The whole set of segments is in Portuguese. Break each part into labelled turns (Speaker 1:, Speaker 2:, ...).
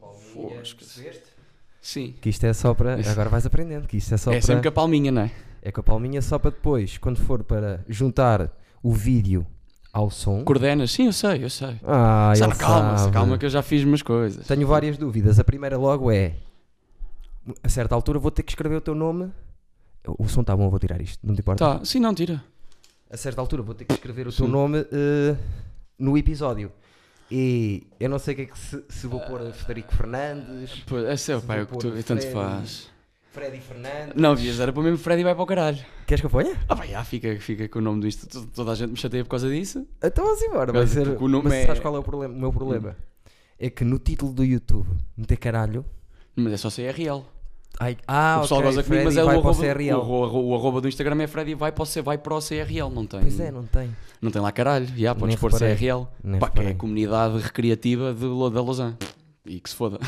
Speaker 1: palminha.
Speaker 2: Foscas.
Speaker 1: Percebeste?
Speaker 2: Sim.
Speaker 3: Que isto é só para.
Speaker 2: Isso.
Speaker 3: Agora vais aprendendo, que isto é só
Speaker 2: é
Speaker 3: para.
Speaker 2: sempre com a palminha, não é?
Speaker 3: É com a palminha só para depois, quando for para juntar o vídeo ao som.
Speaker 2: Coordenas, sim, eu sei, eu sei.
Speaker 3: Ah,
Speaker 2: Sara,
Speaker 3: ele
Speaker 2: calma,
Speaker 3: sabe.
Speaker 2: calma que eu já fiz umas coisas.
Speaker 3: Tenho várias dúvidas. A primeira logo é. A certa altura vou ter que escrever o teu nome. O som está bom, vou tirar isto, não te importa?
Speaker 2: Tá, sim, não, tira.
Speaker 3: A certa altura vou ter que escrever o teu
Speaker 2: Sim.
Speaker 3: nome eh, no episódio. E eu não sei o que é que se, se vou pôr Federico Fernandes,
Speaker 2: Pô, esse é o pai, o que tu,
Speaker 3: Vou pôr
Speaker 2: tanto
Speaker 3: Freddy.
Speaker 2: faz.
Speaker 3: Freddy Fernandes.
Speaker 2: Não, vias, era para o mesmo Freddy vai para o caralho.
Speaker 3: Queres que eu ponha?
Speaker 2: Ah, vai, ah, fica, fica com o nome do isto. to- Toda a gente me chateia por causa disso.
Speaker 3: Então vamos embora. Vai
Speaker 2: Mas
Speaker 3: ser,
Speaker 2: porque o nome
Speaker 3: mas
Speaker 2: é-
Speaker 3: sabes qual é o, problema, o meu problema? É que no título do YouTube, meter caralho.
Speaker 2: Mas é só CRL.
Speaker 3: Ai, ah,
Speaker 2: o pessoal
Speaker 3: ok,
Speaker 2: goza comigo,
Speaker 3: Freddy
Speaker 2: mas é o
Speaker 3: vai
Speaker 2: arroba,
Speaker 3: para o CRL.
Speaker 2: O, arro- o arroba do Instagram é Freddy vai para o, C- vai para o CRL, não tem.
Speaker 3: Pois é, não tem.
Speaker 2: Não tem lá caralho. Já,
Speaker 3: Nem
Speaker 2: podes pôr
Speaker 3: reparei.
Speaker 2: CRL.
Speaker 3: Nem
Speaker 2: Pá, que é
Speaker 3: reparei.
Speaker 2: a comunidade recreativa de, Lo- da Lausanne. E que se foda.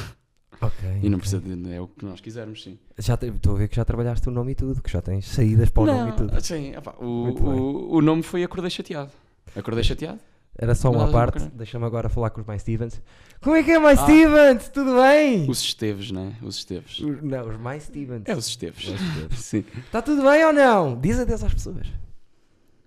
Speaker 3: Ok.
Speaker 2: E
Speaker 3: ok.
Speaker 2: não precisa de. É o que nós quisermos, sim.
Speaker 3: Já te- estou a ver que já trabalhaste o nome e tudo, que já tens saídas para o nome e tudo.
Speaker 2: Sim, epá, o,
Speaker 3: Muito bem.
Speaker 2: o, o nome foi Acordei Chateado. Acordei Chateado?
Speaker 3: Era só uma
Speaker 2: Não,
Speaker 3: parte,
Speaker 2: ok.
Speaker 3: deixa-me agora falar com os mais Stevens. Como é que é, mais
Speaker 2: Ah.
Speaker 3: Stevens? Tudo bem?
Speaker 2: Os Esteves, né? Os Esteves.
Speaker 3: O- Não, os mais Stevens.
Speaker 2: É os Esteves. Sim.
Speaker 3: Está tudo bem ou não? Diz adeus às pessoas.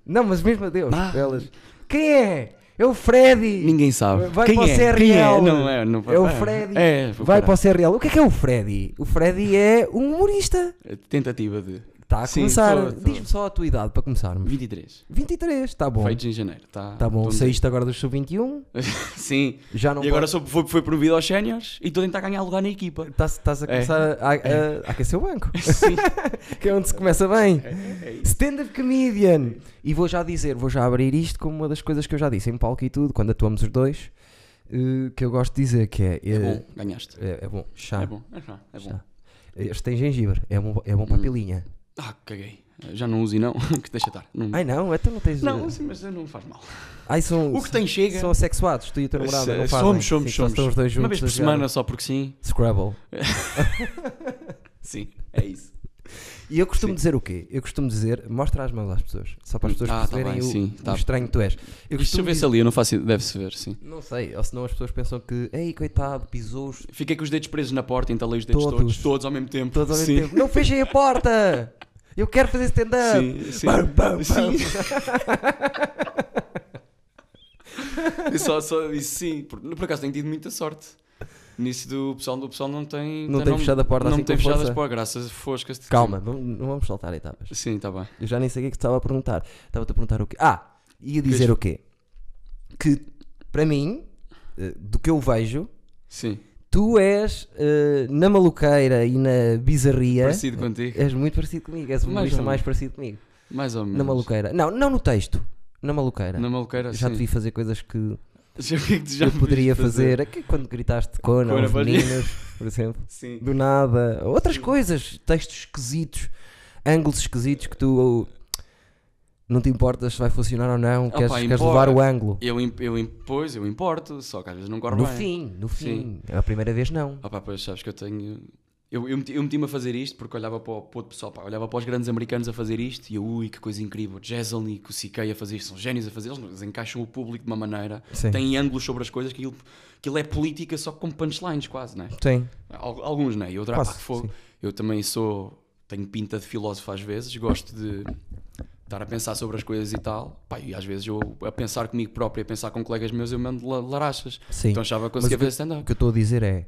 Speaker 3: Não, mas mesmo adeus.
Speaker 2: Ah.
Speaker 3: Elas. Quem é? É o Freddy.
Speaker 2: Ninguém sabe.
Speaker 3: Vai
Speaker 2: Quem
Speaker 3: para o
Speaker 2: é?
Speaker 3: CRL.
Speaker 2: Quem é? Não é, não
Speaker 3: É o Freddy.
Speaker 2: É,
Speaker 3: Vai
Speaker 2: caralho.
Speaker 3: para o CRL. O que é que é o Freddy? O Freddy é um humorista.
Speaker 2: A Tentativa de
Speaker 3: Está a
Speaker 2: Sim,
Speaker 3: começar.
Speaker 2: tô, tô.
Speaker 3: Diz-me só a tua idade para começarmos.
Speaker 2: 23.
Speaker 3: 23, está tá bom.
Speaker 2: Feitos em janeiro. Está
Speaker 3: Está bom, saíste agora dos sub-21.
Speaker 2: Sim.
Speaker 3: Já não
Speaker 2: Então e agora
Speaker 3: podes-
Speaker 2: sou, foi, foi promovido aos séniores e estou a tentar ganhar lugar na equipa.
Speaker 3: Estás estás a
Speaker 2: É.
Speaker 3: começar a, a- a- a aquecer o banco.
Speaker 2: Sim.
Speaker 3: que é onde se começa bem.
Speaker 2: é isso.
Speaker 3: Stand-up comedian. E vou já dizer, vou já abrir isto como uma das coisas que eu já disse em palco e tudo, quando atuamos os dois, eh, que eu gosto de dizer que é.
Speaker 2: É
Speaker 3: eh,
Speaker 2: bom, ganhaste.
Speaker 3: É, é bom. Chá.
Speaker 2: É bom. É bom. É bom.
Speaker 3: Chá. Este tem gengibre. É bom, é bom para a
Speaker 2: Hum.
Speaker 3: pilinha.
Speaker 2: Ah, caguei. Já não uso e não. que deixa estar. Não,
Speaker 3: Ai não, então não tens.
Speaker 2: não
Speaker 3: eh,
Speaker 2: sim, mas não faz mal.
Speaker 3: Ai, são,
Speaker 2: O que tem chega.
Speaker 3: são sexuados, tu e a tua namorada. Não
Speaker 2: Se-
Speaker 3: fazem.
Speaker 2: é, somos, somos,
Speaker 3: Sim, só
Speaker 2: somos.
Speaker 3: Estão os dois juntos
Speaker 2: Uma vez por
Speaker 3: a jogar
Speaker 2: semana, só porque sim.
Speaker 3: Scrabble.
Speaker 2: Sim, é isso.
Speaker 3: E eu costumo
Speaker 2: Sim.
Speaker 3: dizer o quê? Eu costumo dizer, mostra as mãos às pessoas, só para as pessoas
Speaker 2: Ah, tá
Speaker 3: perceberem
Speaker 2: bem,
Speaker 3: o,
Speaker 2: sim,
Speaker 3: o
Speaker 2: tá.
Speaker 3: estranho que tu és. Eu
Speaker 2: Deixa eu
Speaker 3: costumo
Speaker 2: ver se
Speaker 3: dizer,
Speaker 2: ali, eu não faço ideia. Deve-se ver, sim.
Speaker 3: não sei, ou senão as pessoas pensam que, ei, coitado, pisou
Speaker 2: Fiquei com os dedos presos na porta, entalei os dedos
Speaker 3: Todos.
Speaker 2: todos, todos, ao mesmo tempo.
Speaker 3: todos ao mesmo
Speaker 2: sim.
Speaker 3: tempo. Não fechem a porta! Eu quero fazer stand-up!
Speaker 2: Sim, sim.
Speaker 3: Bam, bam, bam.
Speaker 2: Sim. só, só isso sim. Por, por acaso tenho tido muita sorte. Nisso do pessoal, do pessoal não tem.
Speaker 3: Não tem fechado a porta
Speaker 2: Não
Speaker 3: assim
Speaker 2: tem
Speaker 3: com
Speaker 2: fechado
Speaker 3: força.
Speaker 2: as portas, graças foscas. de-
Speaker 3: Calma, vamos- não vamos saltar etapas.
Speaker 2: Sim, está bem.
Speaker 3: Eu já nem sei o que é que te estava a perguntar. Estava-te a perguntar o quê? Ah, ia dizer
Speaker 2: Vejo.
Speaker 3: o quê? Que, para mim, eh, do que eu vejo,
Speaker 2: Sim,
Speaker 3: tu és eh, na maluqueira e na bizarria.
Speaker 2: parecido contigo.
Speaker 3: És muito parecido comigo, és o
Speaker 2: Mais
Speaker 3: humorista
Speaker 2: ou
Speaker 3: mais
Speaker 2: menos.
Speaker 3: parecido comigo.
Speaker 2: Mais ou menos.
Speaker 3: É? Na maluqueira. Não, não no texto. Na maluqueira.
Speaker 2: Na maluqueira,
Speaker 3: já
Speaker 2: sim.
Speaker 3: te vi fazer coisas que
Speaker 2: Já, o que é que tu já
Speaker 3: eu
Speaker 2: me
Speaker 3: poderia
Speaker 2: viste
Speaker 3: fazer. Aqui quando gritaste cona
Speaker 2: Cona,
Speaker 3: aos
Speaker 2: pois-
Speaker 3: meninos, por exemplo.
Speaker 2: Sim.
Speaker 3: Do nada. Outras coisas. Textos esquisitos. Ângulos esquisitos que tu. Não te importas se vai funcionar ou não.
Speaker 2: Opa,
Speaker 3: queres, queres
Speaker 2: importa.
Speaker 3: levar o ângulo.
Speaker 2: Eu, imp- eu, imp- pois, eu importo, só que às vezes não corre
Speaker 3: No
Speaker 2: bem.
Speaker 3: fim, no fim.
Speaker 2: Sim.
Speaker 3: A primeira vez não.
Speaker 2: Ah pá, pois sabes que eu tenho. Eu, eu, meti- eu meti-me a fazer isto porque olhava para o, para o outro pessoal, pá, olhava para os grandes americanos a fazer isto e eu, ui, que coisa incrível. Jezelnik, o Siquei a fazer isto, são génios a fazer, eles- eles encaixam o público de uma maneira,
Speaker 3: Sim.
Speaker 2: têm ângulos sobre as coisas, que aquilo, aquilo é política só com punchlines quase, não é?
Speaker 3: Sim.
Speaker 2: Al- Alguns, não é? E outra, pá,
Speaker 3: Quase,
Speaker 2: que fogo.
Speaker 3: sim.
Speaker 2: Eu também sou. Tenho pinta de filósofo às vezes, gosto de estar a pensar sobre as coisas e tal. Pá, e às vezes eu, a pensar comigo próprio, e a pensar com colegas meus, eu mando la- larachas.
Speaker 3: Sim.
Speaker 2: Então achava que conseguia
Speaker 3: Mas
Speaker 2: fazer stand-up.
Speaker 3: O que eu estou a dizer é.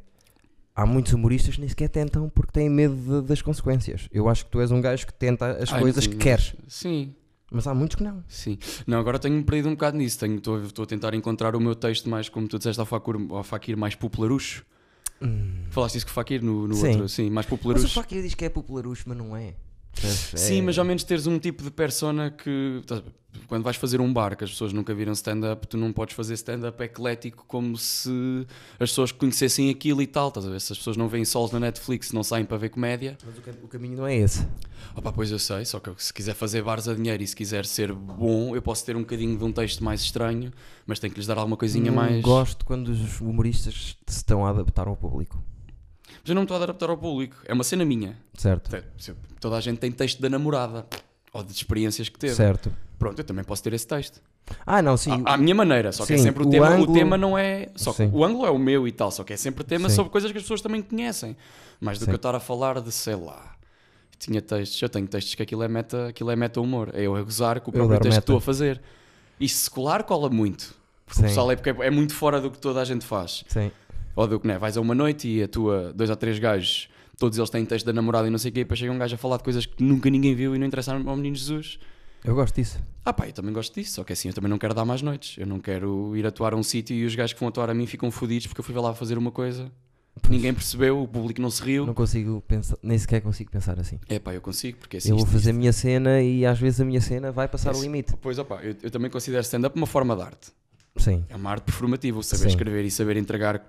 Speaker 3: Há muitos humoristas que nem sequer tentam porque têm medo de- das consequências. Eu acho que tu és um gajo que tenta as
Speaker 2: Ai,
Speaker 3: coisas
Speaker 2: sim,
Speaker 3: que
Speaker 2: mas-
Speaker 3: queres.
Speaker 2: Sim,
Speaker 3: Mas há muitos que não.
Speaker 2: sim. Não, agora tenho-me perdido um bocado nisso. Tenho- Estou estou a tentar encontrar o meu texto mais, como tu disseste, ao Fakir, ao Fakir mais popularucho. Falaste isso com o Fakir no, no
Speaker 3: Hum. Sim.
Speaker 2: outro, sim, mais
Speaker 3: Mas o
Speaker 2: popularucho.
Speaker 3: Fakir diz que é popularucho, mas não é.
Speaker 2: Sim, mas ao menos teres um tipo de persona que. estás a ver, Quando vais fazer um bar que as pessoas nunca viram stand-up, tu não podes fazer stand-up eclético como se as pessoas conhecessem aquilo e tal. Estás a ver? Se as pessoas não veem sols na Netflix, não saem para ver comédia,
Speaker 3: Mas o, cam- o caminho não é esse.
Speaker 2: Opa, pois eu sei, só que eu, se quiser fazer bares a dinheiro e se quiser ser bom, eu posso ter um bocadinho de um texto mais estranho, mas tenho que lhes dar alguma coisinha
Speaker 3: não
Speaker 2: mais.
Speaker 3: Hum, gosto quando os humoristas se estão a adaptar ao público.
Speaker 2: Mas eu não me estou a adaptar ao público, é uma cena minha.
Speaker 3: Certo.
Speaker 2: Te- se- Toda a gente tem texto da namorada ou de experiências que teve.
Speaker 3: Certo.
Speaker 2: Pronto, eu também posso ter esse texto.
Speaker 3: Ah, não, sim.
Speaker 2: À, à minha maneira, só que é
Speaker 3: Sim,
Speaker 2: sempre o,
Speaker 3: o
Speaker 2: tema. O
Speaker 3: ângulo-
Speaker 2: tema não é. Só que
Speaker 3: Sim.
Speaker 2: o ângulo é o meu e tal, só que é sempre tema
Speaker 3: Sim.
Speaker 2: sobre coisas que as pessoas também conhecem. Mas do que eu estar a falar de, sei lá. Tinha textos, eu tenho textos que aquilo é meta, aquilo é meta humor. É eu a gozar com o próprio
Speaker 3: dar
Speaker 2: texto que
Speaker 3: meta.
Speaker 2: estou a fazer. E se colar, cola muito. Porque
Speaker 3: Sim.
Speaker 2: o pessoal é, porque é muito fora do que toda a gente faz.
Speaker 3: Sim.
Speaker 2: Ou do que não é, vais a uma noite e a tua dois ou três gajos, todos eles têm texto da namorada e não sei o quê, e depois chega um gajo a falar de coisas que nunca ninguém viu e não interessaram ao menino Jesus.
Speaker 3: Eu gosto disso.
Speaker 2: Ah pá, eu também gosto disso, só que assim eu também não quero dar mais noites. Eu não quero ir atuar a um sítio e os gajos que vão atuar a mim ficam fodidos porque eu fui lá fazer uma coisa, ninguém percebeu, o público não se riu.
Speaker 3: Não consigo pensar, nem sequer consigo pensar assim.
Speaker 2: É pá, eu consigo, porque assim.
Speaker 3: eu vou
Speaker 2: isto-
Speaker 3: fazer a minha cena e às vezes a minha cena vai passar
Speaker 2: Isso.
Speaker 3: o limite.
Speaker 2: Pois opá, eu, eu também considero stand-up uma forma de arte.
Speaker 3: Sim.
Speaker 2: É uma arte performativa, o saber
Speaker 3: Sim.
Speaker 2: escrever e saber entregar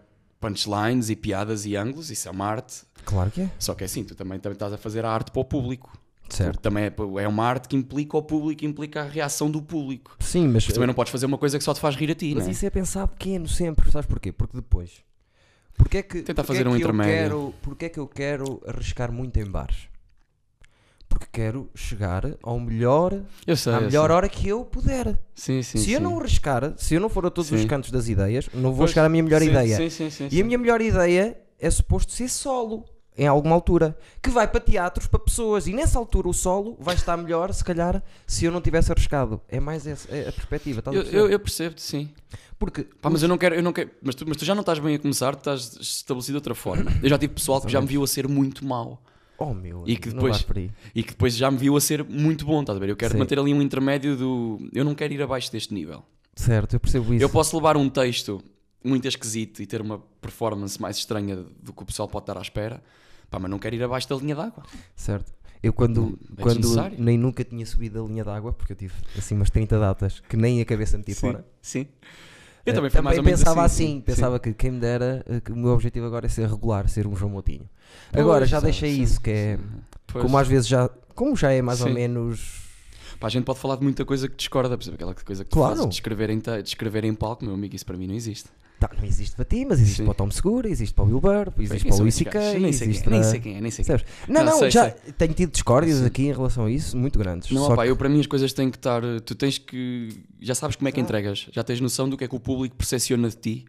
Speaker 2: punchlines e piadas e ângulos, isso é uma arte.
Speaker 3: Claro que é.
Speaker 2: Só que é assim, tu também, também estás a fazer a arte para o público.
Speaker 3: Certo.
Speaker 2: Porque Também é, pa- é uma arte que implica o público, implica a reação do público.
Speaker 3: Sim, mas,
Speaker 2: Tu também não podes fazer uma coisa que só te faz rir a ti,
Speaker 3: mas
Speaker 2: não é?
Speaker 3: isso é pensar pequeno sempre. Sabes porquê? Porque depois. Porque é que,
Speaker 2: Tentar
Speaker 3: porque
Speaker 2: fazer
Speaker 3: é
Speaker 2: um
Speaker 3: que eu
Speaker 2: intermédio.
Speaker 3: Quero, porque é que eu quero arriscar muito em bares? Porque quero chegar ao melhor,
Speaker 2: Eu sei.
Speaker 3: à
Speaker 2: eu
Speaker 3: melhor
Speaker 2: sei.
Speaker 3: hora que eu puder.
Speaker 2: Sim, Então é assim. sim,
Speaker 3: se eu
Speaker 2: sim.
Speaker 3: não arriscar, se eu não for a todos os
Speaker 2: Sim.
Speaker 3: cantos das ideias, não vou
Speaker 2: Pois,
Speaker 3: chegar à minha melhor
Speaker 2: sim,
Speaker 3: ideia.
Speaker 2: Sim, sim, sim.
Speaker 3: E a minha melhor ideia é suposto ser solo, em alguma altura, que vai para teatros, para pessoas, e nessa altura o solo vai estar melhor, se calhar, se eu não tivesse arriscado. É mais essa, é a perspectiva, estás a
Speaker 2: Eu,
Speaker 3: perceber?
Speaker 2: eu, eu percebo-te, sim.
Speaker 3: Porque
Speaker 2: Pá, mas eu não quero, eu não quero. Mas tu, mas tu já não estás bem a começar, tu estás estabelecido de outra forma. Eu já tive pessoal que já me viu a ser muito mau
Speaker 3: Oh meu,
Speaker 2: E que
Speaker 3: amigo,
Speaker 2: depois-
Speaker 3: não vais por aí.
Speaker 2: e que depois já me viu a ser muito bom, estás a ver? Eu quero
Speaker 3: Sim.
Speaker 2: manter ali um intermédio do. Eu não quero ir abaixo deste nível.
Speaker 3: Certo, eu percebo isso.
Speaker 2: Eu posso levar um texto muito esquisito e ter uma performance mais estranha do que o pessoal pode estar à espera, pá, mas não quero ir abaixo da linha d'água.
Speaker 3: Certo. Eu quando,
Speaker 2: Não, é
Speaker 3: quando
Speaker 2: desnecessário.
Speaker 3: nem nunca tinha subido a linha d'água, porque eu tive assim umas 30 datas que nem a cabeça meti fora.
Speaker 2: Sim. Eu
Speaker 3: Eh,
Speaker 2: também, fui mais ou menos
Speaker 3: pensava
Speaker 2: assim,
Speaker 3: assim,
Speaker 2: sim,
Speaker 3: pensava que quem me dera, eh, que o meu objetivo agora é ser regular, ser um João Moutinho.
Speaker 2: Pois,
Speaker 3: agora já
Speaker 2: sabe,
Speaker 3: deixei
Speaker 2: sim,
Speaker 3: isso, que é
Speaker 2: Pois.
Speaker 3: como às vezes já, como já é mais
Speaker 2: Sim.
Speaker 3: ou menos
Speaker 2: Pá, a gente pode falar de muita coisa que discorda, por exemplo, aquela coisa que tu
Speaker 3: Claro.
Speaker 2: fazes de escrever, em, te- de escrever em palco, meu amigo, isso para mim não existe.
Speaker 3: tá, não existe para ti, mas existe
Speaker 2: Sim.
Speaker 3: para o Tom Segura, existe para o Bill Burr, existe
Speaker 2: Quem
Speaker 3: para o
Speaker 2: são
Speaker 3: Luís
Speaker 2: esses
Speaker 3: C.K.,
Speaker 2: gajos? nem sei quem
Speaker 3: existe
Speaker 2: é, nem
Speaker 3: para-
Speaker 2: sei quem é, nem sei quem é.
Speaker 3: Percebes? Não,
Speaker 2: Não,
Speaker 3: não,
Speaker 2: sei,
Speaker 3: já
Speaker 2: sei.
Speaker 3: tenho tido discórdias
Speaker 2: Sim.
Speaker 3: aqui em relação a isso, muito grandes.
Speaker 2: Não,
Speaker 3: Só
Speaker 2: pá,
Speaker 3: que-
Speaker 2: eu para mim as coisas têm que estar. eh, Tu tens que. Já sabes como é que entregas, já tens noção do que é que o público percepciona de ti,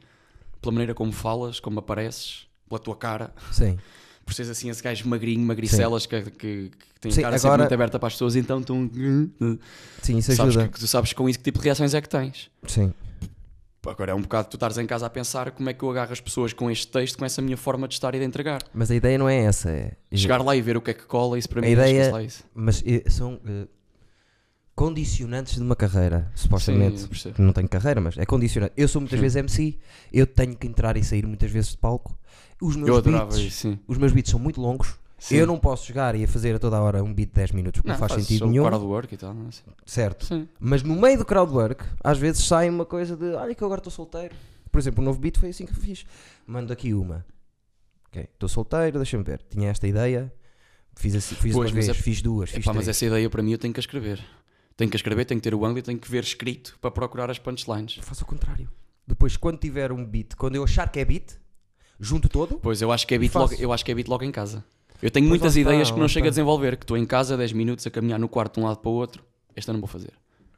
Speaker 2: pela maneira como falas, como apareces, pela tua cara.
Speaker 3: Sim,
Speaker 2: Por seres assim esse gajo magrinho, magricelas, que, que, que tem a
Speaker 3: Sim,
Speaker 2: cara sempre
Speaker 3: agora-
Speaker 2: muito aberta para as pessoas, então tu,
Speaker 3: sim, isso
Speaker 2: sabes
Speaker 3: ajuda.
Speaker 2: que, que tu sabes com isso que tipo de reações é que tens.
Speaker 3: Sim,
Speaker 2: Agora é um bocado tu estares em casa a pensar como é que eu agarro as pessoas com este texto, com essa minha forma de estar e de entregar.
Speaker 3: mas a ideia não é essa. É...
Speaker 2: Chegar lá e ver o que é que cola, isso para
Speaker 3: A
Speaker 2: mim acho que
Speaker 3: ideia-
Speaker 2: sei lá isso.
Speaker 3: Mas eh, são eh, condicionantes de uma carreira, supostamente.
Speaker 2: Sim, eu percebo.
Speaker 3: não tenho carreira, mas é condicionante. Eu sou muitas
Speaker 2: Sim.
Speaker 3: vezes MC, eu tenho que entrar e sair muitas vezes de palco. Os meus
Speaker 2: Eu adorava
Speaker 3: beats,
Speaker 2: isso, sim.
Speaker 3: os meus beats são muito longos.
Speaker 2: Sim.
Speaker 3: Eu não posso chegar e a fazer a toda a hora um beat de 10 minutos, porque não, faz
Speaker 2: fazes
Speaker 3: sentido
Speaker 2: o
Speaker 3: nenhum.
Speaker 2: crowdwork e tal, não é assim?
Speaker 3: Certo.
Speaker 2: Sim.
Speaker 3: Mas no meio do crowdwork, às vezes sai uma coisa de olha que eu agora estou solteiro. Por exemplo, o novo beat foi assim que eu fiz. Mando aqui uma. Ok, estou solteiro, deixa-me ver. Tinha esta ideia. Fiz, assim, fiz
Speaker 2: Pois,
Speaker 3: uma
Speaker 2: mas
Speaker 3: vez,
Speaker 2: é-
Speaker 3: fiz duas, fiz
Speaker 2: Epá, mas
Speaker 3: três.
Speaker 2: essa ideia para mim eu tenho que a escrever. Tenho que a escrever, tenho que ter o ângulo e tenho que ver escrito para procurar as punchlines.
Speaker 3: Eu faço o contrário. Depois, quando tiver um beat, quando eu achar que é beat, junto todo.
Speaker 2: Pois eu acho que é beat,
Speaker 3: Faço.
Speaker 2: logo, eu acho que é beat logo em casa. Eu tenho
Speaker 3: Pois
Speaker 2: muitas
Speaker 3: lá está,
Speaker 2: ideias que não
Speaker 3: lá
Speaker 2: chego a
Speaker 3: está.
Speaker 2: desenvolver, que estou em casa 10 minutos a caminhar no quarto de um lado para o outro. Esta não vou fazer.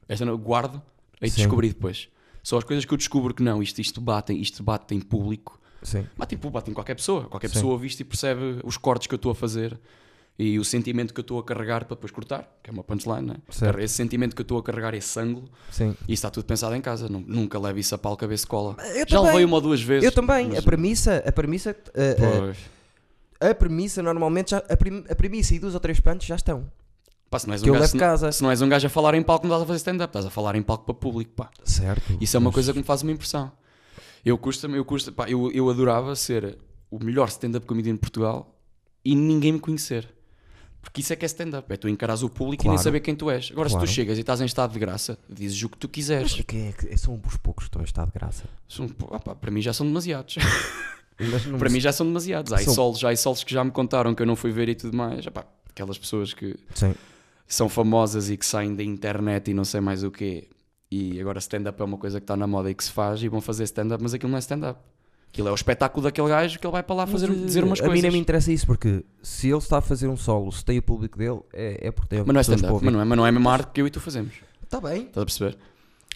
Speaker 2: Esta não, guardo e
Speaker 3: Sim.
Speaker 2: descobri depois. Só as coisas que eu descubro que não, isto, isto bate, isto bate em público.
Speaker 3: Sim.
Speaker 2: Bate em público, bate em qualquer pessoa. Qualquer
Speaker 3: Sim.
Speaker 2: pessoa ouve isto e percebe os cortes que eu estou a fazer e o sentimento que eu estou a carregar para depois cortar, que é uma punchline, não é?
Speaker 3: Certo.
Speaker 2: Esse sentimento que eu estou a carregar, esse ângulo,
Speaker 3: Sim.
Speaker 2: e isso está tudo pensado em casa. Nu- Nunca levo isso a pau cabeça de cola.
Speaker 3: Eu
Speaker 2: Já
Speaker 3: também.
Speaker 2: levei uma ou duas vezes.
Speaker 3: Eu também. É,
Speaker 2: mas-
Speaker 3: A premissa, a premissa, a,
Speaker 2: Pois.
Speaker 3: a, a premissa normalmente, já, a, prim- a premissa e duas ou três punches já estão.
Speaker 2: Pá, se não és
Speaker 3: Que
Speaker 2: um
Speaker 3: eu
Speaker 2: gajo,
Speaker 3: levo
Speaker 2: se, não,
Speaker 3: casa.
Speaker 2: se não és um gajo a falar em palco, não estás a fazer stand-up, estás a falar em palco para público, pá.
Speaker 3: Certo.
Speaker 2: Isso é uma coisa que me faz uma impressão. Eu custa-me, eu custa, pá, eu, eu adorava ser o melhor stand-up comedian de Portugal e ninguém me conhecer. Porque isso é que é stand-up, é tu encaras o público e nem
Speaker 3: Claro.
Speaker 2: saber quem tu és. Agora, se
Speaker 3: Claro.
Speaker 2: tu chegas e estás em estado de graça, dizes o que tu quiseres.
Speaker 3: Mas quem é que- são os poucos que estão em estado de graça.
Speaker 2: São- ah pá, para mim já são demasiados.
Speaker 3: Mas não-
Speaker 2: para mim já são demasiados. Há
Speaker 3: São-
Speaker 2: solos, há solos que já me contaram que eu não fui ver e tudo mais. Ah pá, aquelas pessoas que
Speaker 3: Sim.
Speaker 2: são famosas e que saem da internet e não sei mais o quê. E agora stand-up é uma coisa que está na moda e que se faz e vão fazer stand-up, mas aquilo não é stand-up. Aquilo é o espetáculo daquele gajo que ele vai para lá fazer,
Speaker 3: Mas, eh,
Speaker 2: dizer umas
Speaker 3: a
Speaker 2: coisas.
Speaker 3: mim não me interessa isso porque se ele está a fazer um solo, se tem o público dele, é, é porque tem
Speaker 2: Mas não é
Speaker 3: pessoas para
Speaker 2: stand-up,
Speaker 3: ouvir.
Speaker 2: mas não é, mas não é a mesma arte que eu e tu fazemos.
Speaker 3: Está bem.
Speaker 2: Estás a perceber?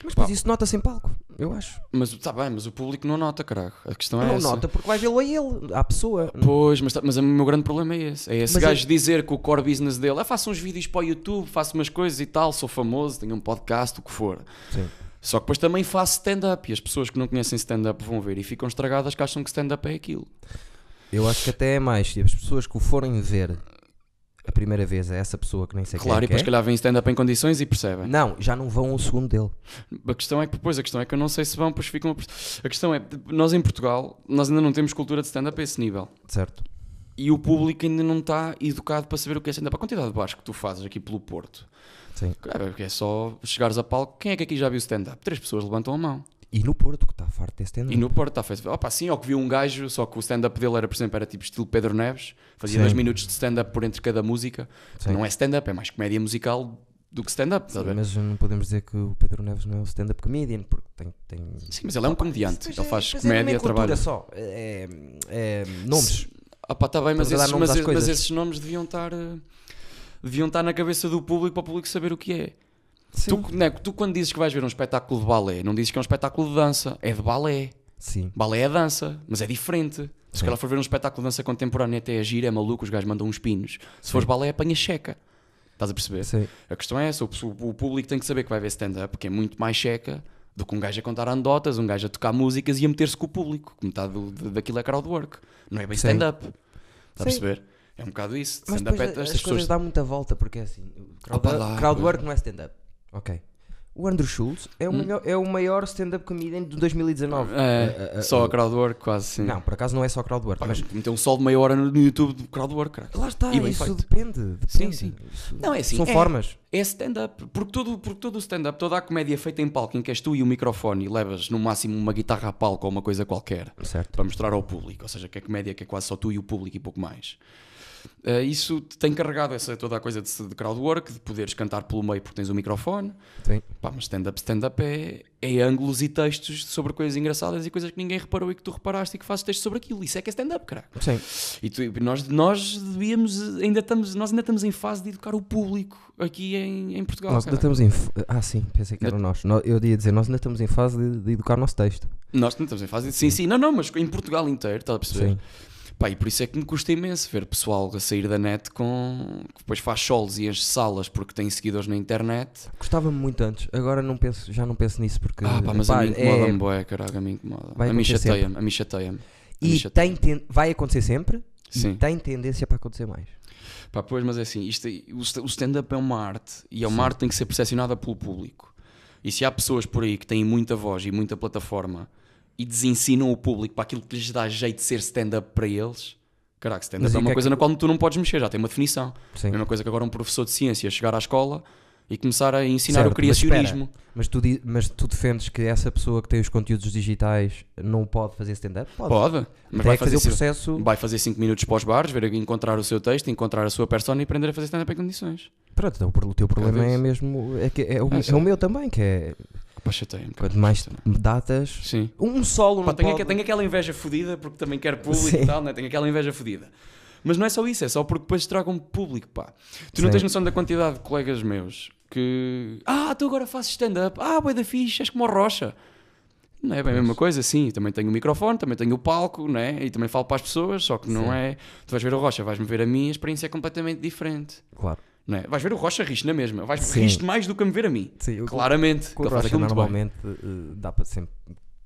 Speaker 3: Mas
Speaker 2: Pá.
Speaker 3: depois isso nota-se em palco, eu acho.
Speaker 2: Mas está bem, mas o público não nota, caralho. A questão é
Speaker 3: não
Speaker 2: essa.
Speaker 3: nota porque vai vê-lo a ele, à pessoa.
Speaker 2: Pois, mas, tá- mas o meu grande problema é esse. É esse
Speaker 3: Mas
Speaker 2: gajo dizer que o core business dele é faço uns vídeos para o YouTube, faço umas coisas e tal, sou famoso, tenho um podcast, o que for.
Speaker 3: Sim.
Speaker 2: Só que depois também faço stand-up e as pessoas que não conhecem stand-up vão ver e ficam estragadas que acham que stand-up é aquilo.
Speaker 3: Eu acho que até é mais. Se as pessoas que o forem ver a primeira vez a essa pessoa que nem sei
Speaker 2: claro, e
Speaker 3: quem é
Speaker 2: depois
Speaker 3: que é,
Speaker 2: calhar vêm stand-up em condições e percebem.
Speaker 3: não, já não vão ao segundo dele.
Speaker 2: A questão é que, pois, a questão é que eu não sei se vão, pois ficam. A a questão é, nós em Portugal, nós ainda não temos cultura de stand-up a esse nível.
Speaker 3: Certo.
Speaker 2: E o público ainda não está educado para saber o que é stand-up. A quantidade de bares que tu fazes aqui pelo Porto,
Speaker 3: Sim.
Speaker 2: Cara, porque é só chegares a palco. Quem é que aqui já viu stand-up? Três pessoas levantam a mão.
Speaker 3: E no Porto, que está farto desse stand
Speaker 2: E no Porto está feito. Opa, sim, ou que viu um gajo, só que o stand-up dele era, por exemplo, era tipo estilo Pedro Neves, fazia
Speaker 3: Sim.
Speaker 2: dois minutos de stand-up por entre cada música. que
Speaker 3: Sim.
Speaker 2: Não é stand-up, é mais comédia musical do que stand-up, estás a ver?
Speaker 3: Mas não podemos dizer que o Pedro Neves não é um stand-up comedian, porque tem. tem...
Speaker 2: Sim, mas ele é um comediante.
Speaker 3: Pois
Speaker 2: Ele
Speaker 3: é,
Speaker 2: faz
Speaker 3: pois é, não é
Speaker 2: comédia,
Speaker 3: cultura
Speaker 2: trabalha.
Speaker 3: só. É, é, nomes.
Speaker 2: Ah, pá, tá bem,
Speaker 3: Estamos
Speaker 2: mas
Speaker 3: a dar
Speaker 2: esses,
Speaker 3: nomes
Speaker 2: mas,
Speaker 3: às
Speaker 2: e-
Speaker 3: coisas.
Speaker 2: mas esses nomes deviam estar. eh, Deviam estar na cabeça do público para o público saber o que é. Tu, né, tu, quando dizes que vais ver um espetáculo de balé, não dizes que é um espetáculo de dança, é de balé.
Speaker 3: Sim.
Speaker 2: Balé é dança, mas é diferente.
Speaker 3: Sim.
Speaker 2: Se ela for ver um espetáculo de dança contemporânea, até é giro, é maluco, os gajos mandam uns pinos. Se fores balé, apanha checa. Estás a perceber?
Speaker 3: Sim.
Speaker 2: A questão é essa: o, pessoal- o público tem que saber que vai ver stand-up, que é muito mais checa do que um gajo a contar anedotas, um gajo a tocar músicas e a meter-se com o público. que Metade do, de- daquilo é crowd work. Não é bem
Speaker 3: Sim.
Speaker 2: stand-up. Estás a
Speaker 3: Sim.
Speaker 2: perceber? É um bocado isso.
Speaker 3: Mas
Speaker 2: Stand-up
Speaker 3: depois
Speaker 2: é
Speaker 3: as
Speaker 2: estas
Speaker 3: coisas
Speaker 2: pessoas.
Speaker 3: dá muita volta, porque é assim, o crowd,
Speaker 2: Opa lá,
Speaker 3: crowdwork
Speaker 2: pois. Hum?
Speaker 3: não é stand-up. Ok. O Andrew Schultz é o, maior, é o maior stand-up comedian de 2019.
Speaker 2: É,
Speaker 3: Uh, uh, uh,
Speaker 2: só a crowd work, quase sim.
Speaker 3: Não, por acaso não é só crowdwork,
Speaker 2: Pá,
Speaker 3: mas
Speaker 2: mas meter um sol de meia hora no no YouTube de crowd work, caralho.
Speaker 3: lá está,
Speaker 2: e bem
Speaker 3: isso
Speaker 2: feito.
Speaker 3: depende, depende.
Speaker 2: Sim, sim.
Speaker 3: Isso-
Speaker 2: Não, é assim,
Speaker 3: São
Speaker 2: é-
Speaker 3: formas.
Speaker 2: É stand-up, porque todo, porque todo o stand-up, toda a comédia feita em palco em que és tu e o microfone e levas no máximo uma guitarra a palco ou uma coisa qualquer
Speaker 3: Certo.
Speaker 2: para mostrar ao público, ou seja, que a comédia que é quase só tu e o público e pouco mais. Eh, isso tem carregado essa toda a coisa de, de crowd work, de poderes cantar pelo meio porque tens o microfone.
Speaker 3: Sim.
Speaker 2: Pá, mas stand-up, stand-up é, é ângulos e textos sobre coisas engraçadas e coisas que ninguém reparou e que tu reparaste e que fazes texto sobre aquilo. Isso é que é stand-up, caraca.
Speaker 3: Sim.
Speaker 2: E tu- e nós, nós devíamos, ainda estamos, nós ainda estamos em fase de educar o público aqui em, em Portugal.
Speaker 3: Nós ainda
Speaker 2: caralho.
Speaker 3: estamos em. f- Ah, sim, pensei que era nós. No- Eu ia dizer, nós ainda estamos em fase de, de educar o nosso texto.
Speaker 2: Nós ainda estamos em fase de... Sim, sim, não, não, mas em Portugal inteiro, estás a perceber?
Speaker 3: Sim.
Speaker 2: Pá, e por isso é que me custa imenso ver pessoal a sair da net com... que depois faz solos e as salas porque tem seguidores na internet.
Speaker 3: Gostava-me muito antes, agora não penso, já não penso nisso porque.
Speaker 2: Ah pá, mas a
Speaker 3: pá,
Speaker 2: mim incomoda-me
Speaker 3: é-
Speaker 2: bué, caralho, a mim incomoda.
Speaker 3: Vai
Speaker 2: a mim
Speaker 3: acontecer
Speaker 2: chateia-me, a mim chateia-me. a mim
Speaker 3: E
Speaker 2: chateia-me.
Speaker 3: tem ten- vai acontecer sempre e
Speaker 2: Sim.
Speaker 3: tem tendência para acontecer mais.
Speaker 2: Pá, pois, mas é assim, isto, o sta- o stand-up é uma arte e é uma arte que tem que ser percepcionada pelo público. E se há pessoas por aí que têm muita voz e muita plataforma e desensinam o público para aquilo que lhes dá jeito de ser stand-up para eles, caraca,
Speaker 3: Mas
Speaker 2: stand-up
Speaker 3: e
Speaker 2: é
Speaker 3: o que
Speaker 2: uma
Speaker 3: é
Speaker 2: coisa na qual tu não podes mexer, já tem uma definição. É a
Speaker 3: Sim.
Speaker 2: mesma coisa que agora um professor de ciência chegar à escola e começar a ensinar
Speaker 3: Certo,
Speaker 2: o
Speaker 3: mas
Speaker 2: criacionismo.
Speaker 3: Mas tu, di- mas tu defendes que essa pessoa que tem os conteúdos digitais não pode fazer stand-up?
Speaker 2: Pode,
Speaker 3: Mas
Speaker 2: mas
Speaker 3: tem
Speaker 2: vai
Speaker 3: que fazer
Speaker 2: fazer,
Speaker 3: o
Speaker 2: cinco,
Speaker 3: processo
Speaker 2: vai fazer cinco minutos para os bares, ver, encontrar o seu texto, encontrar a sua persona e aprender a fazer stand-up em condições.
Speaker 3: Pronto, então o pro- o teu problema é
Speaker 2: isso.
Speaker 3: mesmo. É, que é, o,
Speaker 2: Ah,
Speaker 3: é
Speaker 2: sim.
Speaker 3: o meu também, que é.
Speaker 2: Pá, chateia-me.
Speaker 3: Quanto mais datas.
Speaker 2: Sim.
Speaker 3: Um solo
Speaker 2: Pá,
Speaker 3: não
Speaker 2: tenho,
Speaker 3: pode.
Speaker 2: aque- tenho aquela inveja fodida porque também quero público
Speaker 3: Sim.
Speaker 2: e tal, né? tenho aquela inveja fodida. Mas não é só isso, é só porque depois tragam público, pá. Tu não
Speaker 3: Sim.
Speaker 2: tens noção da quantidade de colegas meus que. Ah, tu agora fazes stand-up. Ah, boi da ficha, és como a rocha. Não é bem a mesma coisa, sim. Também tenho o microfone, também tenho o palco, né? E também falo para as pessoas, só que não
Speaker 3: Sim.
Speaker 2: é. Tu vais ver o Rocha, vais-me ver a mim, a experiência é completamente diferente.
Speaker 3: Claro.
Speaker 2: Não é? Vais ver o Rocha, riste na mesma. Vais
Speaker 3: Sim.
Speaker 2: riste mais do que a me ver a mim.
Speaker 3: Sim, o-
Speaker 2: Claramente.
Speaker 3: Com o
Speaker 2: que ele faz
Speaker 3: Rocha
Speaker 2: aquilo muito bem.
Speaker 3: normalmente eh, dá para sempre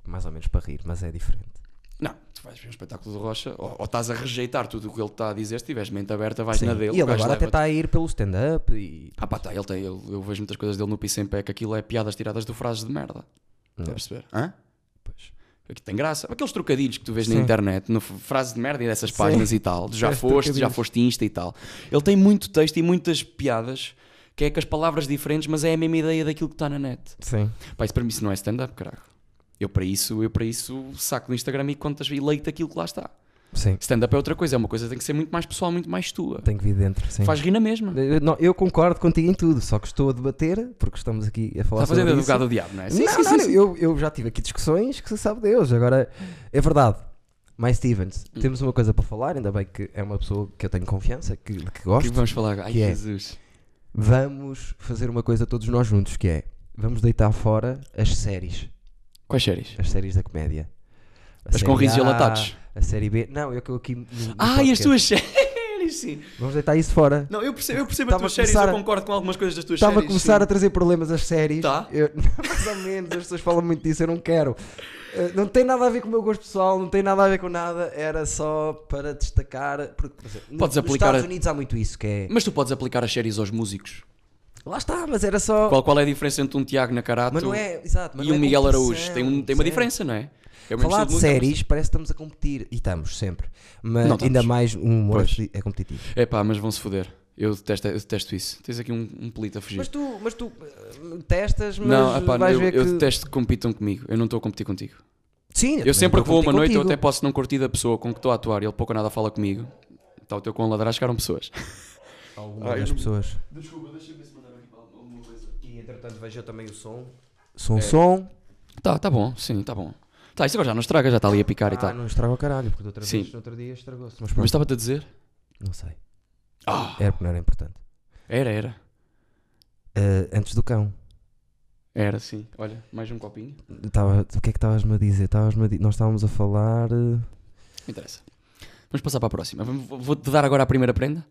Speaker 3: mais ou menos para rir, mas é diferente.
Speaker 2: Não, tu vais ver um espetáculo do Rocha, ou, ou estás a rejeitar tudo o que ele está a dizer, se tiveres mente aberta, vais
Speaker 3: Sim.
Speaker 2: na dele.
Speaker 3: e ele
Speaker 2: o gajo
Speaker 3: agora até tá- está
Speaker 2: leva-te.
Speaker 3: a ir pelo stand-up e.
Speaker 2: Ah pá, tá, ele tem, ele- eu vejo muitas coisas dele no Piss em Pé, que aquilo é piadas tiradas de frases de merda. Estás a perceber? Hã?
Speaker 3: Pois.
Speaker 2: Aqui tem graça. Aqueles trocadilhos que tu vês
Speaker 3: Sim.
Speaker 2: na internet, no, f- frases de merda e dessas
Speaker 3: Sim.
Speaker 2: páginas e tal, de já
Speaker 3: Esses
Speaker 2: foste, já
Speaker 3: trocadilhos.
Speaker 2: foste insta e tal. Ele tem muito texto e muitas piadas, que é com as palavras diferentes, mas é a mesma ideia daquilo que está na net.
Speaker 3: Sim.
Speaker 2: Pá, isso para mim isso não é stand-up, caralho. Eu para isso, eu para isso saco do Instagram e contas e leito aquilo que lá está.
Speaker 3: Sim.
Speaker 2: Stand-up é outra coisa, é uma coisa que tem que ser muito mais pessoal, muito mais tua.
Speaker 3: Tem que vir dentro. Sim.
Speaker 2: Faz rir na mesma. Está
Speaker 3: Eu- Não, eu concordo contigo em tudo, só que estou a debater, porque estamos aqui a falar
Speaker 2: Tá a fazer de
Speaker 3: sobre isso.
Speaker 2: advogado do diabo, não é?
Speaker 3: não, não, Eu, eu já tive aqui discussões que se sabe Deus. Agora, é verdade. Mais Stevens,
Speaker 2: Hum.
Speaker 3: temos uma coisa para falar, ainda bem que é uma pessoa que eu tenho confiança, que, que
Speaker 2: O que é
Speaker 3: gosto.
Speaker 2: que vamos falar agora? Ai,
Speaker 3: Que é?
Speaker 2: Jesus.
Speaker 3: Vamos fazer uma coisa todos nós juntos, que é vamos deitar fora as séries.
Speaker 2: Quais séries?
Speaker 3: As séries da comédia. A
Speaker 2: As com
Speaker 3: série
Speaker 2: risos e
Speaker 3: A,
Speaker 2: latados.
Speaker 3: A série B. Não, eu que eu aqui. no- no
Speaker 2: Ah, e as
Speaker 3: podcast.
Speaker 2: tuas séries, sim.
Speaker 3: Vamos deitar isso fora.
Speaker 2: Não, eu percebo, eu percebo as
Speaker 3: Tava
Speaker 2: tuas
Speaker 3: a
Speaker 2: séries,
Speaker 3: começar
Speaker 2: eu
Speaker 3: a-
Speaker 2: concordo com algumas coisas das tuas
Speaker 3: Estava a
Speaker 2: séries.
Speaker 3: começar a
Speaker 2: sim.
Speaker 3: trazer problemas às séries.
Speaker 2: Tá.
Speaker 3: Eu- mais ou menos, as pessoas falam muito disso, eu não quero. Eh, Não tem nada a ver com o meu gosto pessoal, não tem nada a ver com nada, era só para destacar. Porque, por exemplo, no-
Speaker 2: Podes
Speaker 3: nos
Speaker 2: aplicar
Speaker 3: Estados
Speaker 2: a-
Speaker 3: Unidos há muito isso, que é.
Speaker 2: Mas tu podes aplicar as séries aos músicos.
Speaker 3: Lá está, mas era só.
Speaker 2: Qual, qual é a diferença entre um Tiago Nacarato
Speaker 3: Mas não é, exato, mas
Speaker 2: e
Speaker 3: não
Speaker 2: um
Speaker 3: é
Speaker 2: Miguel
Speaker 3: competição,
Speaker 2: Araújo? Tem, um- tem uma
Speaker 3: percebes?
Speaker 2: diferença, não é? é o mesmo
Speaker 3: Falar
Speaker 2: estilo
Speaker 3: de
Speaker 2: música,
Speaker 3: séries parece que estamos a competir. E estamos, sempre. Mas
Speaker 2: Não estamos.
Speaker 3: ainda mais o humor
Speaker 2: Pois.
Speaker 3: é competitivo.
Speaker 2: mas- Epá, mas vão-se foder. Eu detesto, eu detesto isso. Tens aqui um, um pelito a fugir.
Speaker 3: Mas tu, mas tu eh, testas, mas
Speaker 2: não, epá,
Speaker 3: vais
Speaker 2: eu,
Speaker 3: ver
Speaker 2: eu
Speaker 3: que.
Speaker 2: detesto que compitam comigo. Eu não estou a competir contigo.
Speaker 3: Sim,
Speaker 2: Eu sempre que vou a uma noite, eu até
Speaker 3: até
Speaker 2: posso não curtir da pessoa com que estou a atuar e ele pouco ou nada fala comigo. Está o teu com ladrar, chegaram pessoas.
Speaker 3: Algumas
Speaker 2: Ah, eu
Speaker 3: das
Speaker 2: não-
Speaker 3: pessoas.
Speaker 2: Desculpa, deixa-me ver se mandaram aqui alguma coisa.
Speaker 3: E entretanto vejo também o som. É. Som, um som.
Speaker 2: Tá, tá bom, sim, tá bom. Tá, isto agora já não estraga, já está ali a picar e
Speaker 3: Ah,
Speaker 2: tal.
Speaker 3: não estraga o caralho, porque da outra
Speaker 2: Sim.
Speaker 3: vez, no outro dia estragou-se. Mas
Speaker 2: Mas
Speaker 3: pronto,
Speaker 2: estava-te a dizer?
Speaker 3: não sei.
Speaker 2: Ah,
Speaker 3: Era porque não era importante.
Speaker 2: era, era.
Speaker 3: Eh, antes do cão,
Speaker 2: Era, sim. Olha, mais um copinho.
Speaker 3: tava, o que é que estavas-me a dizer? Estavas-me a di- Nós estávamos a falar. eh,
Speaker 2: Não interessa. Vamos passar para a próxima. Vamos- Vou-te dar agora a primeira prenda.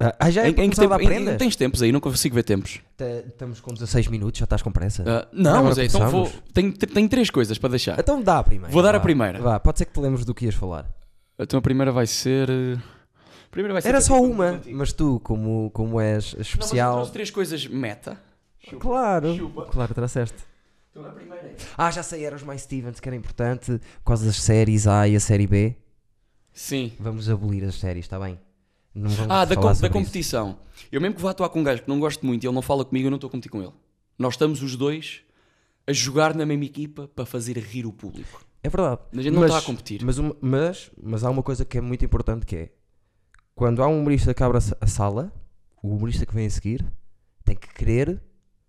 Speaker 3: Ah, ah, já é
Speaker 2: Em- em que
Speaker 3: começado a
Speaker 2: tempo- em-
Speaker 3: prenda?
Speaker 2: em- tens tempos aí, não consigo ver tempos.
Speaker 3: Tá- Estamos com 16 minutos, já estás com pressa?
Speaker 2: Ah, não,
Speaker 3: Agora
Speaker 2: mas é, então vou.
Speaker 3: começamos.
Speaker 2: Tenho, tr- tenho três coisas para deixar.
Speaker 3: Então dá a primeira.
Speaker 2: Ah. Vou dar a
Speaker 3: vá.
Speaker 2: primeira.
Speaker 3: Vá, pode ser que te lembres do que ias falar.
Speaker 2: Então a primeira vai ser. eh, a primeira vai ser
Speaker 3: Era
Speaker 2: que é tipo eu
Speaker 3: só um
Speaker 2: fico
Speaker 3: uma,
Speaker 2: contigo.
Speaker 3: mas tu, como, como és
Speaker 2: Não, mas eu
Speaker 3: especial.
Speaker 2: trouxe três coisas meta.
Speaker 3: claro,
Speaker 2: Chupa.
Speaker 3: claro, trouxeste.
Speaker 2: Então a primeira é.
Speaker 3: Ah, já sei, era os My Stevens, que era importante por causa das séries A e a série B.
Speaker 2: Sim.
Speaker 3: Vamos abolir as séries, está bem? Não vamos
Speaker 2: Ah, da,
Speaker 3: falar
Speaker 2: com- da
Speaker 3: sobre isso.
Speaker 2: competição. Eu mesmo que vou atuar com um gajo que não gosto muito e ele não fala comigo, eu não estou a competir com ele. Nós estamos os dois a jogar na mesma equipa para fazer rir o público.
Speaker 3: É verdade.
Speaker 2: A gente não está a competir.
Speaker 3: Mas, uma- mas, mas há uma coisa que é muito importante que é quando há um humorista que abre a sa- a sala, o humorista que vem a seguir tem que querer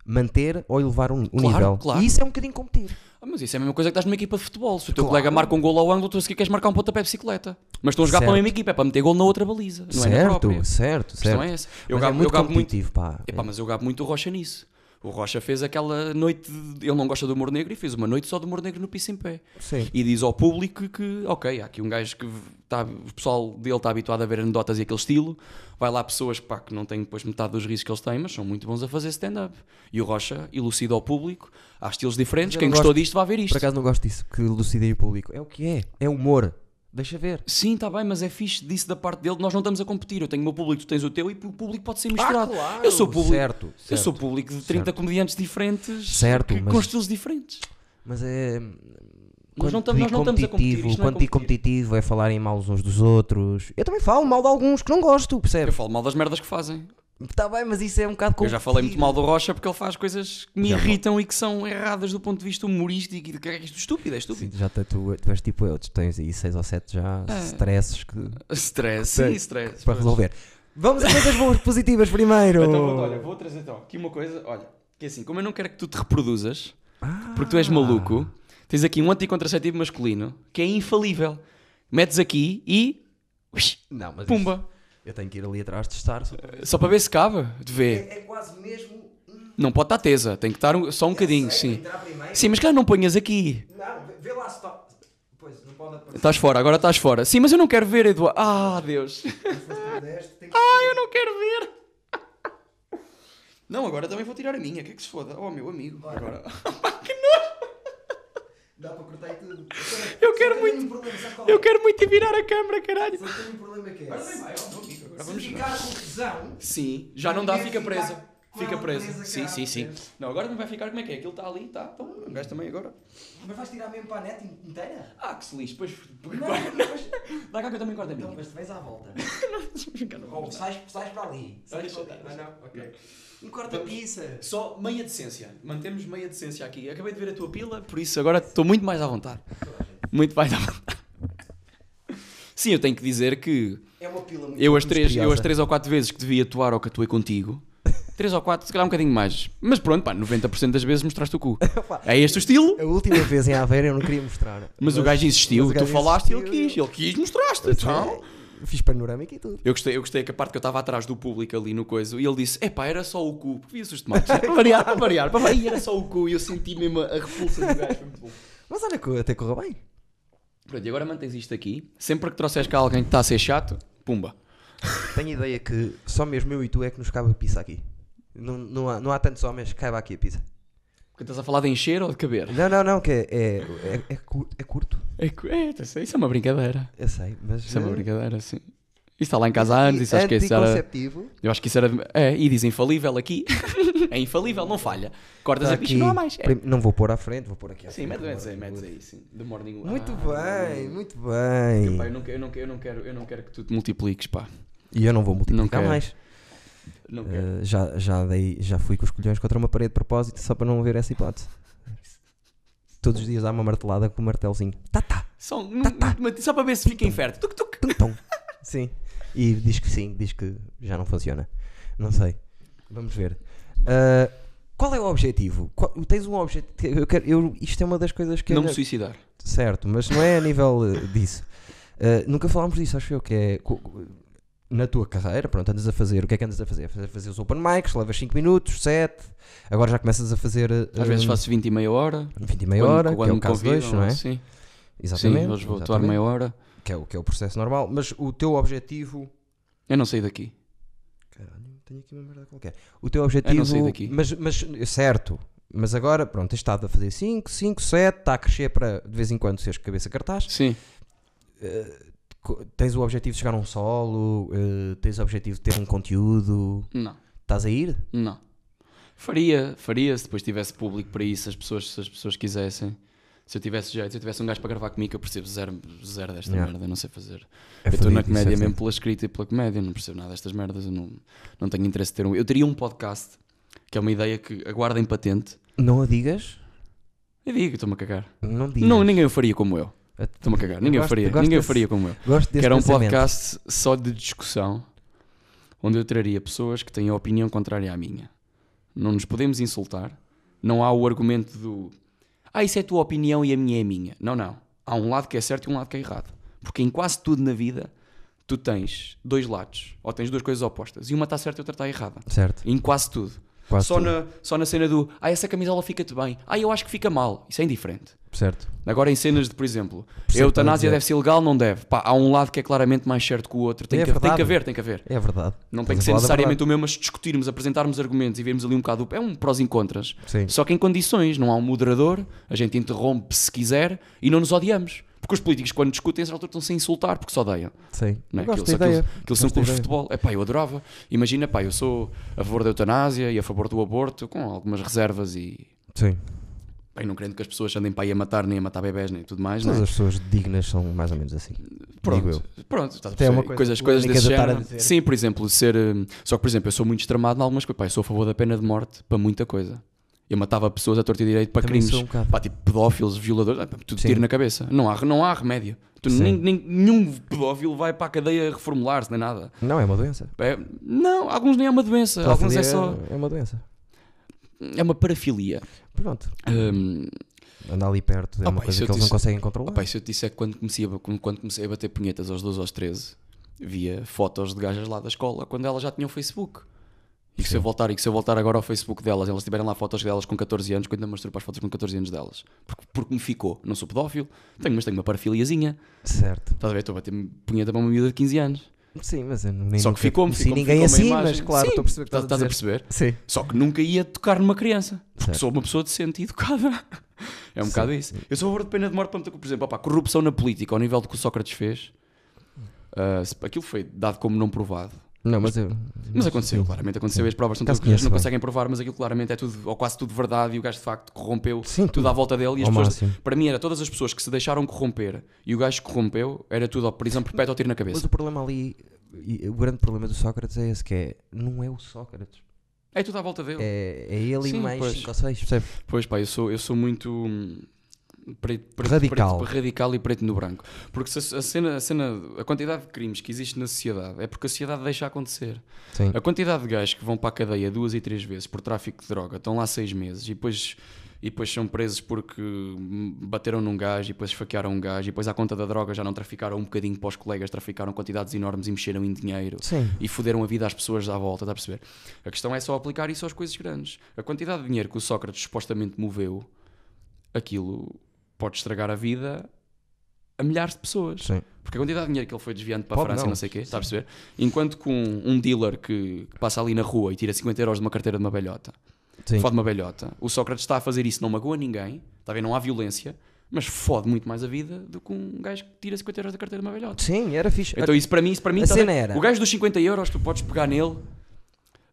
Speaker 3: manter ou elevar um, um
Speaker 2: Claro,
Speaker 3: nível.
Speaker 2: claro.
Speaker 3: E isso é um bocadinho competir.
Speaker 2: Ah, mas isso é a mesma coisa que estás numa equipa de futebol. Se o teu
Speaker 3: Claro.
Speaker 2: colega marca um gol ao ângulo, tu a seguir queres marcar um pontapé de bicicleta. Mas estão a jogar para a
Speaker 3: Certo.
Speaker 2: mesma equipa, é para meter gol na outra baliza. Não é na
Speaker 3: certo,
Speaker 2: própria.
Speaker 3: certo,
Speaker 2: A questão
Speaker 3: certo.
Speaker 2: é essa. Eu
Speaker 3: Mas
Speaker 2: gabo,
Speaker 3: é muito
Speaker 2: eu gabo muito.
Speaker 3: competitivo, pá.
Speaker 2: Epá, mas eu gabo muito o Rocha nisso. O Rocha fez aquela noite. de- Ele não gosta do humor negro e fez uma noite só do humor negro no piso em pé.
Speaker 3: Sim.
Speaker 2: E diz ao público que, ok, há aqui um gajo que está, o pessoal dele está habituado a ver anedotas e aquele estilo. Vai lá pessoas pá, que não têm depois metade dos risos que eles têm, mas são muito bons a fazer stand-up. E o Rocha elucida ao público, há estilos diferentes.
Speaker 3: Mas eu
Speaker 2: Quem
Speaker 3: não
Speaker 2: gostou
Speaker 3: gosto-
Speaker 2: disto vai ver isto.
Speaker 3: Por acaso não gosto disso, que lucidei o público. É o que é, é humor. Deixa ver.
Speaker 2: Sim, está bem, mas é fixe disso da parte dele. Nós não estamos a competir. Eu tenho o meu público, tu tens o teu e o público pode ser misturado.
Speaker 3: Ah, claro.
Speaker 2: Ah, eu sou público.
Speaker 3: Certo,
Speaker 2: Eu
Speaker 3: certo.
Speaker 2: sou público de 30 comediantes diferentes
Speaker 3: Certo,
Speaker 2: que,
Speaker 3: mas-
Speaker 2: com estilos diferentes.
Speaker 3: Mas é.
Speaker 2: Nós não
Speaker 3: quando
Speaker 2: tam- nós
Speaker 3: digo
Speaker 2: não estamos a competir,
Speaker 3: competitivo-
Speaker 2: isto não é
Speaker 3: Quando digo
Speaker 2: competir.
Speaker 3: competitivo é falarem mal uns dos outros. Eu também falo mal de alguns que não gosto,
Speaker 2: Eu
Speaker 3: percebes?
Speaker 2: falo mal das merdas que fazem.
Speaker 3: Está bem, mas isso é um bocado
Speaker 2: Eu
Speaker 3: competitivo.
Speaker 2: já falei muito mal do Rocha porque ele faz coisas que me
Speaker 3: Já fal-
Speaker 2: irritam e que são erradas do ponto de vista humorístico e de Ah. que é isto estúpido, é
Speaker 3: Sim,
Speaker 2: estúpido.
Speaker 3: já te- tu, tu és tipo eu, tu tens aí 6 ou 7 já stresses que,
Speaker 2: Stress,
Speaker 3: Sim.
Speaker 2: sim, stress.
Speaker 3: para
Speaker 2: pois.
Speaker 3: resolver. Vamos a coisas boas positivas primeiro.
Speaker 2: Então, pronto, olha, vou trazer então aqui uma coisa, olha, que é assim, como eu não quero que tu te reproduzas,
Speaker 3: Ah.
Speaker 2: porque tu és maluco, tens aqui um anticontraceptivo masculino que é infalível. Metes aqui e uix,
Speaker 3: Não, mas isso-
Speaker 2: pumba.
Speaker 3: eu tenho que ir ali atrás testar. só para ver.
Speaker 2: Só para ver se cabe, de ver.
Speaker 3: É quase mesmo.
Speaker 2: Não pode estar tesa, tem que estar um- só um bocadinho, sim.
Speaker 3: entrar primeiro.
Speaker 2: Sim, mas cara, não ponhas aqui.
Speaker 3: Não, vê- vê lá se está. Pois, não pode aparecer.
Speaker 2: Estás fora, agora estás fora. Sim, mas eu não quero ver, Eduardo. Ah, Deus. Ah, eu não quero ver. Não, agora também vou tirar a minha. Que é que se foda? Oh, meu amigo. Agora.
Speaker 3: Dá para cortar e tudo.
Speaker 2: Eu quero Só tenho
Speaker 3: um
Speaker 2: muito- Eu quero muito ir virar a câmera, caralho.
Speaker 3: é? Só tenho um problema que é.
Speaker 2: ficar
Speaker 3: confusão.
Speaker 2: Sim, já não dá, fica presa.
Speaker 3: com
Speaker 2: Fica
Speaker 3: ela
Speaker 2: presa.
Speaker 3: presa,
Speaker 2: Sim,
Speaker 3: caralho.
Speaker 2: sim, sim. Não, agora não vai ficar como é que é. Aquilo está ali, está. Então, o gajo também agora.
Speaker 3: Mas vais tirar mesmo para a net inteira?
Speaker 2: Ah, que se lixe. Pois.
Speaker 3: mas, Então,
Speaker 2: Dá cá que eu também guardo a minha.
Speaker 3: mas tu vais à volta.
Speaker 2: Não,
Speaker 3: sais, sais para ali.
Speaker 2: Sais para ali. Ah,
Speaker 3: não, ok. Um corta-pizza.
Speaker 2: Só meia decência. Mantemos meia decência aqui. Acabei de ver a tua pila, por isso agora estou muito mais à vontade. Muito mais à vontade. Sim, eu tenho que dizer que
Speaker 3: É uma pila muito
Speaker 2: eu as, três, eu as
Speaker 3: misteriosa.
Speaker 2: três ou quatro vezes que devia atuar ou que atuei contigo, três ou quatro, se calhar um bocadinho mais. Mas pronto, pá, 90% das vezes mostraste o cu.
Speaker 3: Opa.
Speaker 2: É este o estilo?
Speaker 3: A última vez em Aveiro eu não queeria mostrar.
Speaker 2: Mas o gajo insistiu,
Speaker 3: mas o
Speaker 2: tu
Speaker 3: gajo
Speaker 2: falaste e ele
Speaker 3: insistiu,
Speaker 2: quis. Ele quis, mostraste.
Speaker 3: eu-
Speaker 2: Então,
Speaker 3: Fiz panorâmica e tudo.
Speaker 2: Eu gostei, eu gostei que a parte que eu estava atrás do público ali no coiso e ele disse: Epá, era só o cu, porque vias os tomates. Para variar, para variar, para variar. E era só o cu e eu senti mesmo a repulsa do gajo. Foi muito bom.
Speaker 3: Mas olha que até correu bem.
Speaker 2: Pronto, e agora mantens isto aqui. Sempre que trouxeres cá alguém que está a ser chato, pumba.
Speaker 3: Tenho ideia que só mesmo eu e tu é que nos cabe a pizza aqui. Não, não, há, não há tantos homens que caiba aqui a pizza.
Speaker 2: Porque estás a falar de encher ou de caber?
Speaker 3: Não, não, não, que é, é, é, é curto, é curto.
Speaker 2: É, cu- é, isso é uma brincadeira.
Speaker 3: Eu sei, mas.
Speaker 2: Isso é uma
Speaker 3: eh,
Speaker 2: brincadeira, sim. Isso está lá em casa há anos, isso acho que isso era.
Speaker 3: anticonceptivo.
Speaker 2: Eu acho que isso era. É, e diz infalível aqui. é infalível, não falha. Cortas
Speaker 3: Tá
Speaker 2: a bicha,
Speaker 3: aqui.
Speaker 2: não há mais. É.
Speaker 3: Prim- Não vou pôr à frente, vou pôr aqui à
Speaker 2: Sim,
Speaker 3: frente.
Speaker 2: metes metes aí, metes aí, sim. The morning wood.
Speaker 3: Muito
Speaker 2: Ah,
Speaker 3: bem, muito bem.
Speaker 2: Pá, eu, não, que- eu, não, que- eu, não quero, eu não quero que tu te multipliques, pá.
Speaker 3: E eu não vou
Speaker 2: Não
Speaker 3: multiplicar
Speaker 2: quero.
Speaker 3: mais.
Speaker 2: Não
Speaker 3: Eh,
Speaker 2: quero.
Speaker 3: já, já, dei, já fui com os colhões contra uma parede de propósito só para não haver essa hipótese. Todos os dias há uma martelada com um martelzinho. Tá, tá, Então.
Speaker 2: Só, não- mas só para ver se fica infértil. Tuc, tuc.
Speaker 3: tum, tum. Sim. E diz que sim, diz que já não funciona. Não sei. Vamos ver. Ah, qual é o objetivo? Qual- tens um objetivo. Eu quero, eu, isto é uma das coisas que. eu
Speaker 2: Não me suicidar.
Speaker 3: Certo, mas não é a nível eh, disso. Eh, nunca falámos disso, acho eu, que é co- na tua carreira, pronto, andas a fazer, o que é que andas a fazer? Andas a fazer os open mics, levas 5 minutos, 7, agora já começas a fazer eh,
Speaker 2: Às vezes
Speaker 3: eh,
Speaker 2: faço 20 e meia hora.
Speaker 3: 20 e meia hora, que é o
Speaker 2: me
Speaker 3: caso 2,
Speaker 2: convidam,
Speaker 3: não é?
Speaker 2: Sim,
Speaker 3: Exatamente.
Speaker 2: sim hoje vou atuar
Speaker 3: exatamente.
Speaker 2: meia hora.
Speaker 3: que, é o, que é o processo normal, mas o teu objetivo.
Speaker 2: Eu não saí daqui.
Speaker 3: Caralho, tenho aqui uma merda qualquer. O teu objetivo.
Speaker 2: saí daqui.
Speaker 3: Mas, mas certo. Mas agora, pronto, tens estado a fazer 5, 5, 7, está tá a crescer para de vez em quando seres cabeça cartaz.
Speaker 2: Sim.
Speaker 3: Co- tens o objetivo de chegar a um solo, eh, tens o objetivo de ter um conteúdo,
Speaker 2: Não,
Speaker 3: estás a ir?
Speaker 2: não. Faria, faria se depois tivesse público para isso, se as pessoas, se as pessoas quisessem. Se eu tivesse jeito, se eu tivesse um gajo para gravar comigo, eu percebo zero, zero desta
Speaker 3: Yeah.
Speaker 2: merda, eu não sei fazer. é eu estou na comédia mesmo pela escrita e pela comédia, eu não percebo nada destas merdas, eu não, não tenho interesse de ter um. Eu teria um podcast, que é uma ideia que aguardem patente.
Speaker 3: Não a digas?
Speaker 2: Eu digo, estou-me a cagar.
Speaker 3: Não digas.
Speaker 2: Não, ninguém o faria como eu.
Speaker 3: Eu-
Speaker 2: Estou-me a cagar, ninguém o
Speaker 3: gosto-
Speaker 2: faria,
Speaker 3: gosto
Speaker 2: ninguém o
Speaker 3: desse-
Speaker 2: faria como eu.
Speaker 3: Gosto desse
Speaker 2: que era um
Speaker 3: pensamento.
Speaker 2: podcast só de discussão, onde eu traria pessoas que têm a opinião contrária à minha. Não nos podemos insultar. Não há o argumento do ah, isso é a tua opinião e a minha é a minha. Não, não. Há um lado que é certo e um lado que é errado. Porque em quase tudo na vida tu tens dois lados, ou tens duas coisas opostas, e uma está certa e outra está errada.
Speaker 3: Certo,
Speaker 2: Em quase tudo.
Speaker 3: quase
Speaker 2: só,
Speaker 3: tudo.
Speaker 2: Na, só na cena do ah, essa camisola fica-te bem, ah, eu acho que fica mal. Isso é indiferente.
Speaker 3: certo.
Speaker 2: Agora em cenas de, por exemplo,
Speaker 3: Percebo
Speaker 2: a
Speaker 3: o que estás a
Speaker 2: eutanásia
Speaker 3: dizer.
Speaker 2: deve ser legal, não deve. Pá, há um lado que é claramente mais certo que o outro. Tem,
Speaker 3: É
Speaker 2: que, tem
Speaker 3: verdade.
Speaker 2: que haver, tem que haver.
Speaker 3: É verdade.
Speaker 2: Não
Speaker 3: Estás
Speaker 2: tem
Speaker 3: a
Speaker 2: que ser
Speaker 3: falar da
Speaker 2: necessariamente o mesmo, mas discutirmos, apresentarmos argumentos e vermos ali um bocado. É um prós e contras.
Speaker 3: Sim.
Speaker 2: Só que em condições, não há um moderador, a gente interrompe se quiser e não nos odiamos. Porque os políticos, quando discutem, a essa altura estão-se a insultar porque se odeiam.
Speaker 3: verdade. Sim.
Speaker 2: Não é?
Speaker 3: Eu gosto
Speaker 2: Aquilo-
Speaker 3: da
Speaker 2: aquilo-
Speaker 3: ideia.
Speaker 2: Aqueles
Speaker 3: Gosto
Speaker 2: são
Speaker 3: da
Speaker 2: clubes de
Speaker 3: ideia.
Speaker 2: futebol. É pá, eu adorava. Imagina, pá, eu sou a favor da eutanásia e a favor do aborto, com algumas reservas e.
Speaker 3: Sim.
Speaker 2: Bem, não querendo que as pessoas andem para aí a matar, nem a matar bebés, nem tudo mais, não é?
Speaker 3: Todas as pessoas dignas são mais ou menos assim.
Speaker 2: Pronto,
Speaker 3: Digo eu.
Speaker 2: pronto, estás a
Speaker 3: Tem uma
Speaker 2: perceber?
Speaker 3: coisa
Speaker 2: coisas, coisas
Speaker 3: polémica
Speaker 2: desse
Speaker 3: de estar a
Speaker 2: género.
Speaker 3: dizer.
Speaker 2: Sim, por exemplo, ser. hum, Só que, por exemplo, eu sou muito extremado em algumas coisas. Pá, eu sou a favor da pena de morte para muita coisa. Eu matava pessoas a torto e direito para
Speaker 3: Também sou
Speaker 2: crimes.
Speaker 3: um bocado.
Speaker 2: pá, tipo pedófilos, violadores, ah, pá, tudo
Speaker 3: Sim.
Speaker 2: tiro na cabeça. Não há, não há remédio. Tu,
Speaker 3: Sim.
Speaker 2: nem, nem- nenhum pedófilo vai para a cadeia reformular-se, nem nada.
Speaker 3: Não, é uma doença.
Speaker 2: É- não, alguns nem é uma doença. alguns é só.
Speaker 3: Pedofilia É uma doença.
Speaker 2: É uma parafilia.
Speaker 3: Pronto.
Speaker 2: Hum,
Speaker 3: Andar ali perto é
Speaker 2: Ah,
Speaker 3: uma
Speaker 2: pá,
Speaker 3: coisa
Speaker 2: isso eu
Speaker 3: que eles não
Speaker 2: disse-
Speaker 3: conseguem controlar.
Speaker 2: Opa, e se eu te disser que quando comecei, a, quando comecei a bater punhetas aos 12 aos 13, via fotos de gajas lá da escola quando elas já tinham Facebook. E que se eu voltar, e que se eu voltar agora ao Facebook delas, elas tiverem lá fotos delas com 14 anos, que eu ainda mostro para as fotos com 14 anos delas. Porque, porque me ficou. Não sou pedófilo, tenho, mas tenho uma parafiliazinha.
Speaker 3: Certo.
Speaker 2: Estás a ver? Estou a bater punheta para uma miúda de 15 anos.
Speaker 3: Sim, mas eu nem
Speaker 2: Só que
Speaker 3: nunca
Speaker 2: ficou-me.
Speaker 3: conheci
Speaker 2: ficou
Speaker 3: ninguém assim, mas claro, estou a perceber o que
Speaker 2: estás, estás a
Speaker 3: dizer.
Speaker 2: perceber?
Speaker 3: Sim.
Speaker 2: Só que nunca ia tocar numa criança. Porque
Speaker 3: Certo.
Speaker 2: sou uma pessoa decente e educada. É um bocado isso. Eu sou a favor de pena de morte para muita coisa. Por exemplo, opá, corrupção na política, ao nível do que o Sócrates fez, ah, se- aquilo foi dado como não provado.
Speaker 3: Não, mas eu.
Speaker 2: Mas aconteceu, claramente aconteceu. As provas são
Speaker 3: Caso
Speaker 2: todas que eles não
Speaker 3: conheço bem.
Speaker 2: conseguem provar, mas aquilo claramente é tudo, ou quase tudo verdade. E o gajo de facto corrompeu
Speaker 3: Sim,
Speaker 2: tudo, à volta dele. E
Speaker 3: Ao
Speaker 2: as pessoas-
Speaker 3: máximo.
Speaker 2: para mim, era todas as pessoas que se deixaram corromper e o gajo que corrompeu era tudo a prisão perpétua ou tiro na
Speaker 3: Mas
Speaker 2: cabeça.
Speaker 3: o problema ali, e o grande problema do Sócrates é esse, que é, não é o Sócrates.
Speaker 2: É tudo à volta dele.
Speaker 3: É, é ele
Speaker 2: Sim,
Speaker 3: e mais
Speaker 2: pois.
Speaker 3: 5 ou 6, percebes?
Speaker 2: Pois pá, eu sou, eu sou muito hum, preto, preto-
Speaker 3: Radical.
Speaker 2: preto- radical e preto no branco. Porque se a, a cena, a cena, a quantidade de crimes que existe na sociedade é porque a sociedade deixa acontecer.
Speaker 3: Sim.
Speaker 2: A quantidade de gajos que vão para a cadeia duas e três vezes por tráfico de droga, estão lá seis meses e depois e depois são presos porque hum, bateram num gajo e depois esfaquearam um gajo e depois à conta da droga já não traficaram um bocadinho para os colegas, traficaram quantidades enormes e mexeram em dinheiro
Speaker 3: Sim.
Speaker 2: e fuderam a vida às pessoas à volta, está a perceber? A questão é só aplicar isso às coisas grandes. A quantidade de dinheiro que o Sócrates supostamente moveu, aquilo pode estragar a vida a milhares de pessoas.
Speaker 3: Sim.
Speaker 2: Porque a quantidade de dinheiro que ele foi desviando para a
Speaker 3: Pode
Speaker 2: França e
Speaker 3: não.
Speaker 2: não sei o quê, está a perceber? Enquanto que um, um dealer que, que passa ali na rua e tira 50 euros de uma carteira de uma velhota,
Speaker 3: Sim.
Speaker 2: fode uma velhota, o Sócrates está a fazer isso, não magoa ninguém, está a ver? Não há violência, mas fode muito mais a vida do que um gajo que tira 50 euros da carteira de uma velhota.
Speaker 3: Sim, era fixe.
Speaker 2: Então isso para mim, isso para mim
Speaker 3: a
Speaker 2: tá
Speaker 3: cena
Speaker 2: bem.
Speaker 3: era-
Speaker 2: o gajo dos 50 euros, tu podes pegar nele,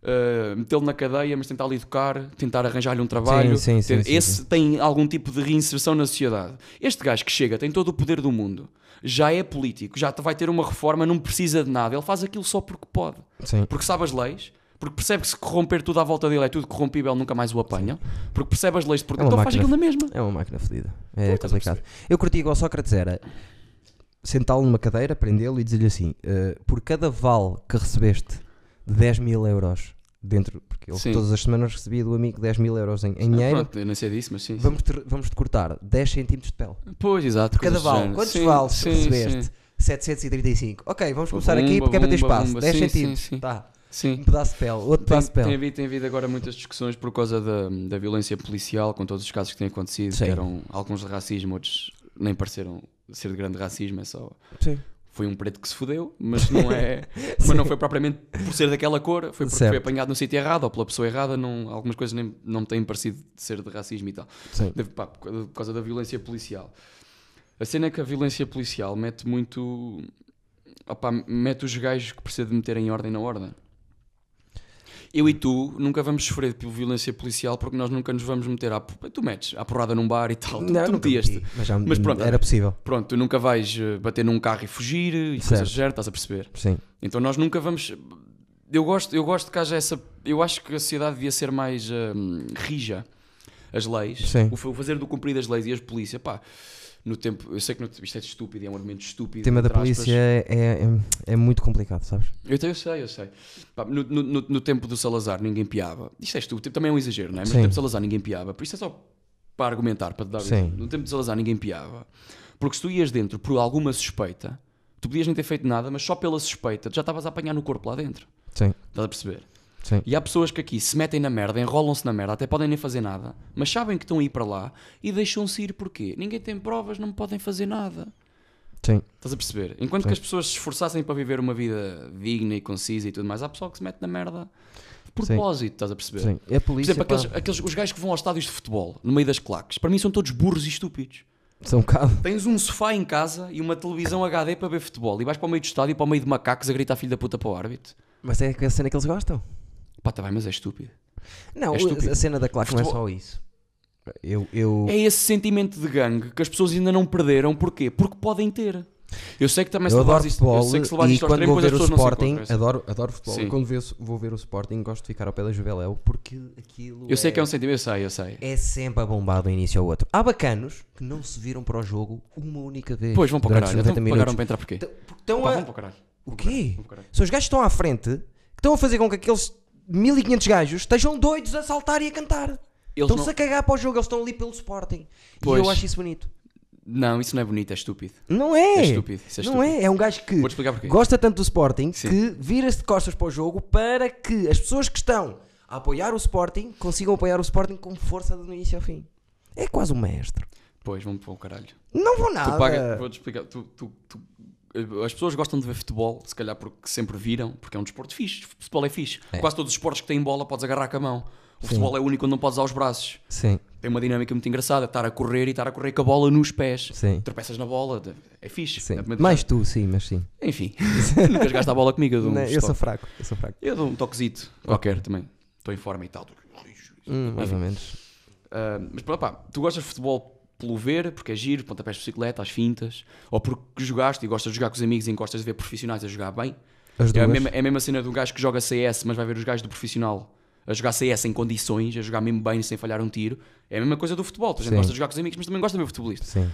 Speaker 2: uh, metê-lo na cadeia, mas tentar lhe educar, tentar arranjar-lhe um trabalho.
Speaker 3: Sim, sim,
Speaker 2: Ter-
Speaker 3: sim, sim,
Speaker 2: Esse tem algum tipo de reinserção na sociedade. Este gajo que chega tem todo o poder do mundo, já é político, já te- vai ter uma reforma, não precisa de nada, ele faz aquilo só porque pode,
Speaker 3: Sim.
Speaker 2: porque sabe as leis. Porque percebe que se corromper tudo à volta dele é tudo corrompível, nunca mais o apanham. Porque percebe as leis de portugal
Speaker 3: uma
Speaker 2: então faz
Speaker 3: máquina.
Speaker 2: aquilo na mesma.
Speaker 3: É uma máquina fedida. É
Speaker 2: Pois, Então, estás a
Speaker 3: complicado. Eu curti igual Sócrates era sentá-lo numa cadeira, prendê-lo e dizer-lhe assim: eh, por cada val que recebeste de 10 mil euros dentro, porque ele
Speaker 2: Sim.
Speaker 3: todas as semanas recebia do amigo 10 mil euros em, em dinheiro,
Speaker 2: Pronto, eu não sei disso, mas sim. sim.
Speaker 3: vamos-te vamos -te cortar 10 centímetros de pele.
Speaker 2: Pois, exato.
Speaker 3: Por cada
Speaker 2: coisas do
Speaker 3: val,
Speaker 2: género.
Speaker 3: quantos
Speaker 2: Sim,
Speaker 3: vales
Speaker 2: sim,
Speaker 3: recebeste?
Speaker 2: sim.
Speaker 3: 735. Ok, vamos começar
Speaker 2: Bumba,
Speaker 3: aqui porque é para ter
Speaker 2: bumba,
Speaker 3: espaço.
Speaker 2: bumba.
Speaker 3: 10
Speaker 2: Sim, sim,
Speaker 3: centímetros.
Speaker 2: sim.
Speaker 3: Tá.
Speaker 2: Sim.
Speaker 3: Um pedaço de pele, outro
Speaker 2: Tem,
Speaker 3: pedaço de pele.
Speaker 2: tem havido, tem havido agora muitas discussões por causa da, da violência policial, com todos os casos que têm acontecido,
Speaker 3: Sim.
Speaker 2: que eram alguns de racismo, outros nem pareceram ser de grande racismo, é só.
Speaker 3: Sim.
Speaker 2: Foi um preto que se fodeu, mas não é. mas não foi propriamente por ser daquela cor, foi porque
Speaker 3: Certo.
Speaker 2: foi apanhado no sítio errado ou pela pessoa errada, não, algumas coisas nem, não me têm parecido de ser de racismo e tal.
Speaker 3: Sim.
Speaker 2: Deve- pá, por causa- por causa da violência policial. A cena é que a violência policial mete muito. opá, mete os gajos que precisa de meter em ordem na ordem. Eu e tu nunca vamos sofrer de violência policial porque nós nunca nos vamos meter à. por- Tu metes à porrada num bar e tal. tu- tu
Speaker 3: nunca
Speaker 2: metias-te.
Speaker 3: meti, mas, já,
Speaker 2: Mas pronto,
Speaker 3: era possível.
Speaker 2: Pronto, tu nunca vais eh, bater num carro e fugir e
Speaker 3: Certo.
Speaker 2: coisas do género, estás a perceber?
Speaker 3: Sim.
Speaker 2: Então nós nunca vamos. Eu gosto, eu gosto que haja essa. Eu acho que a sociedade devia ser mais hum, rija. As leis,
Speaker 3: Sim.
Speaker 2: o fa- o fazer do cumprir das leis e as polícia, pá. No tempo, eu sei que no, isto é estúpido, é um argumento estúpido.
Speaker 3: O tema da
Speaker 2: entre aspas.
Speaker 3: polícia é, é, é muito complicado, sabes?
Speaker 2: Eu, te- eu sei, eu sei. Pá, no, no- no- no tempo do Salazar ninguém piava. Isto é estúpido, também é um exagero, não é? Mas
Speaker 3: Sim.
Speaker 2: no tempo do Salazar ninguém piava. Por isso é só para argumentar, para te dar.
Speaker 3: Sim.
Speaker 2: No tempo do Salazar ninguém piava. Porque se tu ias dentro por alguma suspeita, tu podias nem ter feito nada, mas só pela suspeita tu já estavas a apanhar no corpo lá dentro.
Speaker 3: Sim,
Speaker 2: Estás a perceber?
Speaker 3: sim.
Speaker 2: E há pessoas que aqui se metem na merda, enrolam-se na merda, até podem nem fazer nada, mas sabem que estão a ir para lá e deixam-se ir porquê? Ninguém tem provas, não podem fazer nada.
Speaker 3: Sim,
Speaker 2: Estás a perceber? Enquanto que as pessoas se esforçassem para viver uma vida digna e concisa e tudo mais, há pessoal que se mete na merda de propósito, estás a perceber?
Speaker 3: sim. E a
Speaker 2: É. Por
Speaker 3: polícia
Speaker 2: exemplo,
Speaker 3: pá,
Speaker 2: aqueles, aqueles, os gajos que vão aos estádios de futebol, no meio das claques, para mim são todos burros e estúpidos.
Speaker 3: são um bocado.
Speaker 2: Tens um sofá em casa e uma televisão HD para ver futebol e vais para o meio do estádio, para o meio de macacos, a gritar filho da puta para o árbitro.
Speaker 3: Mas é que a cena que eles gostam.
Speaker 2: Pá, tá bem, mas é estúpido.
Speaker 3: Não,
Speaker 2: É estúpido.
Speaker 3: a cena da claque não é só isso. Eu, eu...
Speaker 2: É esse sentimento de gangue que as pessoas ainda não perderam. Porquê? Porque podem ter. Eu sei que também se
Speaker 3: eu adoro
Speaker 2: levares isto,
Speaker 3: futebol
Speaker 2: eu sei que se levares
Speaker 3: e
Speaker 2: isto ao
Speaker 3: quando
Speaker 2: extremo,
Speaker 3: vou ver
Speaker 2: depois
Speaker 3: o
Speaker 2: as pessoas não se
Speaker 3: Sporting,
Speaker 2: encontram.
Speaker 3: adoro, adoro futebol.
Speaker 2: Sim.
Speaker 3: E quando vê- vou ver o Sporting, gosto de ficar ao pé da Juveléu porque aquilo
Speaker 2: Eu sei
Speaker 3: é,
Speaker 2: que é um sentimento, eu sei, eu sei.
Speaker 3: é sempre a bombar do início ao outro. Há bacanos que não se viram para o jogo uma única vez.
Speaker 2: Pois vão para o
Speaker 3: durante os
Speaker 2: caralho.
Speaker 3: 90
Speaker 2: Então pagaram
Speaker 3: minutos. é-
Speaker 2: para entrar porquê?
Speaker 3: T- porque Estão
Speaker 2: Pá,
Speaker 3: a-
Speaker 2: vão para o caralho.
Speaker 3: O quê?
Speaker 2: Vão para o caralho.
Speaker 3: São os gajos que estão à frente que estão a fazer com que aqueles 1500 gajos estejam doidos a saltar e a cantar.
Speaker 2: Eles
Speaker 3: Estão-se
Speaker 2: não-
Speaker 3: a cagar para o jogo, eles estão ali pelo Sporting.
Speaker 2: Pois.
Speaker 3: E eu acho isso bonito.
Speaker 2: Não, isso não é bonito, é estúpido.
Speaker 3: Não é!
Speaker 2: É estúpido, isso é
Speaker 3: não é, é um gajo que
Speaker 2: Vou-te explicar porquê.
Speaker 3: gosta tanto do Sporting
Speaker 2: Sim.
Speaker 3: que vira-se de costas para o jogo para que as pessoas que estão a apoiar o Sporting consigam apoiar o Sporting com força do início ao fim. É quase um mestre.
Speaker 2: Pois, vão para o caralho.
Speaker 3: Não vou
Speaker 2: Tu
Speaker 3: nada.
Speaker 2: paga, vou-te explicar, tu- tu- tu- eh, as pessoas gostam de ver futebol, se calhar porque sempre viram, porque é um desporto fixe. Futebol é fixe. Quase todos os esportes que têm bola podes agarrar com a mão. O futebol é o único onde não podes usar os braços.
Speaker 3: Sim,
Speaker 2: Tem uma dinâmica muito engraçada, estar a correr e estar a correr com a bola nos pés.
Speaker 3: Sim.
Speaker 2: Tropeças na bola, de- é fixe. Dá para-
Speaker 3: tu, sim, mas sim.
Speaker 2: Enfim, nunca jogaste a bola comigo, eu dou um, toque.
Speaker 3: fraco, eu sou fraco.
Speaker 2: Eu dou um toquezito qualquer também. Estou em forma e tal.
Speaker 3: mais ou menos.
Speaker 2: Ah, mas pronto, pá, tu gostas de futebol pelo ver, porque é giro, pontapés de bicicleta, às fintas, ou porque jogaste e gostas de jogar com os amigos e gostas de ver profissionais a jogar bem.
Speaker 3: As
Speaker 2: É a, mesma, é a mesma cena do gajo que joga CS, mas vai ver os gajos do profissional a jogar CS em condições, a jogar mesmo bem, sem falhar um tiro. É a mesma coisa do futebol. Tu a gente
Speaker 3: Sim.
Speaker 2: gosta de jogar com os amigos, mas também gosta de ver futebolista.
Speaker 3: Sim.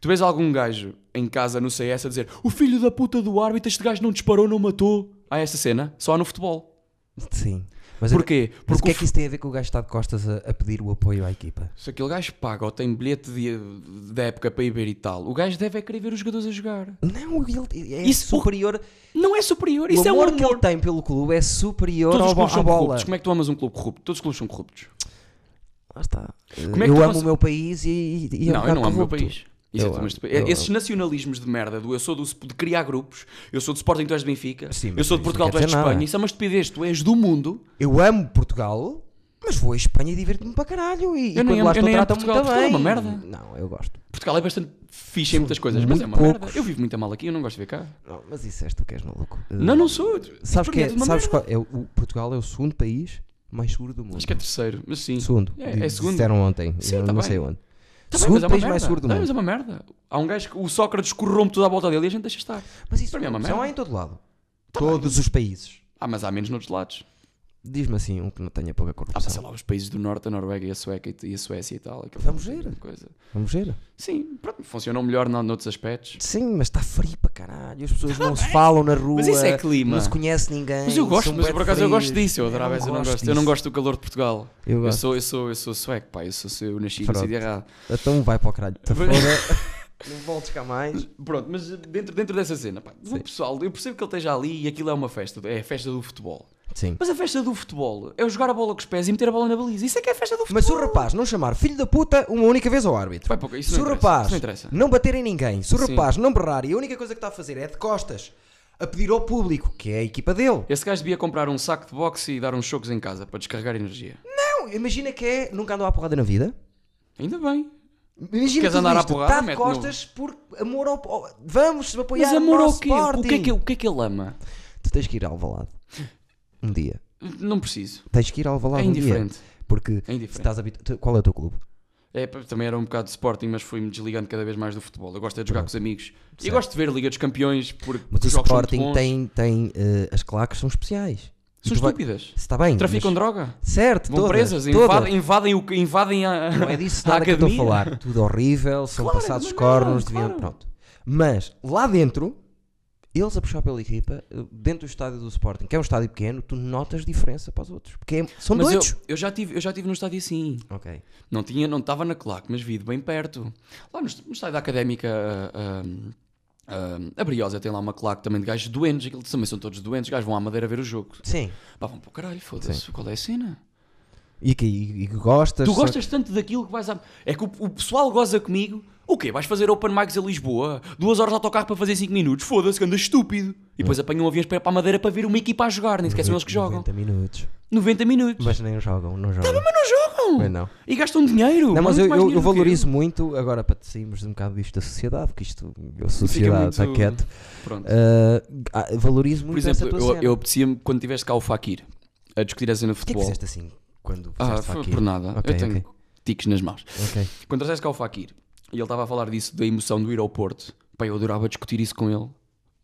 Speaker 2: Tu vês algum gajo em casa no CS a dizer o filho da puta do árbitro, este gajo não disparou, não matou. Há essa cena, só há no futebol.
Speaker 3: Sim. Mas,
Speaker 2: Porquê?
Speaker 3: mas o
Speaker 2: Porque
Speaker 3: que
Speaker 2: o
Speaker 3: é que isso tem a ver com o gajo estar de costas a, a pedir o apoio à equipa?
Speaker 2: Se aquele gajo paga ou tem bilhete de- da época para ir ver e tal, o gajo deve é querer ver os jogadores a jogar.
Speaker 3: Não, ele é
Speaker 2: Isso-
Speaker 3: superior.
Speaker 2: Não é superior,
Speaker 3: O
Speaker 2: isso é um
Speaker 3: amor que
Speaker 2: amor.
Speaker 3: ele tem pelo clube é superior
Speaker 2: Todos os
Speaker 3: ao, bo-
Speaker 2: clubes
Speaker 3: à
Speaker 2: são
Speaker 3: bola.
Speaker 2: corruptos. Como é que tu amas um clube corrupto? Todos os clubes são corruptos.
Speaker 3: Lá está.
Speaker 2: é que
Speaker 3: eu
Speaker 2: tu
Speaker 3: amo
Speaker 2: cons-
Speaker 3: o meu país e, e- e é um
Speaker 2: não, eu
Speaker 3: bocado
Speaker 2: não amo o meu
Speaker 3: corrupto.
Speaker 2: país. Isso é
Speaker 3: Eu
Speaker 2: tudo, mas
Speaker 3: amo,
Speaker 2: depois-
Speaker 3: eu
Speaker 2: esses nacionalismos de merda, do eu sou do, de criar grupos, eu sou do Sporting, tu és de Benfica,
Speaker 3: Sim, mas
Speaker 2: eu
Speaker 3: isso
Speaker 2: sou de
Speaker 3: não
Speaker 2: Portugal,
Speaker 3: quer
Speaker 2: tu és de
Speaker 3: dizer nada.
Speaker 2: Espanha, isso é uma estupidez, tu és do mundo.
Speaker 3: Eu amo Portugal, mas vou à Espanha e divirto-me para caralho. E, e
Speaker 2: Eu nem
Speaker 3: quando
Speaker 2: amo-
Speaker 3: lá
Speaker 2: eu
Speaker 3: estou
Speaker 2: nem amo
Speaker 3: tratam-me
Speaker 2: Portugal.
Speaker 3: muito bem.
Speaker 2: Portugal é uma merda.
Speaker 3: Não, eu gosto.
Speaker 2: Portugal é bastante fixe em muitas coisas, mas
Speaker 3: muito
Speaker 2: é uma merda.
Speaker 3: poucos.
Speaker 2: Eu vivo muito a mal aqui, eu não gosto de ver cá.
Speaker 3: Não, mas isso és tu que és maluco.
Speaker 2: Não, não sou.
Speaker 3: Sabes,
Speaker 2: Para
Speaker 3: que
Speaker 2: mim
Speaker 3: é,
Speaker 2: tudo uma
Speaker 3: sabes
Speaker 2: merda.
Speaker 3: qual é? O Portugal é o segundo país mais seguro do mundo.
Speaker 2: Acho que é terceiro, mas sim.
Speaker 3: Segundo.
Speaker 2: É,
Speaker 3: Di-
Speaker 2: é segundo.
Speaker 3: Disseram ontem.
Speaker 2: Sim,
Speaker 3: eu
Speaker 2: tá
Speaker 3: não
Speaker 2: bem.
Speaker 3: sei onde.
Speaker 2: Tá bem, mas
Speaker 3: segundo
Speaker 2: é uma
Speaker 3: país
Speaker 2: merda.
Speaker 3: mais seguro do
Speaker 2: Tá bem,
Speaker 3: mundo.
Speaker 2: Mas é uma merda. Há um gajo que o Sócrates corrompe tudo à volta dele e a gente deixa estar.
Speaker 3: Mas isso
Speaker 2: Para mim é uma
Speaker 3: corrupção
Speaker 2: merda. Tá
Speaker 3: há em todo lado. Todos os países.
Speaker 2: Ah, mas há menos noutros lados.
Speaker 3: Diz-me assim um que não tenha pouca
Speaker 2: Ah,
Speaker 3: corrupção.
Speaker 2: pá, sei lá, os países do Norte, a Noruega e a, Sueca, e a Suécia e tal. aquilo
Speaker 3: Vamos
Speaker 2: não tem
Speaker 3: ver.
Speaker 2: grande Coisa.
Speaker 3: Vamos ver.
Speaker 2: Sim, pronto, funcionam melhor no- noutros aspectos.
Speaker 3: Sim, mas está frio para caralho. As pessoas não se falam na rua.
Speaker 2: Mas isso é clima.
Speaker 3: Não se conhece ninguém.
Speaker 2: Mas eu gosto,
Speaker 3: são
Speaker 2: mas
Speaker 3: bué de
Speaker 2: por acaso eu gosto
Speaker 3: frios.
Speaker 2: disso, eu adorava isso, eu não gosto. Eu
Speaker 3: disso.
Speaker 2: não gosto do calor de Portugal.
Speaker 3: Eu
Speaker 2: Eu
Speaker 3: gosto.
Speaker 2: sou, eu sou, eu sou sueco, pá, eu, sou, eu nasci no
Speaker 3: Pronto.
Speaker 2: sítio errado.
Speaker 3: Então vai para o caralho. Tá
Speaker 2: Mas-
Speaker 3: foda. não voltes cá mais.
Speaker 2: Pronto, mas dentro, dentro dessa cena, pá, o pessoal, eu percebo que ele esteja ali e aquilo é uma festa, é a festa do futebol.
Speaker 3: Sim.
Speaker 2: Mas a festa do futebol é eu jogar a bola com os pés e meter a bola na baliza. Isso é que é a festa do futebol.
Speaker 3: Mas se o rapaz não chamar filho da puta uma única vez ao árbitro,
Speaker 2: Vai, pouco, isso
Speaker 3: se
Speaker 2: não
Speaker 3: o
Speaker 2: interessa,
Speaker 3: rapaz
Speaker 2: isso não interessa.
Speaker 3: bater em ninguém, se o
Speaker 2: Sim.
Speaker 3: rapaz não berrar e a única coisa que está a fazer é de costas a pedir ao público, que é a equipa dele.
Speaker 2: Esse gajo devia comprar um saco de boxe e dar uns chocos em casa para descarregar energia.
Speaker 3: Não, imagina que é, nunca andou à porrada na vida.
Speaker 2: Ainda bem.
Speaker 3: Imagina
Speaker 2: Queres
Speaker 3: tudo
Speaker 2: andar à
Speaker 3: isto,
Speaker 2: porrada? um.
Speaker 3: está de
Speaker 2: Mete no-
Speaker 3: costas por amor ao. ao- Vamos apoiar
Speaker 2: Mas amor
Speaker 3: o
Speaker 2: ao
Speaker 3: nosso
Speaker 2: quê? O que, é que,
Speaker 3: Sporting.
Speaker 2: o que é que ele ama?
Speaker 3: Tu tens que ir ao Alvalade um dia.
Speaker 2: Não preciso.
Speaker 3: Tens que ir ao Alvalade
Speaker 2: É
Speaker 3: um dia.
Speaker 2: indiferente.
Speaker 3: Porque
Speaker 2: É indiferente.
Speaker 3: se estás habitu- Qual é o teu clube?
Speaker 2: É, pá, também era um bocado de Sporting, mas fui-me desligando cada vez mais do futebol. Eu gosto é de jogar com os amigos. E eu gosto de ver a Liga dos Campeões porque
Speaker 3: Mas o
Speaker 2: os jogos são muito
Speaker 3: Sporting
Speaker 2: bons.
Speaker 3: tem. tem eh, as claques são especiais. E
Speaker 2: São
Speaker 3: tu vai-
Speaker 2: estúpidas.
Speaker 3: Está bem.
Speaker 2: Traficam
Speaker 3: mas-
Speaker 2: droga.
Speaker 3: Certo,
Speaker 2: Vão
Speaker 3: todas,
Speaker 2: presas.
Speaker 3: todas.
Speaker 2: Invadem, invadem, o, que- invadem a,
Speaker 3: Não é disso
Speaker 2: a
Speaker 3: nada que eu estou a
Speaker 2: academia.
Speaker 3: falar. Tudo horrível, são
Speaker 2: Claro,
Speaker 3: passados
Speaker 2: mas não,
Speaker 3: cornos, deviam.
Speaker 2: claro.
Speaker 3: Pronto. Mas lá dentro, eles a puxar pela equipa, eh, dentro do estádio do Sporting, que é um estádio pequeno, tu notas diferença para os outros. Porque é- são
Speaker 2: Mas eu,
Speaker 3: doidos.
Speaker 2: eu já tive, eu já tive num estádio assim.
Speaker 3: Ok.
Speaker 2: Não tinha, não estava na claque, mas vi de bem perto. Lá no, no estádio da Académica, ah, ah, ah, a Briosa tem lá uma claque também de gajos doentes, aquilo também são todos doentes, os gajos vão à Madeira ver o jogo.
Speaker 3: Sim.
Speaker 2: Pá, vão para o caralho, foda-se, qual é a cena?
Speaker 3: E que e- e que gostas.
Speaker 2: Tu
Speaker 3: só-
Speaker 2: gostas tanto daquilo que vais a... É que o, o pessoal goza comigo. O quê? Vais fazer open mics a Lisboa? Duas horas de autocarro para fazer cinco minutos? Foda-se, que andas estúpido.
Speaker 3: É.
Speaker 2: E depois apanham aviões para ir para a Madeira para ver uma equipa a jogar. Nem sequer são eles que jogam.
Speaker 3: 90 minutos.
Speaker 2: 90 minutos.
Speaker 3: Mas nem jogam, não jogam.
Speaker 2: Tá Mas não jogam.
Speaker 3: Mas não.
Speaker 2: E gastam dinheiro.
Speaker 3: Não, mas eu,
Speaker 2: muito mais
Speaker 3: eu, eu
Speaker 2: dinheiro do que
Speaker 3: valorizo muito, agora para sairmos de um bocado disto da sociedade, porque isto, a sociedade está
Speaker 2: muito-
Speaker 3: quieto,
Speaker 2: Pronto.
Speaker 3: ah, ah, valorizo muito
Speaker 2: Por exemplo,
Speaker 3: essa tua
Speaker 2: eu,
Speaker 3: cena.
Speaker 2: eu apetecia-me quando tiveste cá o Fakir a discutir a cena de
Speaker 3: Porquê que
Speaker 2: futebol.
Speaker 3: fizeste assim quando
Speaker 2: ah,
Speaker 3: fizeste
Speaker 2: foi
Speaker 3: aqui?
Speaker 2: por nada.
Speaker 3: Ok,
Speaker 2: eu tenho
Speaker 3: ok. Hum.
Speaker 2: tiques nas mãos.
Speaker 3: Ok.
Speaker 2: Quando trouxeste cá o Fakir e ele estava a falar disso, da emoção do ir ao Porto, pá, eu adorava discutir isso com ele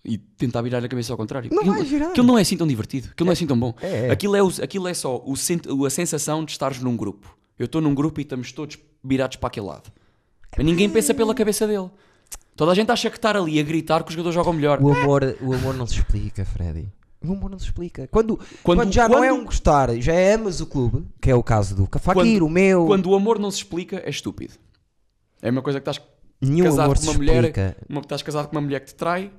Speaker 2: e tentar virar a cabeça ao contrário.
Speaker 3: Não
Speaker 2: aquilo,
Speaker 3: vai virar.
Speaker 2: aquilo não é assim tão divertido, aquilo não é assim tão bom.
Speaker 3: É, é.
Speaker 2: Aquilo, é o- aquilo é só o sen- a sensação de estares num grupo. Eu estou num grupo e estamos todos virados para aquele lado. Mas ninguém pensa pela cabeça dele. Toda a gente acha que estar ali a gritar que os jogadores jogam melhor.
Speaker 3: O amor, o amor não se explica, Freddy. O amor não se explica. Quando, quando, já não é
Speaker 2: quando-
Speaker 3: um gostar, já é amas o clube, que é o caso do Cafakir,
Speaker 2: Quando-
Speaker 3: o meu.
Speaker 2: Quando o amor não se explica, é estúpido. É uma coisa que estás
Speaker 3: nenhum
Speaker 2: casado
Speaker 3: amor
Speaker 2: com
Speaker 3: se
Speaker 2: uma mulher,
Speaker 3: explica.
Speaker 2: uma, estás casado com uma mulher que te trai,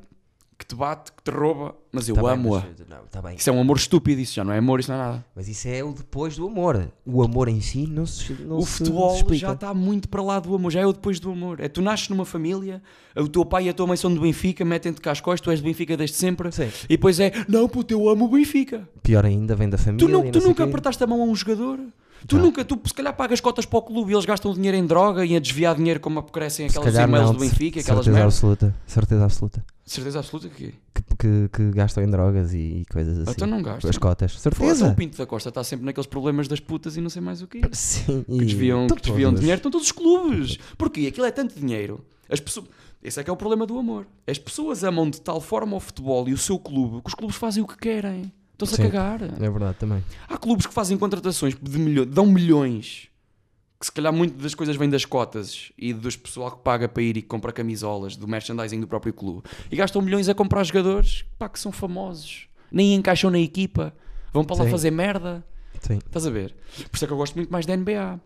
Speaker 2: que te bate, que te rouba, mas eu
Speaker 3: Tá bem,
Speaker 2: amo-a.
Speaker 3: mas- não, tá bem.
Speaker 2: Isso é um amor estúpido, isso já não é amor, isso não é nada.
Speaker 3: Mas isso é o depois do amor. O amor em si não se, não
Speaker 2: o
Speaker 3: se
Speaker 2: futebol
Speaker 3: explica.
Speaker 2: já tá- está muito para lá do amor, já é o depois do amor. É tu nasces numa família, o teu pai e a tua mãe são do Benfica, metem-te cá as costas, tu és do Benfica desde sempre,
Speaker 3: Sim.
Speaker 2: e depois é, não, puto, eu amo o Benfica.
Speaker 3: Pior ainda, vem da família.
Speaker 2: Tu, nu-
Speaker 3: e
Speaker 2: tu
Speaker 3: não sei
Speaker 2: nunca
Speaker 3: quê.
Speaker 2: apertaste a mão a um jogador? Tu nunca, tu se calhar pagas cotas para o clube e eles gastam dinheiro em droga e a desviar dinheiro como aparecem
Speaker 3: Se
Speaker 2: aquelas
Speaker 3: calhar
Speaker 2: e-mails
Speaker 3: não,
Speaker 2: do Benfica,
Speaker 3: cer-
Speaker 2: aquelas
Speaker 3: certeza
Speaker 2: merdas.
Speaker 3: absoluta. Certeza absoluta.
Speaker 2: Certeza absoluta que é.
Speaker 3: Que, que, que gastam em drogas e, e coisas assim.
Speaker 2: Então não gastam. um
Speaker 3: As cotas.
Speaker 2: Foda,
Speaker 3: Certeza.
Speaker 2: o Pinto da Costa está sempre naqueles problemas das putas e não sei mais o quê.
Speaker 3: Sim.
Speaker 2: Que desviam, que desviam
Speaker 3: então todas.
Speaker 2: dinheiro, estão todos os clubes. Porquê? Aquilo é tanto dinheiro. As pessoas... Esse é que é o problema do amor. As pessoas amam de tal forma o futebol e o seu clube que os clubes fazem o que querem. Estão-se a
Speaker 3: Sim.
Speaker 2: cagar.
Speaker 3: É verdade, também.
Speaker 2: Há clubes que fazem contratações de milho... dão milhões. Que se calhar muito das coisas vêm das cotas e dos pessoal que paga para ir e que compra camisolas, do merchandising do próprio clube. E gastam milhões a comprar jogadores pá, que são famosos. Nem encaixam na equipa. Vão para lá
Speaker 3: Sim.
Speaker 2: fazer merda.
Speaker 3: Sim.
Speaker 2: Estás a ver? Por isso é que eu gosto muito mais da NBA.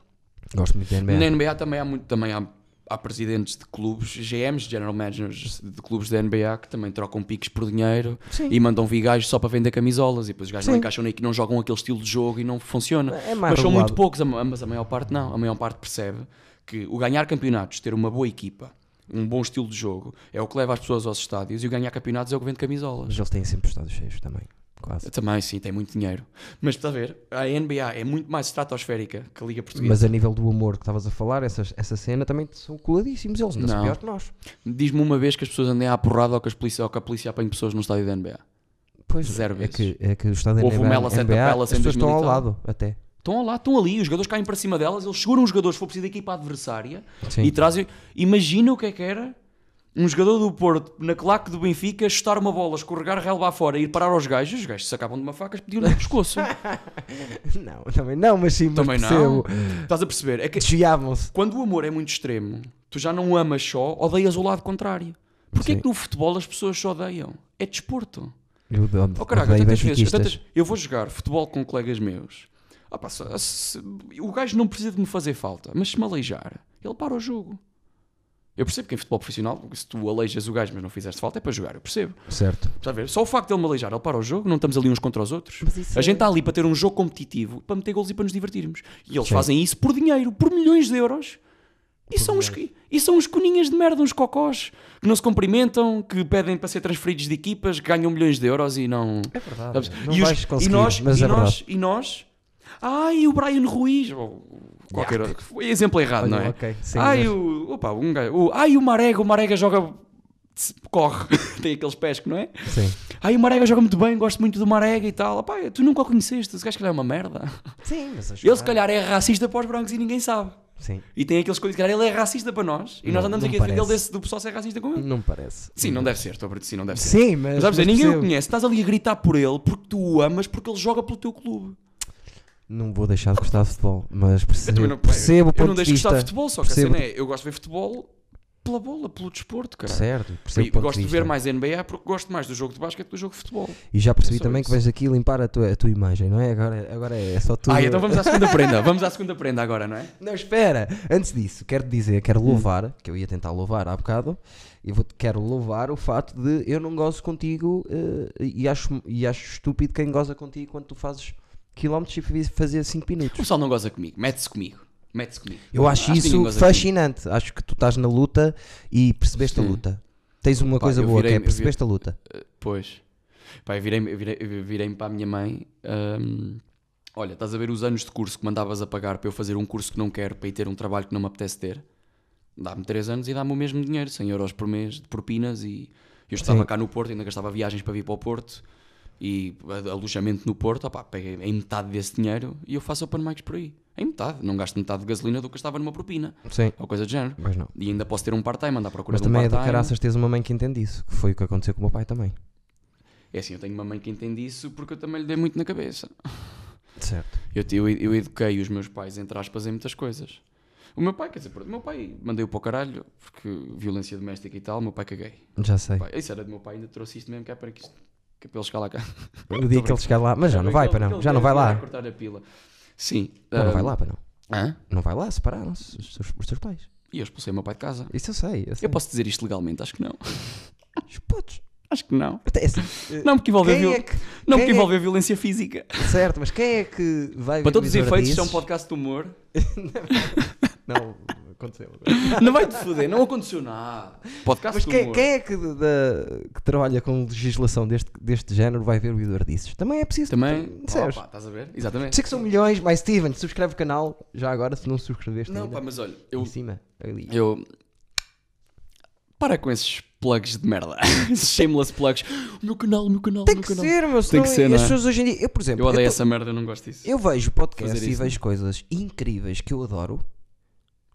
Speaker 3: Gosto muito de NBA.
Speaker 2: Na NBA também há muito, também há, há presidentes de clubes, GMs, General Managers de clubes da NBA que também trocam piques por dinheiro
Speaker 3: Sim.
Speaker 2: e mandam vir gajos só para vender camisolas e depois os gajos não
Speaker 3: Sim.
Speaker 2: encaixam nem que não jogam aquele estilo de jogo e não funciona.
Speaker 3: É mais
Speaker 2: mas são
Speaker 3: regulado.
Speaker 2: muito poucos, a ma- mas a maior parte não. A maior parte percebe que o ganhar campeonatos, ter uma boa equipa, um bom estilo de jogo, é o que leva as pessoas aos estádios e o ganhar campeonatos é o que vende camisolas.
Speaker 3: Mas eles têm sempre os estádios cheios também. Quase.
Speaker 2: Também, sim, tem muito dinheiro. Mas estás a ver, a NBA é muito mais estratosférica que a Liga Portuguesa.
Speaker 3: Mas a nível do amor que estavas a falar, essas, essa cena também são coladíssimos. Eles ainda são
Speaker 2: Não.
Speaker 3: pior que nós.
Speaker 2: Diz-me uma vez que as pessoas andem à porrada ou que, as polícia, ou que a polícia apanhe pessoas no estádio da NBA.
Speaker 3: Pois
Speaker 2: Zero
Speaker 3: é
Speaker 2: vezes.
Speaker 3: que, é que o estado da
Speaker 2: Houve
Speaker 3: NBA,
Speaker 2: uma Ela Santa
Speaker 3: NBA,
Speaker 2: Pela
Speaker 3: as
Speaker 2: em
Speaker 3: pessoas estão ao
Speaker 2: 2000 e tal.
Speaker 3: lado até.
Speaker 2: Estão lá, estão ali, os jogadores caem para cima delas, eles seguram os jogadores, se for preciso, da equipa adversária
Speaker 3: Sim.
Speaker 2: e trazem. Imagina o que é que era um jogador do Porto, na claque do Benfica, chutar uma bola, escorregar, relvar fora, ir parar aos gajos, os gajos se acabam de uma faca, pediam no pescoço.
Speaker 3: Não, também não, mas sim, mas
Speaker 2: Também não.
Speaker 3: percebo.
Speaker 2: Estás a perceber? É que
Speaker 3: Desviavam-se.
Speaker 2: quando o amor é muito extremo, tu já não amas só, odeias o lado contrário. Porquê é que no futebol as pessoas só odeiam? É desporto.
Speaker 3: Eu odeio-
Speaker 2: Oh, caraca,
Speaker 3: odeio
Speaker 2: tantas vezes,
Speaker 3: benfiquistas.
Speaker 2: tantas- eu vou jogar futebol com colegas meus. Ah, pá, se- se- o gajo não precisa de me fazer falta, mas se me aleijar, ele para o jogo. Eu percebo que em futebol profissional, se tu aleijas o gajo mas não fizeste falta, é para jogar, eu percebo.
Speaker 3: Certo.
Speaker 2: Estás a ver? Só o facto de ele me aleijar, ele para o jogo, não estamos ali uns contra os outros.
Speaker 3: Mas isso
Speaker 2: a
Speaker 3: é-
Speaker 2: gente está ali para ter um jogo competitivo, para meter gols e para nos divertirmos. E eles
Speaker 3: Sim.
Speaker 2: fazem isso por dinheiro, por milhões de euros. E são, uns, e são uns coninhas de merda, uns cocós, que não se cumprimentam, que pedem para ser transferidos de equipas, que ganham milhões de euros e não.
Speaker 3: É verdade.
Speaker 2: Sabes?
Speaker 3: Não
Speaker 2: e, os-
Speaker 3: vais conseguir,
Speaker 2: e nós,
Speaker 3: mas
Speaker 2: e
Speaker 3: é
Speaker 2: nós,
Speaker 3: verdade.
Speaker 2: e nós, ai, o Brian Ruiz, ou qualquer outro, foi exemplo errado,
Speaker 3: Olha,
Speaker 2: não é?
Speaker 3: ok, sim,
Speaker 2: ai,
Speaker 3: mas-
Speaker 2: o, opa, um gajo, o, ai, o Marega, o Marega joga, corre, tem aqueles pés que não é?
Speaker 3: Sim.
Speaker 2: Ai, o Marega joga muito bem, gosto muito do Marega e tal. Opá, tu nunca o conheceste, esse gajo se calhar é uma merda.
Speaker 3: Sim, mas acho
Speaker 2: Ele se calhar é racista para os brancos e ninguém sabe.
Speaker 3: Sim.
Speaker 2: E tem aqueles coisas, se calhar ele é racista para nós, e nós
Speaker 3: Não,
Speaker 2: andamos
Speaker 3: não
Speaker 2: aqui a defender ele
Speaker 3: parece.
Speaker 2: desse, do pessoal ser racista com ele.
Speaker 3: Não me parece.
Speaker 2: Sim, não deve ser, estou a dizer, sim, não deve ser.
Speaker 3: Sim, mas.
Speaker 2: Mas, sabes,
Speaker 3: mas
Speaker 2: ninguém o
Speaker 3: percebo.
Speaker 2: conhece, estás ali a gritar por ele porque tu o amas, porque ele joga pelo teu clube.
Speaker 3: Não vou deixar de gostar de futebol, mas
Speaker 2: Eu
Speaker 3: percebo,
Speaker 2: também não,
Speaker 3: percebo o
Speaker 2: eu
Speaker 3: ponto
Speaker 2: não
Speaker 3: de
Speaker 2: deixo de
Speaker 3: vista.
Speaker 2: gostar de futebol, só que
Speaker 3: Percebo.
Speaker 2: a cena é, eu gosto de ver futebol pela bola, pelo desporto, cara.
Speaker 3: Certo, percebo
Speaker 2: E
Speaker 3: o ponto
Speaker 2: gosto de,
Speaker 3: vista.
Speaker 2: ver mais NBA porque gosto mais do jogo de basquete do jogo de futebol.
Speaker 3: E já percebi
Speaker 2: É só
Speaker 3: também
Speaker 2: isso.
Speaker 3: que vais aqui limpar a tua, a tua imagem, não é? Agora, agora é só tu.
Speaker 2: Ah, então vamos à segunda prenda, vamos à segunda prenda agora, não é?
Speaker 3: Não, espera! Antes disso, quero dizer,
Speaker 2: Hum.
Speaker 3: quero louvar, que eu ia tentar louvar há bocado, eu vou, quero louvar o fato de eu não gozo contigo eh, e, acho, e acho estúpido quem goza contigo quando tu fazes quilómetros e fiz- fazer 5
Speaker 2: O
Speaker 3: minutos.
Speaker 2: pessoal não goza comigo, mete-se comigo. Mete-se comigo.
Speaker 3: Eu acho,
Speaker 2: que ninguém
Speaker 3: isso
Speaker 2: goza comigo.
Speaker 3: fascinante. Acho que tu estás na luta e percebeste a
Speaker 2: Sim.
Speaker 3: luta. Tens uma
Speaker 2: Pá,
Speaker 3: coisa
Speaker 2: eu
Speaker 3: boa
Speaker 2: virei-
Speaker 3: que é
Speaker 2: eu vi-
Speaker 3: percebeste a luta.
Speaker 2: Pois. Pá, eu virei-me virei, eu virei-me para a minha mãe. hum, olha, estás a ver os anos de curso que mandavas a pagar para eu fazer um curso que não quero, para ir ter um trabalho que não me apetece ter? Dá-me 3 anos e dá-me o mesmo dinheiro, 100 euros por mês de propinas. E eu estava
Speaker 3: Sim.
Speaker 2: cá no Porto, ainda gastava viagens para vir para o Porto e a- alojamento no Porto. Opá, peguei em metade desse dinheiro e eu faço open mics por aí. Em metade, não gasto metade de gasolina do que gastava numa propina
Speaker 3: Sim.
Speaker 2: ou coisa do género.
Speaker 3: Mas não.
Speaker 2: E ainda posso ter um part-time, andar à procura
Speaker 3: Mas
Speaker 2: de um
Speaker 3: também é de
Speaker 2: part-time.
Speaker 3: caraças teres uma mãe que entende isso, que foi o que aconteceu com o meu pai também.
Speaker 2: É assim, eu tenho uma mãe que entende isso porque eu também lhe dei muito na cabeça.
Speaker 3: Certo.
Speaker 2: Eu, eu, eu eduquei os meus pais, entre aspas, em muitas coisas. O meu pai, quer dizer, pronto, o meu pai mandei-o para o caralho porque violência doméstica e tal, o meu pai caguei.
Speaker 3: Já sei.
Speaker 2: Pai, isso era do meu pai, ainda trouxe isto mesmo que é para que isto. Que é para ele chegar lá cá.
Speaker 3: O dia que ele chegar lá. Mas já não vai para não. Já não vai lá.
Speaker 2: cortar a pila. Sim.
Speaker 3: Já não
Speaker 2: ah,
Speaker 3: vai lá para não.
Speaker 2: hã?
Speaker 3: Não vai lá, separaram-se os, teus- os teus pais.
Speaker 2: E eu expulsei o meu pai de casa.
Speaker 3: Isso eu sei. Eu, sei.
Speaker 2: Eu posso dizer isto legalmente? Acho que não.
Speaker 3: Os putos.
Speaker 2: Acho que não.
Speaker 3: Até assim, eh,
Speaker 2: Não porque envolveu,
Speaker 3: quem
Speaker 2: viol-
Speaker 3: é que,
Speaker 2: não
Speaker 3: quem
Speaker 2: porque
Speaker 3: é-
Speaker 2: envolveu violência física.
Speaker 3: certo, mas quem é que vai
Speaker 2: Para todos os
Speaker 3: viver
Speaker 2: efeitos, isto
Speaker 3: disso?
Speaker 2: é um podcast de humor.
Speaker 3: Não, aconteceu.
Speaker 2: Não vai te foder, não aconteceu nada. Podcast
Speaker 3: Mas
Speaker 2: de
Speaker 3: quem,
Speaker 2: humor.
Speaker 3: quem é que, da- que trabalha com legislação deste, deste género vai ver o Vidor disso? Também é preciso.
Speaker 2: Também.
Speaker 3: Sabes?
Speaker 2: Opa, estás a ver? Exatamente.
Speaker 3: Sei que são milhões, mas Steven, subscreve o canal já agora se não subscreveste
Speaker 2: Não,
Speaker 3: ainda.
Speaker 2: pá, mas olha,
Speaker 3: Em
Speaker 2: eu,
Speaker 3: cima, ali.
Speaker 2: eu. Para com esses plugs de merda. esses shameless plugs. O meu canal, o meu canal, o
Speaker 3: Tem
Speaker 2: meu
Speaker 3: que
Speaker 2: canal.
Speaker 3: ser, meu,
Speaker 2: Tem
Speaker 3: senão
Speaker 2: que ser, não
Speaker 3: as
Speaker 2: é?
Speaker 3: pessoas hoje em dia... Eu, por exemplo,
Speaker 2: Eu odeio
Speaker 3: eu, tô-
Speaker 2: essa merda, eu não gosto disso.
Speaker 3: eu vejo podcasts
Speaker 2: Fazer
Speaker 3: e
Speaker 2: isso,
Speaker 3: vejo coisas incríveis que eu adoro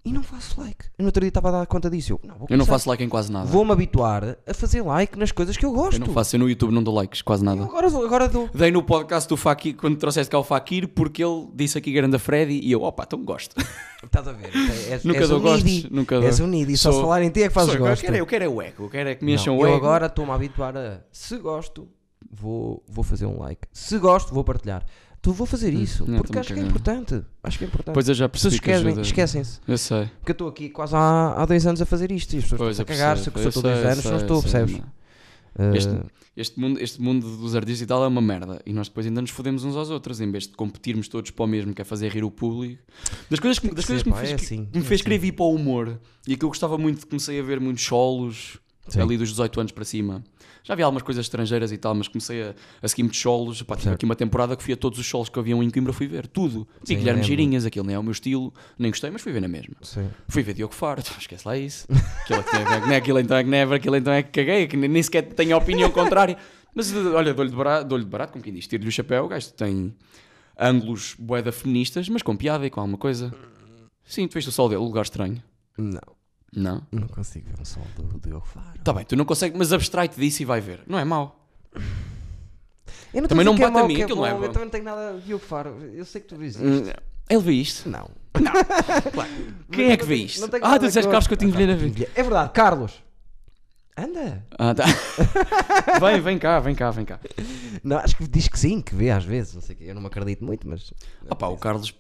Speaker 3: e não faço like. Eu no outro dia estava a dar conta disso. Eu não, vou
Speaker 2: Eu não
Speaker 3: começar.
Speaker 2: faço like em quase nada.
Speaker 3: Vou-me habituar a fazer like nas coisas que eu gosto.
Speaker 2: Eu não faço, eu no YouTube não dou likes, quase
Speaker 3: Eu
Speaker 2: nada.
Speaker 3: agora, dou- agora dou.
Speaker 2: Dei no podcast do Fakir, quando trouxeste cá o Fakir, porque ele disse aqui grande a Freddy e eu, opa, então gosto.
Speaker 3: Estás a ver? É- é-
Speaker 2: Nunca
Speaker 3: és
Speaker 2: dou
Speaker 3: um
Speaker 2: gostos,
Speaker 3: needy.
Speaker 2: nunca dou.
Speaker 3: És um needy. Só se
Speaker 2: Sou-
Speaker 3: falar em ti é que
Speaker 2: Só
Speaker 3: fazes
Speaker 2: que eu,
Speaker 3: gosto.
Speaker 2: quero, é- eu quero é o eco, eu quero é que me
Speaker 3: Não,
Speaker 2: encham o
Speaker 3: eu
Speaker 2: ego.
Speaker 3: agora estou-me a habituar a se gosto, vou, vou fazer um like. Se gosto, vou partilhar. Tu vou fazer isso,
Speaker 2: Hum, não,
Speaker 3: porque
Speaker 2: também
Speaker 3: acho que é
Speaker 2: quero.
Speaker 3: importante. Acho que é importante.
Speaker 2: Pois eu já
Speaker 3: as pessoas
Speaker 2: percebi que
Speaker 3: esquecem,
Speaker 2: ajuda.
Speaker 3: esquecem-se.
Speaker 2: Eu sei.
Speaker 3: Porque eu estou aqui quase há, há dois anos a fazer isto e as pessoas
Speaker 2: Pois,
Speaker 3: estão
Speaker 2: eu
Speaker 3: a cagar-se,
Speaker 2: percebo.
Speaker 3: que eu estou dois
Speaker 2: sei,
Speaker 3: anos, não
Speaker 2: sei,
Speaker 3: estou,
Speaker 2: sei,
Speaker 3: percebes?
Speaker 2: não.
Speaker 3: Ah,
Speaker 2: Este- Este mundo, este mundo dos artistas e tal é uma merda. E nós depois ainda nos fodemos uns aos outros, em vez de competirmos todos para o mesmo, que é fazer rir o público. Das coisas que,
Speaker 3: Tem que
Speaker 2: das
Speaker 3: ser,
Speaker 2: coisas que me
Speaker 3: pá,
Speaker 2: fez,
Speaker 3: é
Speaker 2: que-
Speaker 3: assim,
Speaker 2: que me
Speaker 3: é
Speaker 2: fez
Speaker 3: assim.
Speaker 2: querer vir para o humor e que eu gostava muito, comecei a ver muitos solos
Speaker 3: Sim.
Speaker 2: ali dos 18 anos para cima. Já havia algumas coisas estrangeiras e tal, mas comecei a, a seguir muitos solos. Pá, tive
Speaker 3: Certo.
Speaker 2: aqui uma temporada que fui a todos os solos que haviam em Coimbra, fui ver tudo.
Speaker 3: Sim,
Speaker 2: E Guilherme
Speaker 3: lembro.
Speaker 2: Girinhas, aquilo nem é o meu estilo, nem gostei, mas fui ver na mesma.
Speaker 3: sim.
Speaker 2: Fui ver Diogo Faro, então, esquece lá isso. Aquilo é que tem a ver, não é aquilo então é que never, aquilo então é que caguei, que nem nem sequer tenho opinião contrária. Mas eh, olha, dou-lhe de barato, dou-lhe de barato, como quem diz, tiro-lhe o chapéu, o gajo tem ângulos boeda feministas, mas com piada e com alguma coisa. Sim, tu viste o sol dele, lugar estranho.
Speaker 3: Não,
Speaker 2: Não.
Speaker 3: não consigo ver um sol do Diogo Faro.
Speaker 2: Tá bem, tu não consegues, mas abstrai-te disso e vai ver. Não é mau.
Speaker 3: Eu não
Speaker 2: Também
Speaker 3: estou
Speaker 2: não
Speaker 3: a dizer que é
Speaker 2: bate a
Speaker 3: mau,
Speaker 2: mim,
Speaker 3: que é
Speaker 2: aquilo não é Hum.
Speaker 3: bom,
Speaker 2: bom.
Speaker 3: Eu também não tenho nada de Diogo Faro. Eu sei que tu vês isto.
Speaker 2: Ele vê isto.
Speaker 3: Não.
Speaker 2: Quem é que
Speaker 3: não
Speaker 2: vê
Speaker 3: tenho-
Speaker 2: isto?
Speaker 3: não tenho
Speaker 2: Ah,
Speaker 3: nada
Speaker 2: tu disseste
Speaker 3: contra.
Speaker 2: Carlos Coutinho Vilhena a ver.
Speaker 3: É verdade, Carlos. Anda.
Speaker 2: Ah, tá. vem, vem cá, vem cá, vem cá.
Speaker 3: Não, acho que diz que sim, que vê às vezes. Não sei o quê. Eu não me acredito muito, mas.
Speaker 2: Ah pá, o Carlos,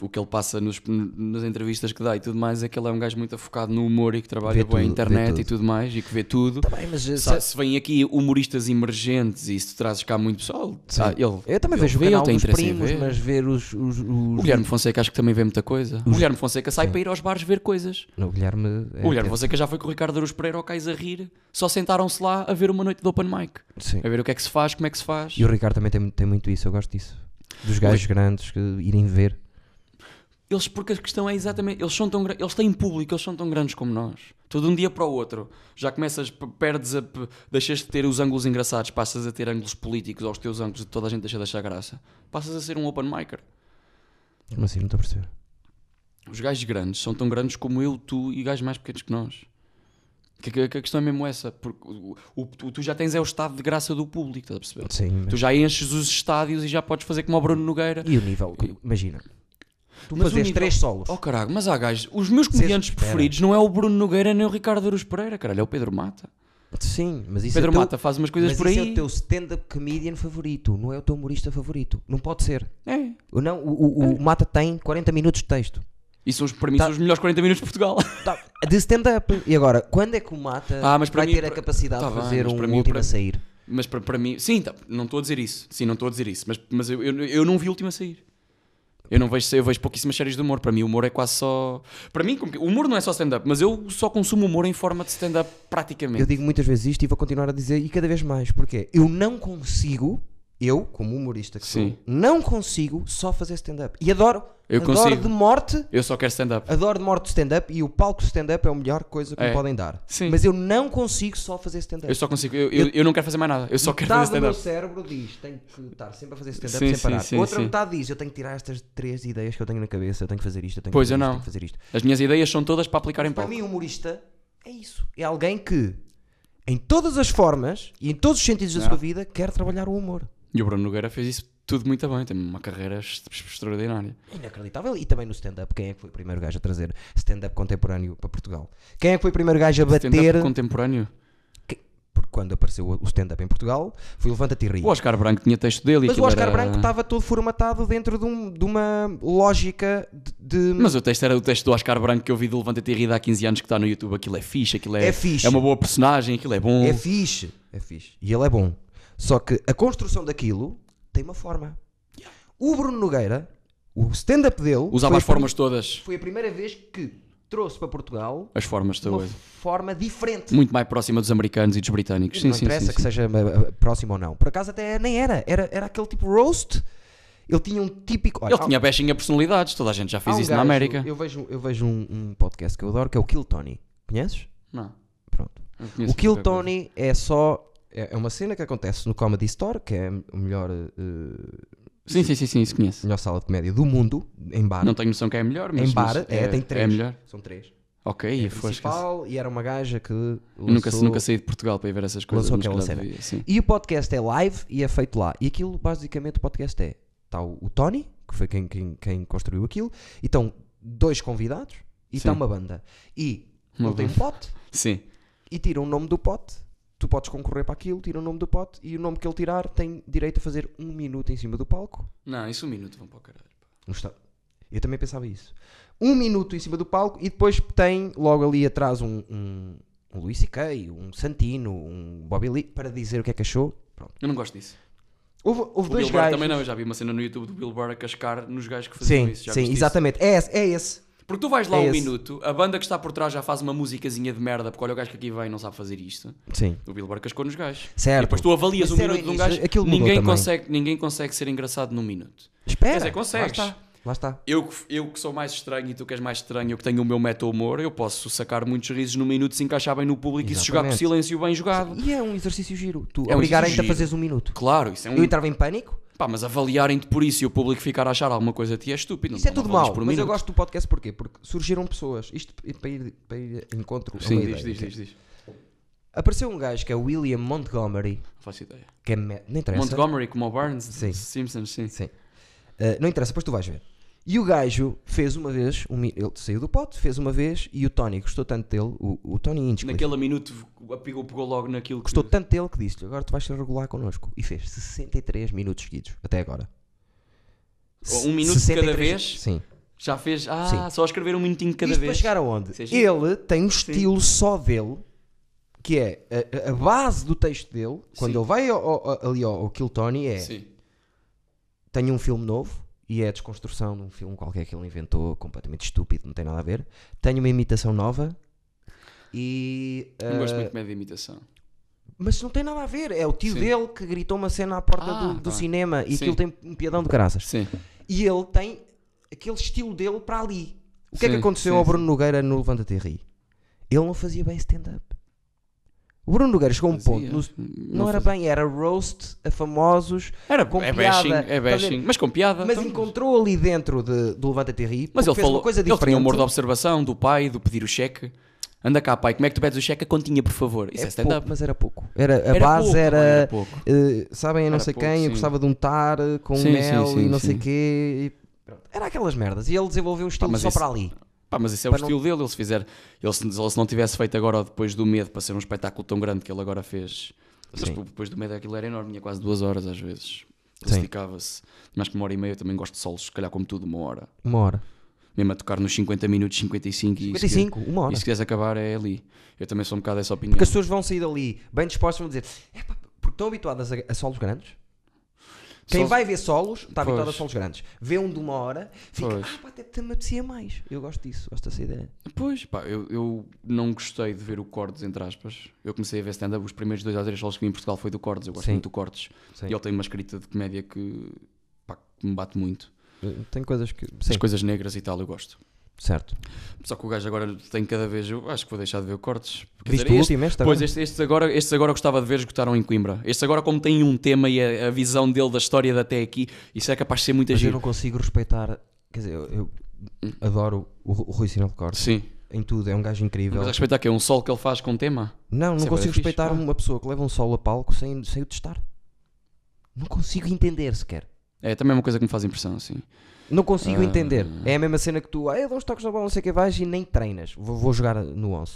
Speaker 2: o que ele passa nos- nas entrevistas que dá e tudo mais, é que ele é um gajo muito afocado no humor e que trabalha
Speaker 3: Vê
Speaker 2: com a
Speaker 3: tudo,
Speaker 2: internet
Speaker 3: vê
Speaker 2: e tudo mais e que vê tudo.
Speaker 3: Tá bem, mas. eh,
Speaker 2: Sabe,
Speaker 3: se-
Speaker 2: se vêm aqui humoristas emergentes e se tu trazes cá muito pessoal, ah, ele,
Speaker 3: Eu também
Speaker 2: ele
Speaker 3: vejo o
Speaker 2: vê,
Speaker 3: canal
Speaker 2: tem
Speaker 3: dos
Speaker 2: interesse em
Speaker 3: primos,
Speaker 2: ver.
Speaker 3: mas ver os. os, os...
Speaker 2: O Guilherme Fonseca acho que também vê muita coisa. O Guilherme Fonseca sai para ir aos bares ver coisas.
Speaker 3: Não, o Guilherme. é
Speaker 2: O Guilherme
Speaker 3: intenso.
Speaker 2: Fonseca já foi com o Ricardo Aruz Pereira ao Cais a rir, só sentaram-se lá a ver uma noite de open mic,
Speaker 3: Sim.
Speaker 2: a ver o que é que se faz, como é que se faz.
Speaker 3: E o Ricardo também tem, tem muito isso, eu gosto disso. Dos gajos grandes que irem ver.
Speaker 2: Eles, porque a questão é exatamente, eles são tão gra- eles têm público, eles são tão grandes como nós. Tu de um dia para o outro já começas, p- perdes a, p- deixas de ter os ângulos engraçados, passas a ter ângulos políticos aos teus ângulos e toda a gente deixa de achar graça. Passas a ser um open micer.
Speaker 3: Como assim? Não estou a perceber.
Speaker 2: Os gajos grandes são tão grandes como eu, tu e gajos mais pequenos que nós. Que, que- que a questão é mesmo essa, porque o, o- tu tu já tens é o estado de graça do público, estás a perceber?
Speaker 3: Sim. mas-
Speaker 2: Tu já enches os estádios e já podes fazer como o Bruno Nogueira.
Speaker 3: E o nível? Imagina. Tu
Speaker 2: Mas o
Speaker 3: fazes
Speaker 2: nível-
Speaker 3: três solos.
Speaker 2: Oh caralho, mas há gajos. Os meus comediantes
Speaker 3: espera.
Speaker 2: preferidos não é o Bruno Nogueira nem o Ricardo Aruz Pereira, caralho, é o Pedro Mata.
Speaker 3: Sim, mas isso
Speaker 2: Pedro
Speaker 3: é teu...
Speaker 2: Mata faz umas coisas
Speaker 3: mas
Speaker 2: por
Speaker 3: isso
Speaker 2: aí.
Speaker 3: é o teu stand-up comedian favorito, não é o teu humorista favorito. Não pode ser.
Speaker 2: É.
Speaker 3: Ou Não, o, o- o Mata tem 40 minutos de texto.
Speaker 2: E são os, para mim são os melhores 40 minutos de Portugal.
Speaker 3: Tá, De stand-up. E agora, quando é que o Mata
Speaker 2: Ah, mas para
Speaker 3: vai
Speaker 2: mim-
Speaker 3: ter a
Speaker 2: para-
Speaker 3: capacidade
Speaker 2: tá
Speaker 3: de
Speaker 2: bem,
Speaker 3: fazer
Speaker 2: mas
Speaker 3: um
Speaker 2: para mim-
Speaker 3: último
Speaker 2: para-
Speaker 3: a sair?
Speaker 2: Mas para, para mim, sim, tá, não estou a dizer isso. Sim, não estou a dizer isso. Mas, mas eu, eu, eu não vi o último a sair. Eu não vejo, eu vejo pouquíssimas séries de humor. Para mim, o humor é quase só. Para mim, como que- o humor não é só stand-up, mas eu só consumo humor em forma de stand-up praticamente.
Speaker 3: Eu digo muitas vezes isto e vou continuar a dizer e cada vez mais, porque eu não consigo, eu, como humorista que
Speaker 2: Sim.
Speaker 3: sou, não consigo só fazer stand-up. E adoro,
Speaker 2: Eu
Speaker 3: adoro
Speaker 2: consigo.
Speaker 3: de morte,
Speaker 2: Eu só quero stand-up.
Speaker 3: adoro de morte stand-up e o palco stand-up é a melhor coisa que
Speaker 2: É.
Speaker 3: me podem dar.
Speaker 2: Sim.
Speaker 3: Mas eu não consigo só fazer stand-up.
Speaker 2: Eu só consigo. Eu, eu, eu não quero fazer mais nada. Eu só quero fazer
Speaker 3: Metade do meu
Speaker 2: stand-up.
Speaker 3: cérebro diz tenho que estar sempre a fazer stand-up
Speaker 2: Sim,
Speaker 3: sem parar.
Speaker 2: sim, sim,
Speaker 3: Outra
Speaker 2: sim.
Speaker 3: metade diz eu tenho que tirar estas três ideias que eu tenho na cabeça, eu tenho que fazer isto, eu tenho
Speaker 2: Pois,
Speaker 3: que
Speaker 2: eu
Speaker 3: fazer isto,
Speaker 2: não.
Speaker 3: tenho que fazer isto.
Speaker 2: As minhas ideias são todas para aplicar em
Speaker 3: Para
Speaker 2: palco.
Speaker 3: mim, humorista é isso. É alguém que, em todas as formas e em todos os sentidos da sua vida, quer trabalhar o humor.
Speaker 2: E o Bruno Nogueira fez isso tudo muito bem, tem uma carreira ex- extraordinária.
Speaker 3: É Inacreditável. E também no stand-up, quem é que foi o primeiro gajo a trazer stand-up contemporâneo para Portugal? Quem é que foi o primeiro gajo a
Speaker 2: Stand-up
Speaker 3: bater?
Speaker 2: contemporâneo.
Speaker 3: Que- Porque quando apareceu o stand-up em Portugal, foi o Levanta-te e ri.
Speaker 2: O Oscar Branco tinha texto dele
Speaker 3: Mas
Speaker 2: e
Speaker 3: o
Speaker 2: aquilo
Speaker 3: Oscar
Speaker 2: era-
Speaker 3: Branco estava todo formatado dentro de, um- de uma lógica de. de-
Speaker 2: Mas o texto era o texto do Oscar Branco que eu vi do Levanta-te e Rida há 15 anos que está no YouTube. Aquilo é fixe, aquilo é,
Speaker 3: É fixe.
Speaker 2: é uma boa personagem, aquilo é bom.
Speaker 3: É fixe. É fixe. E ele é bom. Só que a construção daquilo tem uma forma. O Bruno Nogueira, o stand-up dele. foi
Speaker 2: Usava as
Speaker 3: a prim-
Speaker 2: formas todas.
Speaker 3: Foi a primeira vez que trouxe para Portugal
Speaker 2: As formas
Speaker 3: uma
Speaker 2: todas.
Speaker 3: forma diferente.
Speaker 2: Muito mais próxima dos americanos e dos britânicos. Sim,
Speaker 3: não
Speaker 2: sim,
Speaker 3: interessa
Speaker 2: sim,
Speaker 3: que
Speaker 2: sim.
Speaker 3: seja eh, próximo ou não. Por acaso até nem era. Era, era aquele tipo roast. Ele tinha um típico. olha,
Speaker 2: Ele tinha bashing a personalidades, toda a gente
Speaker 3: há-
Speaker 2: já
Speaker 3: há
Speaker 2: fez
Speaker 3: um
Speaker 2: isso na
Speaker 3: gajo-
Speaker 2: América.
Speaker 3: Eu vejo, eu vejo um, um podcast que eu adoro que é o Kill Tony. Conheces?
Speaker 2: Não,
Speaker 3: Pronto.
Speaker 2: eu conheço
Speaker 3: O Kill
Speaker 2: pouca coisa.
Speaker 3: Tony é só. É é uma cena que acontece no Comedy Store, que é a melhor, eh,
Speaker 2: Sim, sim, sim, sim, isso conheço.
Speaker 3: melhor sala de comédia do mundo, em bar.
Speaker 2: Não tenho noção que é melhor, mas.
Speaker 3: em bar,
Speaker 2: mas
Speaker 3: é, tem três.
Speaker 2: É melhor.
Speaker 3: São três.
Speaker 2: Ok,
Speaker 3: A
Speaker 2: e foi.
Speaker 3: principal, e era uma gaja que.
Speaker 2: Eu nunca,
Speaker 3: lançou-
Speaker 2: nunca saí de Portugal para ir ver essas coisas.
Speaker 3: lançou
Speaker 2: mas
Speaker 3: aquela
Speaker 2: se calhar
Speaker 3: cena.
Speaker 2: devia, sim.
Speaker 3: E o podcast é live e é feito lá. E aquilo, basicamente, o podcast é. Está o, o Tony, que foi quem, quem, quem construiu aquilo, e estão dois convidados, e está
Speaker 2: Sim.
Speaker 3: uma banda. E
Speaker 2: Uma
Speaker 3: ele tem um pote,
Speaker 2: Sim.
Speaker 3: e tira o nome do pote tu podes concorrer para aquilo, tira o nome do pote e o nome que ele tirar tem direito a fazer um minuto em cima do palco.
Speaker 2: Não, isso um minuto, vão para o caralho. pá.
Speaker 3: Não está- Eu também pensava isso. Um minuto em cima do palco e depois tem logo ali atrás um, um, um Luís C.K., um Santino, um Bobby Lee para dizer o que é que achou. Pronto.
Speaker 2: Eu não gosto disso.
Speaker 3: Houve, houve
Speaker 2: O
Speaker 3: dois
Speaker 2: Bill Burr
Speaker 3: gajos.
Speaker 2: também não, eu já vi uma cena no YouTube do Bill Burr a cascar nos gajos que faziam
Speaker 3: Sim,
Speaker 2: isso. Já
Speaker 3: sim,
Speaker 2: viste isso?
Speaker 3: exatamente. É esse, é esse.
Speaker 2: Porque tu vais lá
Speaker 3: É
Speaker 2: um
Speaker 3: esse.
Speaker 2: minuto, a banda que está por trás já faz uma musicazinha de merda, porque olha o gajo que aqui vem não sabe fazer isto.
Speaker 3: Sim.
Speaker 2: O Bill Burr cascou nos gajos.
Speaker 3: Certo.
Speaker 2: E depois tu avalias
Speaker 3: Mas
Speaker 2: um
Speaker 3: era o
Speaker 2: minuto de um
Speaker 3: início,
Speaker 2: gajo,
Speaker 3: aquilo mudou
Speaker 2: ninguém
Speaker 3: também.
Speaker 2: consegue, ninguém consegue ser engraçado num minuto.
Speaker 3: Espera.
Speaker 2: dizer, consegues.
Speaker 3: Lá está. Lá está.
Speaker 2: Eu, que- eu que sou mais estranho e tu que és mais estranho, eu que tenho o meu meta-humor, eu posso sacar muitos risos num minuto se encaixar bem no público e se jogar com
Speaker 3: Exatamente.
Speaker 2: silênio bem jogado.
Speaker 3: E é um exercício giro. Tu
Speaker 2: É um
Speaker 3: obrigarem-te
Speaker 2: exercício
Speaker 3: a
Speaker 2: giro.
Speaker 3: fazeres um minuto.
Speaker 2: Claro, isso é
Speaker 3: Eu
Speaker 2: um.
Speaker 3: entrava em pânico.
Speaker 2: Pá, mas avaliarem-te por isso e o público ficar a achar alguma coisa a ti é estúpido.
Speaker 3: Isso é
Speaker 2: não- não
Speaker 3: tudo
Speaker 2: avalies
Speaker 3: mau.
Speaker 2: por
Speaker 3: Mas eu
Speaker 2: minuto.
Speaker 3: gosto do podcast porquê? Porque surgiram pessoas. Isto é para ir, para ir a encontro. a
Speaker 2: Sim,
Speaker 3: uma
Speaker 2: diz,
Speaker 3: ideia,
Speaker 2: diz,
Speaker 3: ok?
Speaker 2: diz, diz.
Speaker 3: Apareceu um gajo que é o William Montgomery.
Speaker 2: Não faço ideia.
Speaker 3: Que é me... Não interessa.
Speaker 2: Montgomery, como o Burns,
Speaker 3: Sim.
Speaker 2: Simpsons, sim.
Speaker 3: Sim. Uh, não interessa, depois tu vais ver. E o gajo fez uma vez, um mi- ele saiu do pote, fez uma vez, e o Tony gostou tanto dele, o, o Tony Inchcliffe,
Speaker 2: Naquele minuto a pegou, pegou logo naquilo que
Speaker 3: gostou tanto dele que disse-lhe, agora tu vais ser regular connosco. E fez 63 minutos seguidos, até agora.
Speaker 2: Um minuto de cada
Speaker 3: 63
Speaker 2: vez?
Speaker 3: Sim.
Speaker 2: já fez. Ah,
Speaker 3: Sim.
Speaker 2: só escrever um minutinho cada
Speaker 3: Isto para
Speaker 2: vez.
Speaker 3: chegar aonde?
Speaker 2: Isso é giro.
Speaker 3: Ele tem um estilo só dele, que é a- a, a base do texto dele, quando
Speaker 2: Sim.
Speaker 3: ele vai ao- ao- ali ao, ao Kill Tony, é...
Speaker 2: Sim.
Speaker 3: tenho um filme novo e é a desconstrução de um filme qualquer que ele inventou, completamente estúpido, não tem nada a ver. Tenho uma imitação nova e.
Speaker 2: Não
Speaker 3: ah,
Speaker 2: gosto muito de média de imitação.
Speaker 3: Mas não tem nada a ver. É o tio
Speaker 2: Sim.
Speaker 3: dele que gritou uma cena à porta
Speaker 2: Ah,
Speaker 3: do, do
Speaker 2: tá.
Speaker 3: cinema e
Speaker 2: Sim.
Speaker 3: aquilo tem um piadão de graças.
Speaker 2: Sim.
Speaker 3: E ele tem aquele estilo dele para ali. O que é que
Speaker 2: Sim,
Speaker 3: aconteceu
Speaker 2: sim,
Speaker 3: ao Bruno Nogueira no Levanta-te e Ri? Ele não fazia bem stand-up. O Bruno Nogueira chegou a um ponto.
Speaker 2: Fazia.
Speaker 3: no- não, era
Speaker 2: fazia.
Speaker 3: bem, era roast a famosos.
Speaker 2: Era
Speaker 3: com
Speaker 2: é
Speaker 3: piada,
Speaker 2: bashing, é
Speaker 3: tá
Speaker 2: bashing,
Speaker 3: vendo?
Speaker 2: mas com piada.
Speaker 3: Mas
Speaker 2: então.
Speaker 3: encontrou ali dentro de, do Levanta-te e Ri.
Speaker 2: Mas
Speaker 3: porque
Speaker 2: ele
Speaker 3: fez
Speaker 2: falou,
Speaker 3: uma coisa
Speaker 2: ele
Speaker 3: diferente.
Speaker 2: tinha um humor da observação, do pai, do pedir o cheque. Anda cá, pai, como é que tu pedes o cheque? A continha, por favor. Isso é,
Speaker 3: É
Speaker 2: stand-up.
Speaker 3: pouco, mas era pouco. Era, a
Speaker 2: Era
Speaker 3: base
Speaker 2: pouco,
Speaker 3: era.
Speaker 2: mano, era pouco.
Speaker 3: eh, sabem, eu não
Speaker 2: Era
Speaker 3: sei
Speaker 2: pouco,
Speaker 3: quem,
Speaker 2: sim.
Speaker 3: eu gostava de um tar eh, com
Speaker 2: Sim,
Speaker 3: mel
Speaker 2: sim, sim,
Speaker 3: e não sei
Speaker 2: sim.
Speaker 3: quê. e pronto. Era aquelas merdas. E ele desenvolveu um estilo
Speaker 2: mas
Speaker 3: só
Speaker 2: isso-
Speaker 3: para ali.
Speaker 2: Pá, mas esse é o
Speaker 3: Para não-
Speaker 2: estilo dele. Ele se fizer, ele se, ele se não tivesse feito agora ou depois do medo para ser um espetáculo tão grande que ele agora fez. Mas
Speaker 3: Sim.
Speaker 2: depois do medo aquilo era enorme, tinha quase duas horas às vezes. Ele
Speaker 3: Sim.
Speaker 2: esticava-se. Mais que uma hora e meia, eu também gosto de solos, se calhar como tudo, uma hora.
Speaker 3: Uma hora.
Speaker 2: Mesmo a tocar nos 50 minutos, 55 e se quiser-
Speaker 3: 55, uma hora.
Speaker 2: E se quiseres acabar é ali. Eu também sou um bocado dessa opinião.
Speaker 3: Porque as pessoas vão sair dali bem dispostas e vão dizer: "Epá, porque estão habituadas a, a solos grandes. Quem
Speaker 2: Solos-
Speaker 3: vai ver solos está habituado a
Speaker 2: Pois.
Speaker 3: solos grandes. Vê um de uma hora, fica,
Speaker 2: Pois.
Speaker 3: ah, pá, até até me apetecia mais. Eu gosto disso, gosto dessa ideia.
Speaker 2: Pois, pá, eu, eu não gostei de ver o Cordes, entre aspas. Eu comecei a ver stand-up, os primeiros dois ou três solos que vi em Portugal foi do Cordes. Eu gosto
Speaker 3: Sim.
Speaker 2: muito do Cordes.
Speaker 3: Sim.
Speaker 2: E ele tem uma escrita de comédia que, pá, que me bate muito.
Speaker 3: Tem coisas que.
Speaker 2: As Eh, coisas negras e tal, eu gosto.
Speaker 3: certo.
Speaker 2: Só que o gajo agora tem cada vez. Eu acho que vou deixar de ver o Cortes. Quer
Speaker 3: Viste
Speaker 2: dizer,
Speaker 3: o
Speaker 2: este-
Speaker 3: último, este
Speaker 2: Pois,
Speaker 3: agora?
Speaker 2: estes, estes agora, estes agora eu gostava de ver esgotaram em Coimbra. Estes agora, como têm um tema e a, a visão dele da história de até aqui, isso é capaz de ser muito
Speaker 3: Mas eu
Speaker 2: giro.
Speaker 3: não consigo respeitar. Quer dizer, eu, eu adoro o, Ru- o Rui Sinal de Corte
Speaker 2: Sim.
Speaker 3: em tudo, é um gajo incrível.
Speaker 2: Mas a respeitar que é um sol que ele faz com tema?
Speaker 3: Não, não
Speaker 2: Isso é bué
Speaker 3: consigo
Speaker 2: fixe.
Speaker 3: respeitar
Speaker 2: Ah.
Speaker 3: uma pessoa que leva um solo a palco sem, sem o testar. Não consigo entender sequer.
Speaker 2: É também é uma coisa que me faz impressão, assim.
Speaker 3: Não consigo
Speaker 2: Ah.
Speaker 3: entender. É a mesma cena que tu, ah, eu dou uns toques na bola, não sei o que vais e nem treinas. Vou, vou jogar no 11.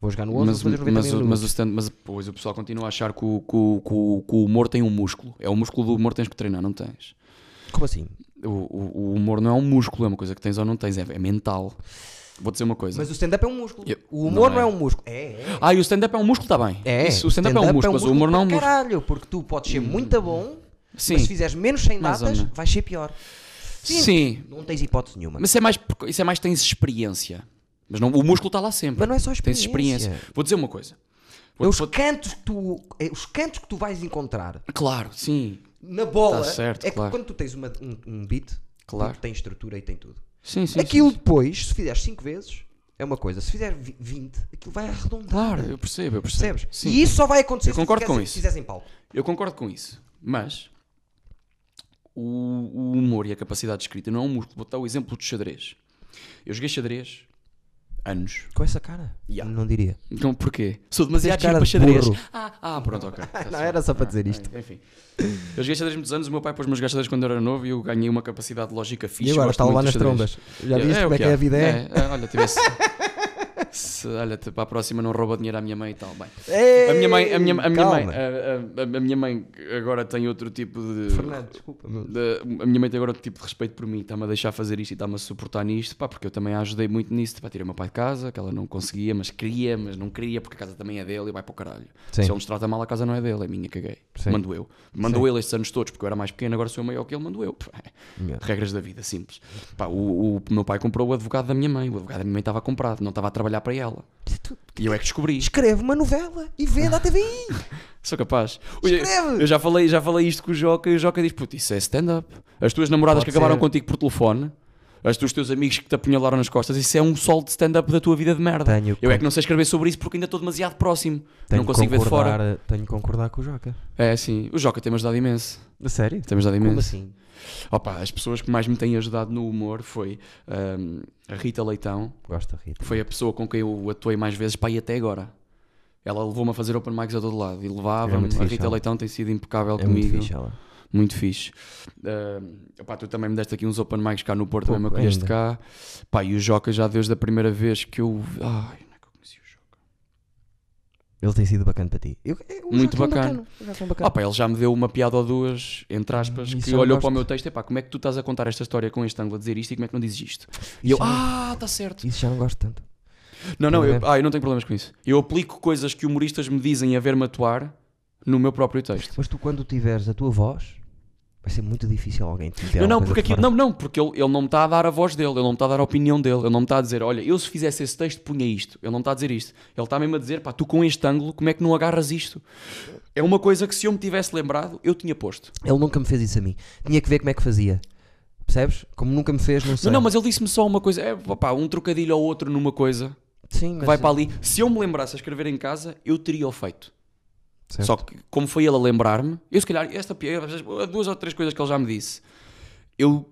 Speaker 3: Vou jogar no 11,
Speaker 2: Mas,
Speaker 3: vou fazer os 90
Speaker 2: mas, o-
Speaker 3: minutos.
Speaker 2: mas, o stand, mas pois, o pessoal continua a achar que o, que o- que o- que o humor tem um músculo. É o músculo do humor que tens que treinar, não tens.
Speaker 3: Como assim?
Speaker 2: O, o- o humor não é um músculo, é uma coisa que tens ou não tens, é, é mental. Vou dizer uma coisa.
Speaker 3: Mas o stand-up é um músculo.
Speaker 2: Eu-
Speaker 3: O humor
Speaker 2: não
Speaker 3: não
Speaker 2: é.
Speaker 3: é, um músculo. É, é.
Speaker 2: Ah, e o stand-up é um músculo, está bem.
Speaker 3: É,
Speaker 2: Isso, o stand-up é um músculo, mas o humor não é um
Speaker 3: para
Speaker 2: músculo. Hum.
Speaker 3: Caralho, porque tu podes ser muito bom,
Speaker 2: Sim,
Speaker 3: mas se fizeres menos 100
Speaker 2: Mais ou
Speaker 3: datas,
Speaker 2: menos.
Speaker 3: vais ser pior.
Speaker 2: sim.
Speaker 3: Não tens hipótese nenhuma.
Speaker 2: Mas isso é mais, porque- isso é mais tens experiência. Mas não, o músculo está lá sempre.
Speaker 3: Mas não é só
Speaker 2: Tens
Speaker 3: experiência.
Speaker 2: experiência. Vou dizer uma coisa.
Speaker 3: É
Speaker 2: Vou-
Speaker 3: os
Speaker 2: vou-
Speaker 3: cantos que tu, é os cantos que tu vais encontrar
Speaker 2: Claro, sim.
Speaker 3: na bola
Speaker 2: Tá certo,
Speaker 3: é que
Speaker 2: claro.
Speaker 3: quando tu tens uma- um, um beat,
Speaker 2: Claro.
Speaker 3: tu tem estrutura e tem tudo.
Speaker 2: Sim, sim.
Speaker 3: aquilo
Speaker 2: sim.
Speaker 3: depois, se fizeres 5 vezes, é uma coisa. Se fizer vi- 20, aquilo vai arredondar.
Speaker 2: Claro, eu percebo, eu percebo.
Speaker 3: Percebes?
Speaker 2: Sim.
Speaker 3: E isso só vai acontecer
Speaker 2: Eu
Speaker 3: se tu
Speaker 2: concordo com
Speaker 3: fizeres-
Speaker 2: isso.
Speaker 3: se fizeres em palco.
Speaker 2: Eu concordo com isso, mas o, o humor e a capacidade de escrita não é um músculo. Vou dar o exemplo do xadrez. Eu joguei xadrez anos.
Speaker 3: Com essa cara?
Speaker 2: Yeah.
Speaker 3: Não diria.
Speaker 2: Então porquê? Sou demasiado
Speaker 3: Tens cara
Speaker 2: giro para
Speaker 3: de
Speaker 2: xadrez.
Speaker 3: burro.
Speaker 2: Ah, ah, pronto, ok.
Speaker 3: Não, era só para dizer isto.
Speaker 2: Ah, Enfim. Eu joguei xadrez muitos anos, o meu pai pôs-me a jogar xadrez quando eu era novo e eu ganhei uma capacidade lógica fixe.
Speaker 3: E agora
Speaker 2: gosto
Speaker 3: está a
Speaker 2: muito
Speaker 3: levar
Speaker 2: de
Speaker 3: nas
Speaker 2: xadrez.
Speaker 3: trombas. Já
Speaker 2: É,
Speaker 3: viste
Speaker 2: é o
Speaker 3: como é
Speaker 2: que
Speaker 3: que é
Speaker 2: há.
Speaker 3: a vida é?
Speaker 2: olha, tivesse. se- olha, te- para a próxima não rouba dinheiro à minha mãe e tal. Bem,
Speaker 3: Ei,
Speaker 2: a minha mãe, a minha, a minha mãe,
Speaker 3: calma.
Speaker 2: a, a- a minha mãe agora tem outro tipo de.
Speaker 3: Fernando, desculpa. meu.
Speaker 2: de- a minha mãe tem agora outro tipo de respeito por mim, está-me a deixar fazer isto e está-me a suportar nisto, pá, porque eu também a ajudei muito nisto. Pá, tirei o meu pai de casa, que ela não conseguia, mas queria, mas não queria, porque a casa também é dele e vai para o caralho.
Speaker 3: Sim.
Speaker 2: Se ele nos trata mal, a casa não é dele, é minha, caguei.
Speaker 3: Sim.
Speaker 2: Mando eu. Mando
Speaker 3: Sim.
Speaker 2: ele estes anos todos, porque eu era mais pequeno, agora sou eu maior que ele, mando eu. Pá, é.
Speaker 3: Yeah.
Speaker 2: Regras da vida, simples. Pá, o, o meu pai comprou o advogado da minha mãe. O advogado da minha mãe estava comprado, não estava a trabalhar para ela. E eu é que descobri.
Speaker 3: Escreve uma novela e vende à TVI.
Speaker 2: Sou capaz.
Speaker 3: Escreve!
Speaker 2: Eu já falei, já falei isto com o Joca e o Joca diz: puto, isso é stand-up. As tuas namoradas
Speaker 3: Pode
Speaker 2: que acabaram
Speaker 3: ser.
Speaker 2: contigo por telefone, as tu- os teus amigos que te apunhalaram nas costas, isso é um sol de stand-up da tua vida de merda.
Speaker 3: Tenho
Speaker 2: eu é
Speaker 3: con-
Speaker 2: que não sei escrever sobre isso porque ainda estou demasiado próximo.
Speaker 3: Tenho
Speaker 2: não consigo ver de fora.
Speaker 3: concordar- Tenho que concordar com o Joca.
Speaker 2: É assim. O Joca tem-me ajudado imenso.
Speaker 3: A sério?
Speaker 2: Tem-me ajudado imenso.
Speaker 3: Como assim?
Speaker 2: Opa, as pessoas que mais me têm ajudado no humor foi ahm, a Rita Leitão,
Speaker 3: Gosto da Rita.
Speaker 2: foi a pessoa com quem eu atuei mais vezes para ir até agora. Ela levou-me a fazer open mics a todo lado e levava-me.
Speaker 3: É muito
Speaker 2: a
Speaker 3: fixe,
Speaker 2: Rita
Speaker 3: ela.
Speaker 2: Leitão tem sido impecável
Speaker 3: É
Speaker 2: comigo.
Speaker 3: muito fixe ela.
Speaker 2: Muito fixe. Ah, pá, tu também me deste aqui uns open mics cá no Porto,
Speaker 3: Pouco
Speaker 2: mesmo eu conheço
Speaker 3: ainda.
Speaker 2: cá. Pá, e o Joca já desde a primeira vez que eu. Ai, onde é que eu conheci o Joca?
Speaker 3: Ele tem sido bacana para ti. Eu- eu- o
Speaker 2: Muito
Speaker 3: Joca é um
Speaker 2: bacana.
Speaker 3: bacano, o Joca é um bacana.
Speaker 2: Ah, pá, ele já me deu uma piada ou duas, entre aspas,
Speaker 3: Hum, isso
Speaker 2: que
Speaker 3: eu
Speaker 2: olhou
Speaker 3: gosto.
Speaker 2: para o meu texto e pá, como é que tu estás a contar esta história com este ângulo a dizer isto e como é que não dizes isto? E eu,
Speaker 3: Isso já-
Speaker 2: ah, está certo.
Speaker 3: Isso já não gosto tanto. Tá
Speaker 2: Não, não, eu,
Speaker 3: Estás a
Speaker 2: ah, eu não tenho problemas com isso. Eu aplico coisas que humoristas me dizem a ver-me atuar no meu próprio texto.
Speaker 3: Mas tu, quando tiveres a tua voz, vai ser muito difícil alguém te dizer
Speaker 2: Não, não,
Speaker 3: alguma
Speaker 2: porque
Speaker 3: coisa de
Speaker 2: aquilo, não, não, porque ele, ele não me está a dar a voz dele, ele não me está a dar a opinião dele, ele não me está a dizer, olha, eu se fizesse esse texto punha isto, ele não me está a dizer isto. Ele está mesmo a dizer, pá, tu com este ângulo, como é que não agarras isto? É uma coisa que se eu me tivesse lembrado, eu tinha posto.
Speaker 3: fora. Ele nunca me fez isso a mim. Tinha que ver como é que fazia. Percebes? Como nunca me fez, não sei.
Speaker 2: Não, não, mas ele disse-me só uma coisa, é, pá, um trocadilho ou outro numa coisa,
Speaker 3: Sim,
Speaker 2: que
Speaker 3: mas-
Speaker 2: vai para ali. Se eu me lembrasse a escrever em casa, eu teria o feito.
Speaker 3: Certo.
Speaker 2: Só que, como foi ele a lembrar-me, eu se calhar, esta piada, duas ou três coisas que ele já me disse, eu,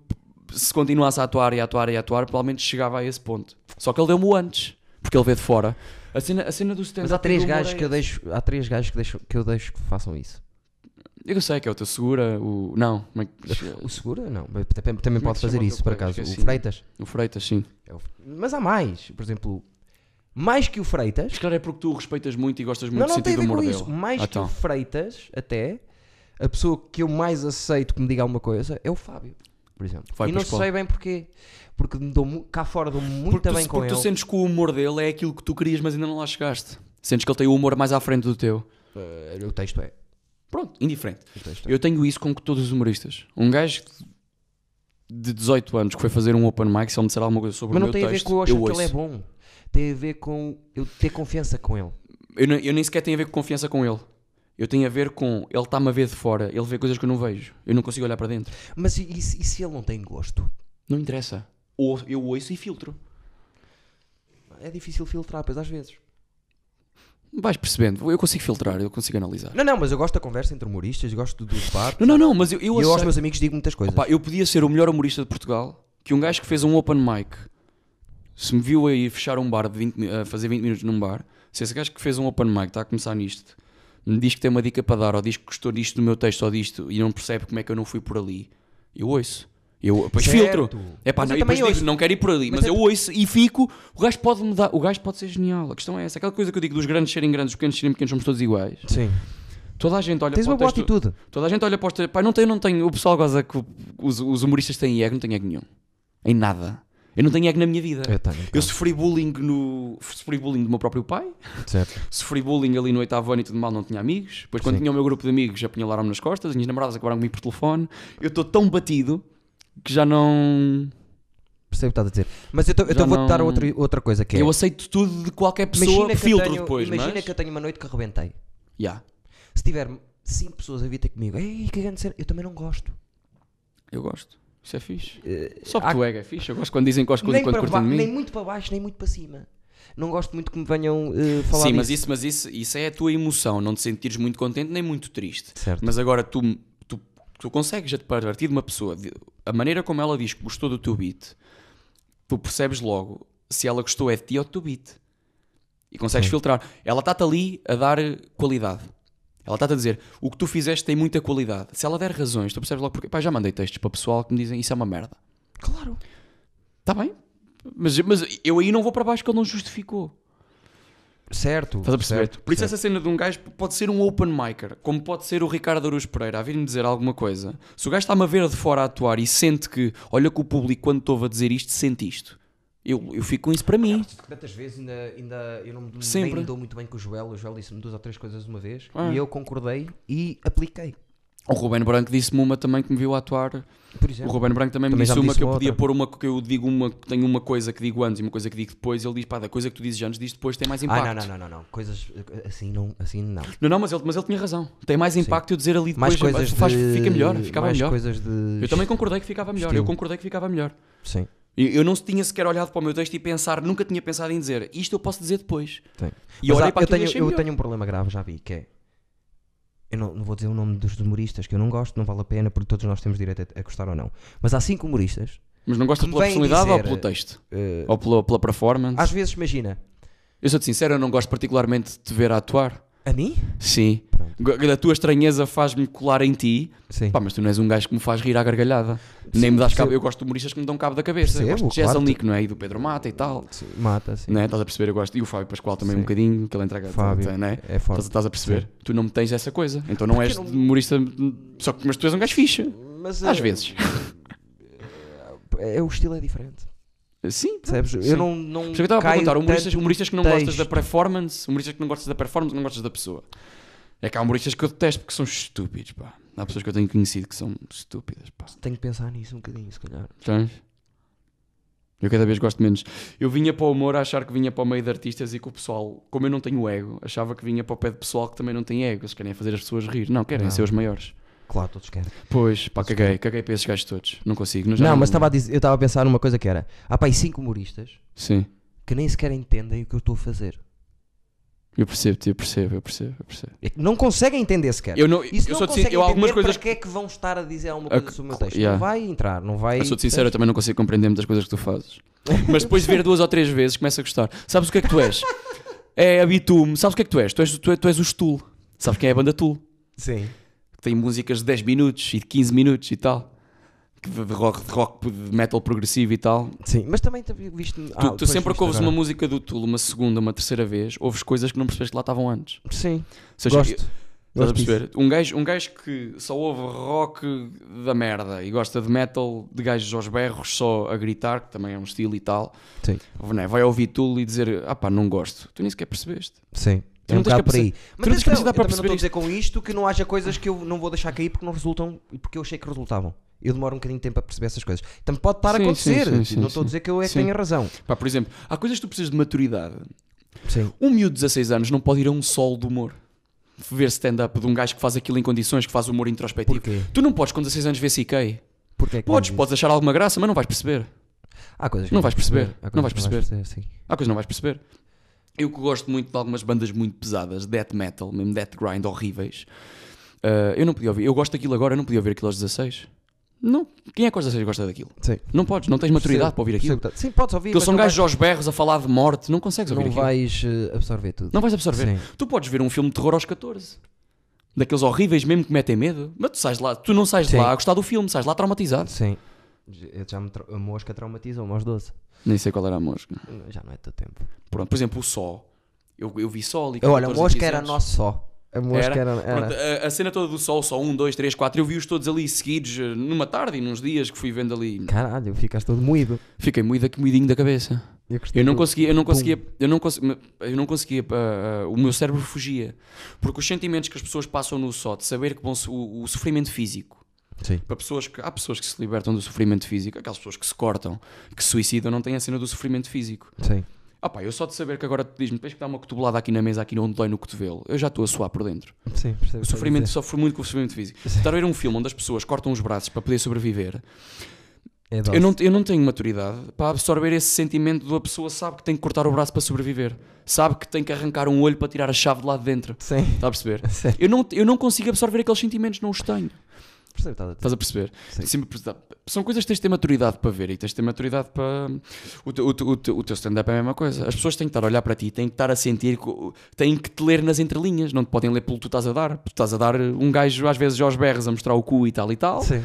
Speaker 2: se continuasse a atuar e a atuar e a atuar, provavelmente chegava a esse ponto. Só que ele deu-me o antes, porque ele vê de fora. A cena, a cena do
Speaker 3: Mas
Speaker 2: stand-up.
Speaker 3: há três
Speaker 2: e do humor
Speaker 3: gajos
Speaker 2: é-
Speaker 3: que eu deixo, há três gajos que, deixo, que eu deixo que façam isso.
Speaker 2: Eu sei que é o teu segura, o. Não, como é que-
Speaker 3: O Segura não, mas também, também
Speaker 2: Como é
Speaker 3: pode
Speaker 2: que
Speaker 3: fazer
Speaker 2: chama o
Speaker 3: isso
Speaker 2: teu
Speaker 3: por
Speaker 2: colega?
Speaker 3: acaso. O
Speaker 2: Esqueci-me.
Speaker 3: Freitas.
Speaker 2: o Freitas, sim.
Speaker 3: É o- Mas há mais, por exemplo, mais que o Freitas.
Speaker 2: Mas claro, é porque tu o respeitas muito e gostas muito
Speaker 3: Não,
Speaker 2: do
Speaker 3: não tem
Speaker 2: sentido
Speaker 3: a
Speaker 2: do
Speaker 3: ver
Speaker 2: humor
Speaker 3: com
Speaker 2: dele.
Speaker 3: isso. Mais
Speaker 2: Ah,
Speaker 3: que o
Speaker 2: então.
Speaker 3: Freitas, até, a pessoa que eu mais aceito que me diga alguma coisa é o Fábio, por exemplo.
Speaker 2: Vai
Speaker 3: e
Speaker 2: para
Speaker 3: não
Speaker 2: a escola.
Speaker 3: sei bem porquê. Porque me dou mu- cá fora dou muito
Speaker 2: Porque,
Speaker 3: bem
Speaker 2: tu,
Speaker 3: com
Speaker 2: porque
Speaker 3: ele.
Speaker 2: tu sentes que o humor dele é aquilo que tu querias, mas ainda não lá chegaste. Sentes que ele tem o humor mais à frente do teu.
Speaker 3: Eh, o texto é.
Speaker 2: Pronto, indiferente.
Speaker 3: O texto é.
Speaker 2: Eu tenho isso com todos os humoristas. Um gajo de 18 anos que foi fazer um open mic, se ele me disser alguma coisa sobre
Speaker 3: Mas
Speaker 2: o
Speaker 3: não
Speaker 2: meu
Speaker 3: tem a ver
Speaker 2: texto,
Speaker 3: com eu achar
Speaker 2: eu
Speaker 3: que
Speaker 2: ouço.
Speaker 3: ele é bom. Tem a ver com eu ter confiança com ele.
Speaker 2: Eu, nem- eu nem sequer tenho a ver com confiança com ele. Eu tenho a ver com ele está-me a ver de fora, ele vê coisas que eu não vejo. Eu não consigo olhar para dentro.
Speaker 3: Mas e, e se- e se ele não tem gosto?
Speaker 2: Não interessa. Ou eu ouço e filtro.
Speaker 3: É difícil filtrar, pois às vezes.
Speaker 2: Vais percebendo. Eu consigo filtrar, eu consigo analisar.
Speaker 3: Não, não, mas eu gosto da conversa entre humoristas, gosto do debate.
Speaker 2: Não, não, não, mas eu, eu,
Speaker 3: E eu aos
Speaker 2: aceito-
Speaker 3: meus amigos digo muitas coisas.
Speaker 2: Pá, eu podia ser o melhor humorista de Portugal que um gajo que fez um open mic se me viu aí fechar um bar de 20 mi- a fazer 20 minutos num bar se esse gajo que fez um open mic está a começar nisto me diz que tem uma dica para dar ou diz que gostou disto do meu texto ou disto e não percebe como é que eu não fui por ali eu ouço eu depois
Speaker 3: Certo.
Speaker 2: filtro é pá
Speaker 3: Mas
Speaker 2: não,
Speaker 3: eu
Speaker 2: e depois
Speaker 3: também
Speaker 2: digo,
Speaker 3: ouço.
Speaker 2: não quero ir por ali
Speaker 3: Mas
Speaker 2: mas,
Speaker 3: é-
Speaker 2: eu ouço e fico o gajo pode mudar o gajo pode ser genial a questão é essa aquela coisa que eu digo dos grandes serem grandes os pequenos serem pequenos somos todos iguais
Speaker 3: Sim.
Speaker 2: toda a gente olha
Speaker 3: Tens
Speaker 2: para
Speaker 3: uma
Speaker 2: o
Speaker 3: boa
Speaker 2: texto-
Speaker 3: atitude.
Speaker 2: Toda a gente olha para os textos. Pá, não tenho, não tenho. O pessoal goza que o- os, os humoristas têm ego, não tenho ego nenhum. Em nada. Eu não É, tenho ego na minha vida.
Speaker 3: tenho.
Speaker 2: Eu sofri bullying no. Sofri bullying do meu próprio pai,
Speaker 3: Certo.
Speaker 2: sofri bullying ali no oitavo ano e tudo mal, não tinha amigos. Depois, quando
Speaker 3: Sim.
Speaker 2: tinha o meu grupo de amigos, apunhalaram-me nas costas, as minhas namoradas acabaram comigo por telefone. Eu estou tão batido que já não.
Speaker 3: Percebo o que estás a dizer. Mas eu, tô- eu
Speaker 2: Já
Speaker 3: tô- vou-te dar
Speaker 2: não-
Speaker 3: outra, outra coisa que é.
Speaker 2: Eu aceito tudo de qualquer pessoa,
Speaker 3: que eu
Speaker 2: filtro
Speaker 3: tenho-
Speaker 2: depois,
Speaker 3: imagina
Speaker 2: mas.
Speaker 3: que eu tenho uma noite que arrebentei.
Speaker 2: Yeah,
Speaker 3: Se tiver cinco pessoas a vir ter comigo, ei, que grande cena, eu também não gosto.
Speaker 2: eu gosto. Isso é fixe. Só
Speaker 3: Eh, há-
Speaker 2: porque o ego é fixe. Eu gosto quando dizem que gosto quando,
Speaker 3: nem,
Speaker 2: quando
Speaker 3: para ba-
Speaker 2: curtem de mim.
Speaker 3: nem muito para baixo, nem muito para cima. Não gosto muito que me venham eh, falar
Speaker 2: Sim,
Speaker 3: disso.
Speaker 2: mas, isso, mas isso, isso é a tua emoção, não te sentires muito contente nem muito triste.
Speaker 3: Certo.
Speaker 2: Mas agora tu, tu, tu consegues a partir de uma pessoa, de- a maneira como ela diz que gostou do teu beat, tu percebes logo se ela gostou é de ti ou do teu beat. E consegues filtrar. Ela está-te ali a dar eh, qualidade. Ela está-te a dizer, o que tu fizeste tem muita qualidade. Se ela der razões, tu percebes logo porque. Pá, já mandei textos para o pessoal que me dizem isso é uma merda. Tá
Speaker 3: Claro.
Speaker 2: Está bem, mas, mas eu aí não vou para baixo que ele não justificou.
Speaker 3: Certo.
Speaker 2: Estás a perceber?
Speaker 3: certo,
Speaker 2: Por isso,
Speaker 3: certo.
Speaker 2: essa cena de um gajo pode ser um open micer, como pode ser o Ricardo Aruz Pereira, a vir-me dizer alguma coisa. Se o gajo está-me a ver de fora a atuar e sente que, olha que o público, quando estou a dizer isto, sente isto. Eu, eu fico com isso para mim.
Speaker 3: é Tantas vezes ainda, ainda eu não me, nem
Speaker 2: Sempre.
Speaker 3: me dou muito bem com o Joel. O Joel disse-me duas ou três coisas de uma vez
Speaker 2: Ah.
Speaker 3: e eu concordei e apliquei.
Speaker 2: O Ruben Branco disse-me uma também que me viu atuar.
Speaker 3: Por
Speaker 2: O
Speaker 3: exemplo,
Speaker 2: Ruben Branco também, me
Speaker 3: Também já
Speaker 2: disse
Speaker 3: me
Speaker 2: uma
Speaker 3: disse
Speaker 2: que eu
Speaker 3: uma
Speaker 2: podia
Speaker 3: outra.
Speaker 2: pôr uma que eu digo uma que tenho uma coisa que digo antes e uma coisa que digo depois. Ele diz, pá, da coisa que tu dizes antes, diz depois, tem mais impacto.
Speaker 3: ah, não, não, não, não, não. Coisas assim não, assim não.
Speaker 2: Não, não, mas ele, mas ele tinha razão. Tem mais impacto eu dizer ali depois.
Speaker 3: Mais coisas
Speaker 2: faz-
Speaker 3: de-
Speaker 2: Fica melhor, ficava
Speaker 3: mais
Speaker 2: melhor.
Speaker 3: coisas de
Speaker 2: Eu também concordei que ficava melhor. Eu
Speaker 3: Estilo.
Speaker 2: concordei que ficava melhor.
Speaker 3: Sim.
Speaker 2: Eu, eu não tinha sequer olhado para o meu texto e pensar, nunca tinha pensado em dizer isto eu posso dizer depois.
Speaker 3: Tem.
Speaker 2: E eu
Speaker 3: Mas
Speaker 2: olhei
Speaker 3: há-
Speaker 2: para
Speaker 3: eu,
Speaker 2: aquilo e
Speaker 3: tenho,
Speaker 2: achei
Speaker 3: eu
Speaker 2: melhor.
Speaker 3: tenho um problema grave, já vi, que é. Eu não, não vou dizer o nome dos humoristas que eu não gosto, não vale a pena, porque todos nós temos direito a, a gostar ou não. Mas há cinco humoristas.
Speaker 2: Mas não gostas
Speaker 3: que
Speaker 2: pela
Speaker 3: vem
Speaker 2: personalidade ou
Speaker 3: dizer,
Speaker 2: pelo texto?
Speaker 3: eh,
Speaker 2: Ou pela, pela performance?
Speaker 3: às vezes, imagina,
Speaker 2: Eu sou-te sincero, eu não gosto particularmente de te ver a atuar.
Speaker 3: a mim?
Speaker 2: Sim. G- A tua estranheza faz-me colar em ti.
Speaker 3: Sim.
Speaker 2: Pá, mas tu não és um gajo que me faz rir à gargalhada. Nem me das
Speaker 3: percebo.
Speaker 2: cabo. Eu gosto de humoristas que me dão cabo da cabeça. eu
Speaker 3: Percebo,
Speaker 2: gosto de Jason
Speaker 3: claro.
Speaker 2: Nick, não é? E do Pedro Mata e tal.
Speaker 3: Sim, Mata, sim.
Speaker 2: Não é? Estás a perceber? Eu gosto. E o Fábio Pascoal também um
Speaker 3: Sim.
Speaker 2: bocadinho, que ele entrega.
Speaker 3: Fábio,
Speaker 2: Não é?
Speaker 3: é forte.
Speaker 2: Estás, estás a perceber? Tu não me tens essa coisa. Então não és
Speaker 3: eu não-
Speaker 2: humorista. Só que, mas tu és um gajo fixe.
Speaker 3: Mas,
Speaker 2: Às
Speaker 3: eh,
Speaker 2: vezes.
Speaker 3: É, o estilo é diferente.
Speaker 2: Sim. pá.
Speaker 3: Percebes?
Speaker 2: Sim.
Speaker 3: Eu não. não
Speaker 2: Por isso é que eu estava a
Speaker 3: caio
Speaker 2: perguntar. Humoristas,
Speaker 3: tanto no
Speaker 2: humoristas que não gostas da
Speaker 3: texto.
Speaker 2: performance, humoristas que não gostas da performance, não gostas da pessoa. É que há humoristas que eu detesto porque são estúpidos, pá. Há pessoas que eu tenho conhecido que são estúpidas, pá.
Speaker 3: Tenho que pensar nisso um bocadinho, se calhar.
Speaker 2: Tens? Eu cada vez gosto menos. Eu vinha para o humor a achar que vinha para o meio de artistas e que o pessoal, como eu não tenho ego, achava que vinha para o pé de pessoal que também não tem ego. Eles querem fazer as pessoas rir. Não, querem
Speaker 3: Não.
Speaker 2: ser os maiores.
Speaker 3: Claro, todos querem.
Speaker 2: Pois, pá, caguei. Caguei para esses gajos todos. Não consigo. já
Speaker 3: Não, mas tá estava a dizer- eu estava a pensar numa coisa que era: há pá, aí cinco humoristas
Speaker 2: Sim.
Speaker 3: que nem sequer entendem o que eu estou a fazer.
Speaker 2: Eu percebo, eu percebo, eu percebo, eu percebo.
Speaker 3: É que Não conseguem entender sequer.
Speaker 2: Eu não,
Speaker 3: Isso
Speaker 2: eu
Speaker 3: não
Speaker 2: sou
Speaker 3: consegue
Speaker 2: eu algumas
Speaker 3: entender
Speaker 2: coisas
Speaker 3: para que é que vão estar a dizer alguma
Speaker 2: Ah,
Speaker 3: coisa sobre o meu texto.
Speaker 2: yeah.
Speaker 3: Não vai entrar, não vai...
Speaker 2: Eu sou sincero, eu também não consigo compreender muitas coisas que tu fazes. Mas depois de ver duas ou três vezes, começa a gostar. Sabes o que é que tu és? É habitume. Sabes o que é que tu és? Tu és, tu, tu és o Stool. Sabes quem é a banda Tool?
Speaker 3: Sim.
Speaker 2: Que tem músicas de 10 minutos e de 15 minutos e tal. Que De de rock, de rock, de metal progressivo e tal.
Speaker 3: Sim, mas também te- ah, viste...
Speaker 2: Tu, tu sempre que ouves
Speaker 3: é.
Speaker 2: uma música do Tool, uma segunda, uma terceira vez, ouves coisas que não percebes que lá estavam antes. Ou
Speaker 3: Sim,
Speaker 2: seja,
Speaker 3: gosto.
Speaker 2: Estás a
Speaker 3: Gosto disso.
Speaker 2: perceber? Um gajo, um gajo que só ouve rock da merda e gosta de metal, de gajos aos berros só a gritar, que também é um estilo e tal,
Speaker 3: Sim,
Speaker 2: não é? vai ouvir Tool e dizer ah pá, não gosto. Tu nem sequer percebeste.
Speaker 3: sim.
Speaker 2: Tu
Speaker 3: É um
Speaker 2: não tens
Speaker 3: bocado por aí.
Speaker 2: tu não tens
Speaker 3: atenção,
Speaker 2: capacidade
Speaker 3: eu
Speaker 2: para
Speaker 3: também não
Speaker 2: perceber
Speaker 3: estou a dizer com isto que não haja coisas que eu não vou deixar cair porque não resultam e porque eu achei que resultavam. Eu demoro um bocadinho de tempo a perceber essas coisas. Então pode estar
Speaker 2: Sim,
Speaker 3: a
Speaker 2: sim,
Speaker 3: acontecer.
Speaker 2: sim, sim,
Speaker 3: não estou a
Speaker 2: sim.
Speaker 3: dizer que eu é que
Speaker 2: Sim.
Speaker 3: tenho razão.
Speaker 2: Pá, por exemplo, há coisas que tu precisas de maturidade.
Speaker 3: Sim.
Speaker 2: Um miúdo de 16 anos não pode ir a um solo do humor. Ver stand-up de um gajo que faz aquilo em condições, que faz humor introspectivo.
Speaker 3: Porquê?
Speaker 2: Tu não podes com 16 anos ver CK.
Speaker 3: Porque é que
Speaker 2: Podes,
Speaker 3: não
Speaker 2: podes achar alguma graça, mas não vais perceber.
Speaker 3: diz? Há coisas que
Speaker 2: Não vais perceber,
Speaker 3: Há coisas
Speaker 2: não vais
Speaker 3: que
Speaker 2: perceber.
Speaker 3: sim.
Speaker 2: Há coisa que não vais perceber. Eu que gosto muito de algumas bandas muito pesadas, death metal, mesmo death grind, horríveis. ah, eu não podia ouvir. Eu gosto daquilo agora, eu não podia ouvir aquilo aos 16. Não. Quem é que aos 16 gosta daquilo?
Speaker 3: Sim.
Speaker 2: Não podes, não tens maturidade
Speaker 3: Percebo,
Speaker 2: para ouvir aquilo.
Speaker 3: percebo. tá. Sim, podes ouvir.
Speaker 2: Aquilo
Speaker 3: mas
Speaker 2: são
Speaker 3: não
Speaker 2: gajos aos berros a falar um de morte, não consegues
Speaker 3: vais-
Speaker 2: ouvir
Speaker 3: Não
Speaker 2: aquilo.
Speaker 3: vais eh, absorver tudo.
Speaker 2: Não vais absorver.
Speaker 3: Sim.
Speaker 2: Tu podes ver um filme de terror aos 14. Daqueles horríveis mesmo que metem medo. Mas tu sais lá, tu não sais de
Speaker 3: Sim.
Speaker 2: lá a gostar do filme, sais lá traumatizado.
Speaker 3: Sim. Eu já me tra- a mosca traumatizou-me aos 12.
Speaker 2: Nem sei qual era a mosca.
Speaker 3: Já não é teu tempo.
Speaker 2: Pronto, por exemplo, o Sol. Eu, eu vi Sol e com
Speaker 3: Olha, a
Speaker 2: 14,
Speaker 3: mosca
Speaker 2: 15
Speaker 3: era
Speaker 2: anos-
Speaker 3: nosso só. A mosca era. era,
Speaker 2: Pronto, a, a cena toda do sol, só um, dois, três, quatro, eu vi-os todos ali seguidos eh, numa tarde e nos dias que fui vendo ali.
Speaker 3: Caralho, ficas todo moído.
Speaker 2: Fiquei muito da- moidinho da cabeça.
Speaker 3: gostei
Speaker 2: Eu não
Speaker 3: do-
Speaker 2: conseguia, eu não conseguia, eu não conseguia, eu não conseguia, ah, ah, o meu cérebro fugia. Porque os sentimentos que as pessoas passam no só, de saber que vão so- o, o sofrimento físico,
Speaker 3: Sim.
Speaker 2: para pessoas que, há pessoas que se libertam do sofrimento físico, aquelas pessoas que se cortam, que se suicidam, não têm a cena do sofrimento físico.
Speaker 3: Sim.
Speaker 2: Ah pá, eu só de saber que agora tu diz-me, tens que dar uma cotovelada aqui na mesa, aqui onde dói no cotovelo, eu já estou a suar por dentro.
Speaker 3: Sim, percebo.
Speaker 2: O sofrimento sofre muito com o sofrimento físico. Estar a ver um filme onde as pessoas cortam os braços para poder sobreviver,
Speaker 3: É
Speaker 2: eu não, eu não tenho maturidade para absorver esse sentimento de uma pessoa sabe que tem que cortar o braço para sobreviver, sabe que tem que arrancar um olho para tirar a chave de lá de dentro.
Speaker 3: Sim.
Speaker 2: Está a perceber?
Speaker 3: Sim.
Speaker 2: Eu não, eu não consigo absorver aqueles sentimentos, não os tenho.
Speaker 3: Percebo, estás a dizer.
Speaker 2: Estás a perceber?
Speaker 3: Sim.
Speaker 2: Sempre precisa- são coisas que tens de ter maturidade para ver e tens de ter maturidade para. O, teu- o teu- o teu- o teu stand-up é a mesma coisa. As pessoas têm que estar a olhar para ti, têm que estar a sentir, co- têm que te ler nas entrelinhas, não te podem ler pelo que tu estás a dar. Tu estás a dar um gajo, às vezes, aos berros a mostrar o cu e tal e tal.
Speaker 3: Sim.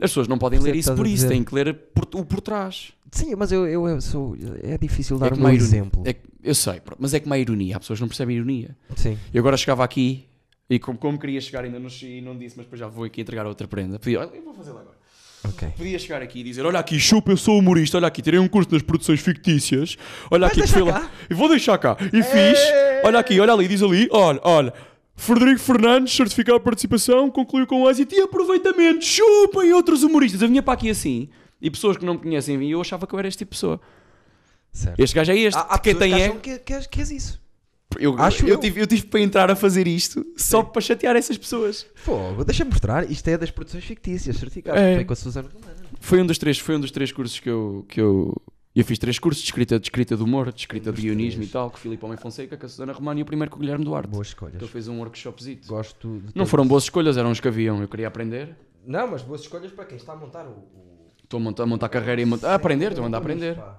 Speaker 2: As pessoas não podem
Speaker 3: Percebo
Speaker 2: ler
Speaker 3: o que
Speaker 2: isso
Speaker 3: estás
Speaker 2: por
Speaker 3: a
Speaker 2: isso,
Speaker 3: dizer.
Speaker 2: têm que ler por o por trás.
Speaker 3: Sim, mas eu, eu, eu sou. É difícil dar
Speaker 2: que
Speaker 3: um
Speaker 2: uma
Speaker 3: bom
Speaker 2: ironia-
Speaker 3: exemplo.
Speaker 2: é que- eu sei, pronto, mas é que uma ironia. Há pessoas que não percebem ironia.
Speaker 3: Sim.
Speaker 2: Eu agora chegava aqui e como, como queria chegar ainda não, che- e não disse, mas depois já vou aqui entregar outra prenda. Podia, olha, eu vou fazê-la agora.
Speaker 3: Ok.
Speaker 2: Podia chegar aqui e dizer, olha aqui, chupa, eu sou humorista, olha aqui, tirei um curso nas produções fictícias. Olha aqui,
Speaker 3: deixar
Speaker 2: fui lá- e vou deixar cá. E fiz, olha aqui, olha ali, diz ali, olha, olha. Frederico Fernandes, certificado de participação, concluiu com êxito e aproveitamento, chupa e outros humoristas. Eu vinha para aqui assim, e pessoas que não me conhecem, e eu achava que eu era este tipo de pessoa.
Speaker 3: Certo.
Speaker 2: Este gajo é este,
Speaker 3: Há, há
Speaker 2: quem
Speaker 3: pessoas
Speaker 2: tem
Speaker 3: que
Speaker 2: é...
Speaker 3: acham que, que, és- que és isso.
Speaker 2: Eu,
Speaker 3: Acho
Speaker 2: eu,
Speaker 3: eu.
Speaker 2: Tive, eu tive para entrar a fazer isto só para chatear essas pessoas.
Speaker 3: Fogo, deixa-me mostrar. Isto é das produções fictícias, certificado.
Speaker 2: É.
Speaker 3: Foi com a Susana Romana.
Speaker 2: Foi um dos três, foi um dos três cursos que eu, que eu. Eu fiz três cursos de escrita, de escrita do humor, de escrita de guionismo e tal, com o Filipe Homem Fonseca, com a Susana Romano e o primeiro com o Guilherme Duarte.
Speaker 3: Boas escolhas.
Speaker 2: Ele fez um workshopzito.
Speaker 3: Então, Gosto de
Speaker 2: Não
Speaker 3: todos.
Speaker 2: foram boas escolhas, eram os que haviam. Eu queria aprender.
Speaker 3: Não, mas boas escolhas para quem está a montar o. o...
Speaker 2: Estou a montar, a montar carreira e a montar. A aprender, estou a andar a aprender.
Speaker 3: Pá.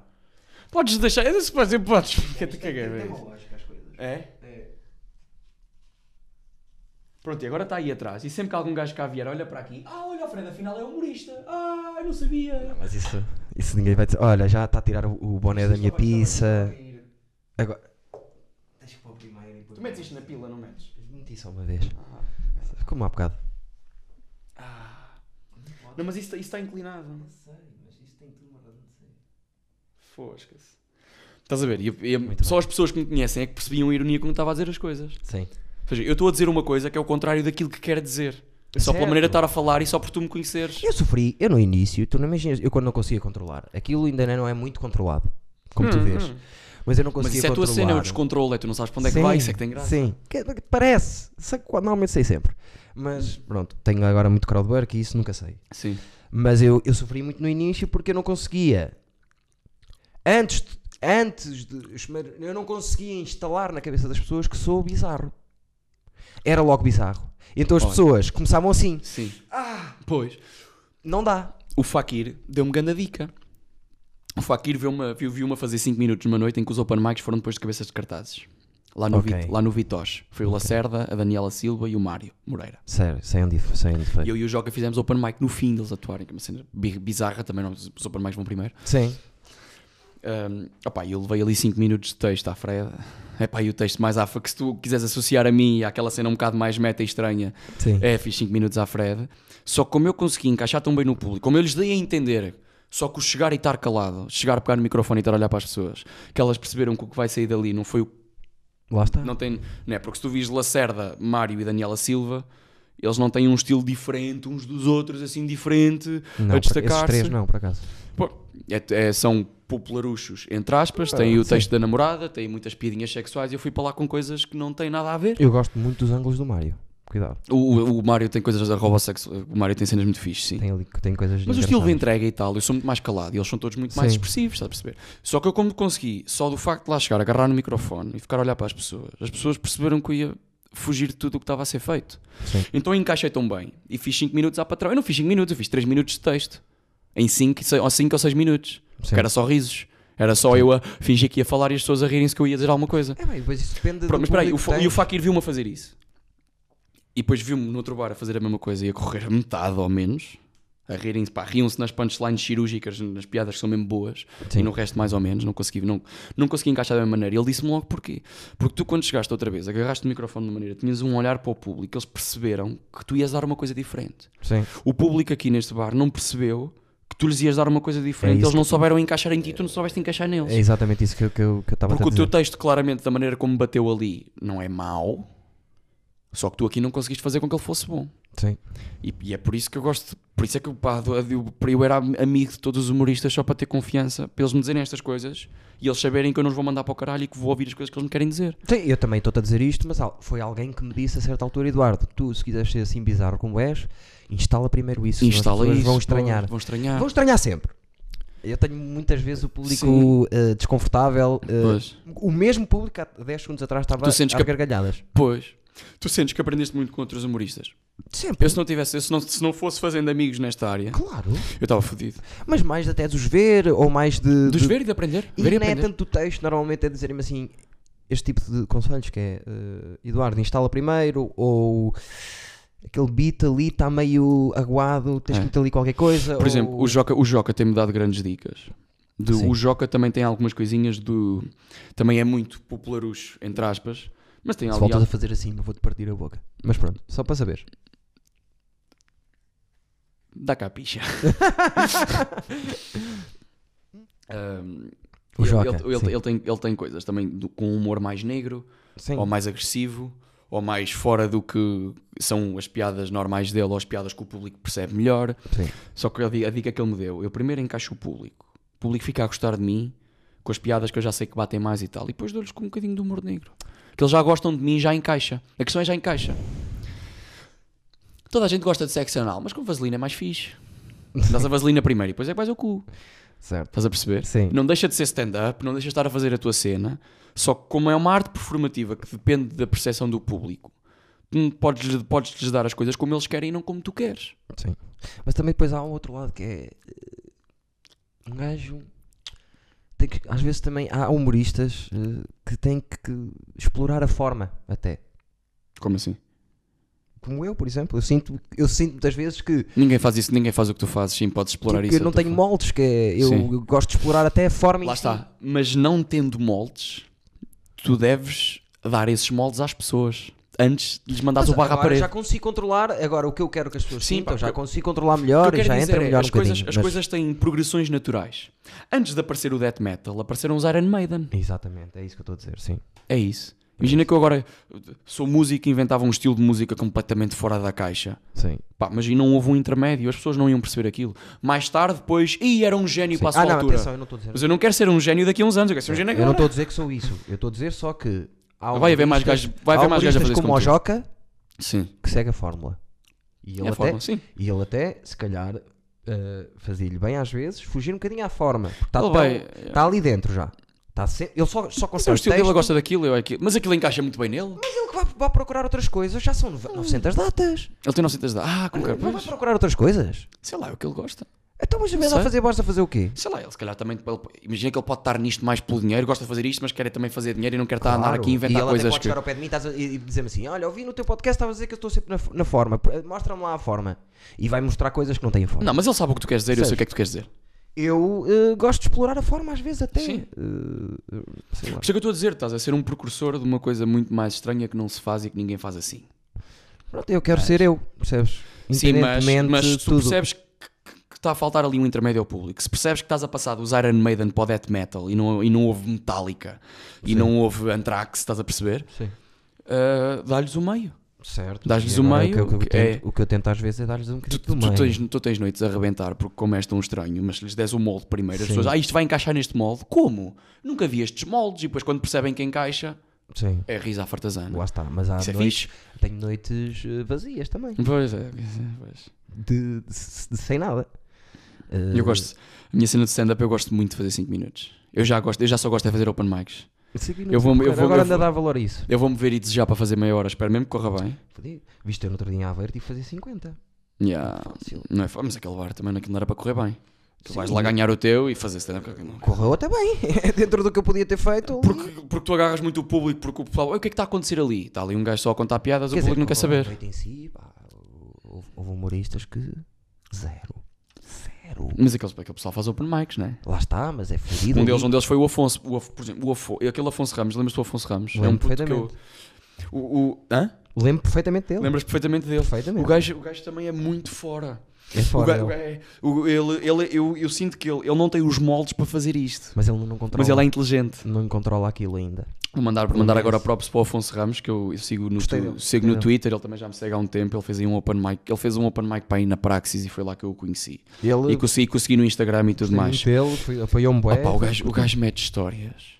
Speaker 2: Podes deixar. Eu disse, podes. podes. Que é, te caguei,
Speaker 3: Tem
Speaker 2: velho.
Speaker 3: uma lógica as coisas.
Speaker 2: É?
Speaker 3: É.
Speaker 2: Pronto, e agora está aí atrás. E sempre que algum gajo cá vier, olha para aqui. Ah, olha, o Fred, afinal é humorista. Ah, eu não sabia.
Speaker 3: Mas isso, isso ninguém vai dizer. Olha, já está a tirar o, o boné da minha pizza. Agora. Deixa que pôr primeiro e depois.
Speaker 2: Tu metes isto na pila, não metes?
Speaker 3: Meti só uma vez. Como há bocado.
Speaker 2: Ah. Não, mas isso está inclinado. Não sei, mas isso tem tudo uma razão de ser. Fosca-se. Estás a ver? E eu- e eu-
Speaker 3: Muito
Speaker 2: só as pessoas que me conhecem é que percebiam a ironia quando estava a dizer as coisas.
Speaker 3: Sim.
Speaker 2: Ou seja, eu estou a dizer uma coisa que é o contrário daquilo que quero dizer. É Só pela
Speaker 3: Certo.
Speaker 2: maneira de estar a falar e só por tu me conheceres.
Speaker 3: Eu sofri, eu no início, tu não imaginas, eu quando não conseguia controlar. Aquilo ainda não é muito controlado, como tu
Speaker 2: Hum,
Speaker 3: vês.
Speaker 2: hum.
Speaker 3: Mas eu não
Speaker 2: Mas
Speaker 3: conseguia
Speaker 2: isso é a tua
Speaker 3: controlar.
Speaker 2: cena, é o descontrole. é Tu não sabes para onde é que vai, isso é que tem graça.
Speaker 3: Sim, Que- que parece. Sei, que normalmente sei sempre. Mas pronto, tenho agora muito crowdwork e isso nunca sei.
Speaker 2: Sim.
Speaker 3: Mas eu, eu sofri muito no início porque eu não conseguia. Antes de, antes de. os primeiros- Eu não conseguia instalar na cabeça das pessoas que sou bizarro. Era logo bizarro. Então as
Speaker 2: Olha.
Speaker 3: pessoas começavam assim:
Speaker 2: Sim. Ah! Pois.
Speaker 3: não dá.
Speaker 2: o Fakir deu-me grande dica. O Fakir viu-me viu, viu fazer 5 minutos numa noite em que os open mics foram depois de cabeças de cartazes. Lá no,
Speaker 3: Ok.
Speaker 2: Vit- lá no Vitoche. Foi o Lacerda, a Daniela Silva e o Mário Moreira.
Speaker 3: Sério, sem onde, sem um onde foi.
Speaker 2: E eu e o Joca fizemos open mic no fim deles atuarem, que é uma cena bi- bizarra também, não, os open mics vão primeiro.
Speaker 3: Sim.
Speaker 2: Um, opá, eu levei ali 5 minutos de texto à Fred. Epá, e o texto mais afa que se tu quiseres associar a mim e àquela cena um bocado mais meta e estranha,
Speaker 3: Sim.
Speaker 2: é, fiz 5 minutos à Fred. Só que como eu consegui encaixar tão bem no público, como eu lhes dei a entender, só que o chegar e estar calado, chegar a pegar no microfone e estar a olhar para as pessoas, que elas perceberam que o que vai sair dali não foi o.
Speaker 3: Lá está.
Speaker 2: Não tem. Não é? Porque se tu vis Lacerda, Mário e Daniela Silva, eles não têm um estilo diferente uns dos outros, assim diferente,
Speaker 3: Não,
Speaker 2: a
Speaker 3: por- esses três
Speaker 2: destacar-se.
Speaker 3: não, por acaso.
Speaker 2: Pô, é- é- são popularuchos, entre aspas, têm o texto da namorada, têm muitas piadinhas sexuais e eu fui para lá com coisas que não têm nada a ver.
Speaker 3: Eu gosto muito dos ângulos do Mário. Cuidado.
Speaker 2: O, o, o Mário tem coisas da robossexual, o Mário tem cenas muito fixe, sim.
Speaker 3: Tem, ali, tem coisas.
Speaker 2: Mas o estilo de
Speaker 3: engraçadas.
Speaker 2: entrega e tal, eu sou muito mais calado e eles são todos muito mais
Speaker 3: Sim.
Speaker 2: expressivos, estás a perceber? Só que eu, como consegui, só do facto de lá chegar, agarrar no microfone e ficar a olhar para as pessoas, as pessoas perceberam que eu ia fugir de tudo o que estava a ser feito.
Speaker 3: Sim.
Speaker 2: Então eu encaixei tão bem e fiz 5 minutos à patrão. Eu não fiz 5 minutos, eu fiz 3 minutos de texto em 5 ou 6 minutos,
Speaker 3: Sim.
Speaker 2: que era só risos. Era só eu a fingir que ia falar e as pessoas a rirem-se que eu ia dizer alguma coisa.
Speaker 3: É bem, depois isso depende
Speaker 2: Pronto,
Speaker 3: do
Speaker 2: mas espera aí, o,
Speaker 3: público
Speaker 2: Fa-
Speaker 3: que
Speaker 2: e o
Speaker 3: tens.
Speaker 2: Fakir viu-me a fazer isso. E depois viu-me no outro bar a fazer a mesma coisa e a correr a metade ou menos. A rirem-se, pá, riam-se nas punchlines cirúrgicas, nas piadas que são mesmo boas.
Speaker 3: Sim.
Speaker 2: E no resto, mais ou menos, não consegui, não, não consegui encaixar da mesma maneira. E ele disse-me logo porquê. Porque tu, quando chegaste outra vez, agarraste o microfone de uma maneira, tinhas um olhar para o público, eles perceberam que tu ias dar uma coisa diferente.
Speaker 3: Sim.
Speaker 2: O público aqui neste bar não percebeu que tu lhes ias dar uma coisa
Speaker 3: É
Speaker 2: diferente.
Speaker 3: isso
Speaker 2: eles não souberam encaixar em ti, tu não soubeste encaixar neles.
Speaker 3: É exatamente isso que eu que eu- que eu estava a
Speaker 2: Porque o
Speaker 3: dizer.
Speaker 2: teu texto, claramente, da maneira como bateu ali, não é mau. Só que tu aqui não conseguiste fazer com que ele fosse bom.
Speaker 3: Sim.
Speaker 2: E, e é por isso que eu gosto. Por isso é que eu, pá, do- eu, para eu era am- amigo de todos os humoristas só para ter confiança, para eles me dizerem estas coisas e eles saberem que eu não os vou mandar para o caralho e que vou ouvir as coisas que eles me querem dizer.
Speaker 3: Sim, eu também estou-te a dizer isto, mas al- foi alguém que me disse a certa altura, Eduardo, tu se quiseres ser assim bizarro como és, instala primeiro isso, senão as
Speaker 2: Instala
Speaker 3: pessoas
Speaker 2: isso.
Speaker 3: vão
Speaker 2: pô,
Speaker 3: estranhar.
Speaker 2: Vão estranhar.
Speaker 3: Vão estranhar sempre. Eu tenho muitas vezes o
Speaker 2: Sim.
Speaker 3: público eh, desconfortável, eh,
Speaker 2: Pois.
Speaker 3: o mesmo público há 10 segundos atrás estava
Speaker 2: Tu sentes
Speaker 3: às
Speaker 2: que- é-
Speaker 3: gargalhadas.
Speaker 2: Pois. Tu sentes que aprendeste muito com outros humoristas.
Speaker 3: Sempre,
Speaker 2: Eu se não tivesse, eu, se não, se não fosse fazendo amigos nesta área,
Speaker 3: claro.
Speaker 2: eu estava fodido.
Speaker 3: Mas mais até dos ver, ou mais de...
Speaker 2: Dos
Speaker 3: de-
Speaker 2: ver e de aprender.
Speaker 3: E
Speaker 2: ver e
Speaker 3: não é
Speaker 2: aprender.
Speaker 3: tanto o texto, normalmente é dizerem-me assim, este tipo de conselhos que é, eh, Eduardo, instala primeiro, ou Aquele beat ali está meio aguado, tens que
Speaker 2: É.
Speaker 3: meter ali qualquer coisa.
Speaker 2: Por exemplo, o Joca, o Joca tem-me dado grandes dicas. De-
Speaker 3: Sim.
Speaker 2: o Joca também tem algumas coisinhas do. Também é muito popularucho, entre aspas. Mas tem
Speaker 3: Se
Speaker 2: ali.
Speaker 3: voltas
Speaker 2: al-
Speaker 3: a fazer assim, não vou-te partir a boca. Mas pronto, só para saber.
Speaker 2: Dá cá a picha. Ahm,
Speaker 3: O
Speaker 2: ele-
Speaker 3: Joca.
Speaker 2: ele, ele-
Speaker 3: sim.
Speaker 2: ele tem, ele tem coisas também do- com um humor mais negro,
Speaker 3: Sim.
Speaker 2: ou mais agressivo, ou mais fora do que são as piadas normais dele, ou as piadas que o público percebe melhor.
Speaker 3: Sim.
Speaker 2: Só que a di- a dica que ele me deu, eu primeiro encaixo o público. O público fica a gostar de mim, com as piadas que eu já sei que batem mais e tal, e depois dou-lhes com um bocadinho de humor negro. Que eles já gostam de mim, já encaixa. A questão é já encaixa. Toda a gente gosta de sexo anal, mas com vaselina é mais fixe. Dás a vaselina primeiro e depois é que vais ao cu.
Speaker 3: Certo.
Speaker 2: Estás a perceber?
Speaker 3: Sim.
Speaker 2: Não deixa de ser stand-up, não deixa de estar a fazer a tua cena. Só que como é uma arte performativa que depende da percepção do público, tu podes, podes-lhes dar as coisas como eles querem e não como tu queres.
Speaker 3: Sim. Mas também depois há um outro lado que é. eh, Um gajo. Tem que, às vezes também há humoristas eh, que têm que que explorar a forma, até.
Speaker 2: Como assim?
Speaker 3: Como eu, por exemplo. Eu sinto, eu sinto muitas vezes que, tipo,
Speaker 2: Ninguém faz isso, ninguém faz o que tu fazes, sim, podes explorar
Speaker 3: que
Speaker 2: isso.
Speaker 3: eu não
Speaker 2: da tua
Speaker 3: tenho
Speaker 2: forma.
Speaker 3: moldes, que é, eu
Speaker 2: Sim.
Speaker 3: gosto de explorar até a forma em
Speaker 2: Lá
Speaker 3: si.
Speaker 2: está. Mas não tendo moldes, tu deves dar esses moldes às pessoas antes de lhes mandares
Speaker 3: Mas
Speaker 2: o barro à
Speaker 3: agora
Speaker 2: parede.
Speaker 3: já consigo controlar, agora o que eu quero que as pessoas
Speaker 2: Sim,
Speaker 3: sintam,
Speaker 2: pá,
Speaker 3: já
Speaker 2: eu-
Speaker 3: consigo controlar melhor
Speaker 2: que eu
Speaker 3: e já
Speaker 2: quero
Speaker 3: entra
Speaker 2: dizer é,
Speaker 3: melhor
Speaker 2: as
Speaker 3: um
Speaker 2: coisas,
Speaker 3: bocadinho,
Speaker 2: as
Speaker 3: mas-
Speaker 2: coisas têm progressões naturais. Antes de aparecer o death metal, apareceram os Iron Maiden.
Speaker 3: Exatamente, é isso que eu estou a dizer, sim.
Speaker 2: É isso. Imagina que eu agora sou músico e inventava um estilo de música completamente fora da caixa.
Speaker 3: sim.
Speaker 2: Pá, mas e não houve um intermédio, as pessoas não iam perceber aquilo. Mais tarde, depois, e era um gênio para a sua
Speaker 3: Ah, não,
Speaker 2: altura.
Speaker 3: atenção, eu não estou a dizer.
Speaker 2: Mas eu não quero ser um gênio daqui a uns anos, eu quero ser um gênio
Speaker 3: Eu não
Speaker 2: agora.
Speaker 3: estou a dizer que sou isso. Eu estou a dizer só que há
Speaker 2: Vai haver mais
Speaker 3: humoristas-
Speaker 2: gajos- vai haver
Speaker 3: há
Speaker 2: mais gajos a
Speaker 3: humoristas
Speaker 2: fazer isso
Speaker 3: como o
Speaker 2: como
Speaker 3: Joca
Speaker 2: Sim,
Speaker 3: que segue a fórmula. E
Speaker 2: é
Speaker 3: ele,
Speaker 2: a
Speaker 3: até,
Speaker 2: forma, sim.
Speaker 3: e ele até, se calhar, eh, fazia-lhe bem às vezes, fugir um bocadinho à forma. Porque está
Speaker 2: Ele
Speaker 3: tão-
Speaker 2: vai-
Speaker 3: está ali dentro já. Está se- Ele só, só
Speaker 2: Mas é o
Speaker 3: consegue.
Speaker 2: estilo dele, ele
Speaker 3: texto,
Speaker 2: gosta daquilo, eu aquilo. Mas aquilo encaixa muito bem nele.
Speaker 3: Mas ele que vai, vai procurar outras coisas, já são nove- 900
Speaker 2: Hum.
Speaker 3: datas.
Speaker 2: Ele tem noção de Ah, com
Speaker 3: Não vai
Speaker 2: capaz.
Speaker 3: procurar outras coisas.
Speaker 2: Sei lá, é o que ele gosta.
Speaker 3: Então, mas vais a
Speaker 2: sei.
Speaker 3: fazer, vais a fazer o quê?
Speaker 2: Sei lá, ele se calhar também. ele- imagina que ele pode estar nisto mais pelo dinheiro, gosta de fazer isto, mas quer é também fazer dinheiro e não quer estar Tá a andar
Speaker 3: Claro.
Speaker 2: aqui a
Speaker 3: e
Speaker 2: inventar
Speaker 3: ele até
Speaker 2: coisas
Speaker 3: pode
Speaker 2: que.
Speaker 3: chegar ao pé de mim estás a- e e dizer-me assim: Olha, eu vi no teu podcast, estavas a dizer que eu estou sempre na, f- na forma. P- Mostra-me lá a forma. E vai mostrar coisas que não têm forma.
Speaker 2: Não, mas ele sabe o que tu queres dizer, eu sei
Speaker 3: Sabes?
Speaker 2: o que é que tu queres dizer.
Speaker 3: Eu eh, gosto de explorar a forma, às vezes até.
Speaker 2: Sim.
Speaker 3: Eh, eh, sei lá.
Speaker 2: Por isso é que eu estou a dizer, estás a ser um precursor de uma coisa muito mais estranha que não se faz e que ninguém faz assim.
Speaker 3: Pronto, eu quero ser eu, percebes?
Speaker 2: Sim, mas,
Speaker 3: Independentemente
Speaker 2: mas
Speaker 3: de
Speaker 2: tu
Speaker 3: tudo.
Speaker 2: percebes que que está a faltar ali um intermédio ao público. Se percebes que estás a passar dos Iron Maiden para o Death Metal e não, e não houve Metallica e não houve Anthrax, estás a perceber?
Speaker 3: Sim.
Speaker 2: Ah, Dá-lhes o meio.
Speaker 3: Certo.
Speaker 2: Dás-lhes
Speaker 3: E
Speaker 2: o
Speaker 3: agora
Speaker 2: meio,
Speaker 3: O que, o que eu
Speaker 2: que é-
Speaker 3: tento, o que eu tento às vezes é dar-lhes um
Speaker 2: Tu,
Speaker 3: bocadinho
Speaker 2: tu,
Speaker 3: do meio.
Speaker 2: tens, tu tens noites a arrebentar porque como és tão estranho, mas se lhes des o molde primeiro, as
Speaker 3: Sim.
Speaker 2: pessoas, ah, isto vai encaixar neste molde? Como? Nunca vi estes moldes e depois quando percebem que encaixa,
Speaker 3: Sim.
Speaker 2: é risa à fartazana.
Speaker 3: Lá está. Mas há
Speaker 2: Isso é
Speaker 3: noites,
Speaker 2: fixe.
Speaker 3: tenho noites eh, vazias também.
Speaker 2: Pois é, pois.
Speaker 3: De, de- de- sem nada. Eh,
Speaker 2: Eu gosto, a minha cena de stand-up eu gosto muito de fazer 5 minutos. Eu já, gosto, eu já só gosto é de fazer open mics.
Speaker 3: Isso aqui não
Speaker 2: Eu
Speaker 3: sei
Speaker 2: vou-
Speaker 3: porquê.
Speaker 2: eu vou-
Speaker 3: agora
Speaker 2: eu
Speaker 3: anda a
Speaker 2: vou-
Speaker 3: dar valor a isso.
Speaker 2: Eu vou-me ver e desejar para fazer meia hora, espero mesmo que corra bem.
Speaker 3: Podia. Viste eu no outro dia em Aveiro e fazer 50.
Speaker 2: Yeah.
Speaker 3: Fácil.
Speaker 2: Não é, fácil, mas aquele bar também naquilo não era para correr bem. Tu
Speaker 3: Sim.
Speaker 2: vais lá ganhar o teu e fazer stand-up. Não.
Speaker 3: Correu até bem. É dentro do que eu podia ter feito.
Speaker 2: Porque, porque tu agarras muito o público, porque o pessoal, "Oi, o que é que está a acontecer ali? Está ali um gajo só a contar piadas, o público não quer
Speaker 3: correu a
Speaker 2: saber.
Speaker 3: noite em si, pá, houve, houve humoristas que. Zero. Zero.
Speaker 2: Mas aquele, aquele pessoal faz open mics, não é?
Speaker 3: Lá está, mas é fodido.
Speaker 2: Um
Speaker 3: ali.
Speaker 2: deles, um deles foi o Afonso, o Af- por exemplo, o Afo, aquele Afonso Ramos, lembras-te do Afonso Ramos? É um
Speaker 3: Lembro
Speaker 2: que eu.
Speaker 3: perfeitamente.
Speaker 2: O, o, hã?
Speaker 3: Lembro perfeitamente dele.
Speaker 2: Lembras perfeitamente dele?
Speaker 3: Perfeitamente.
Speaker 2: O gajo, o gajo também é muito fora.
Speaker 3: É
Speaker 2: O
Speaker 3: fora
Speaker 2: ga-
Speaker 3: dele.
Speaker 2: o ga- é- o- ele, ele, eu, eu sinto que ele, ele não tem os moldes para fazer isto.
Speaker 3: Mas ele não controla.
Speaker 2: Mas ele é inteligente.
Speaker 3: Não controla aquilo ainda.
Speaker 2: Vou mandar, vou mandar agora props para o Afonso Ramos, que eu, eu sigo, no,
Speaker 3: Gostei
Speaker 2: tu-
Speaker 3: dele,
Speaker 2: sigo
Speaker 3: gostei
Speaker 2: no
Speaker 3: dele.
Speaker 2: Twitter, ele também já me segue há um tempo. Ele fez aí um open mic. Ele fez um open mic para ir na Praxis e foi lá que eu o conheci.
Speaker 3: Ele
Speaker 2: E consegui, consegui no Instagram e tudo mais.
Speaker 3: Ele foi- apoiou-me bué.
Speaker 2: Opa, o, gajo, o gajo mete histórias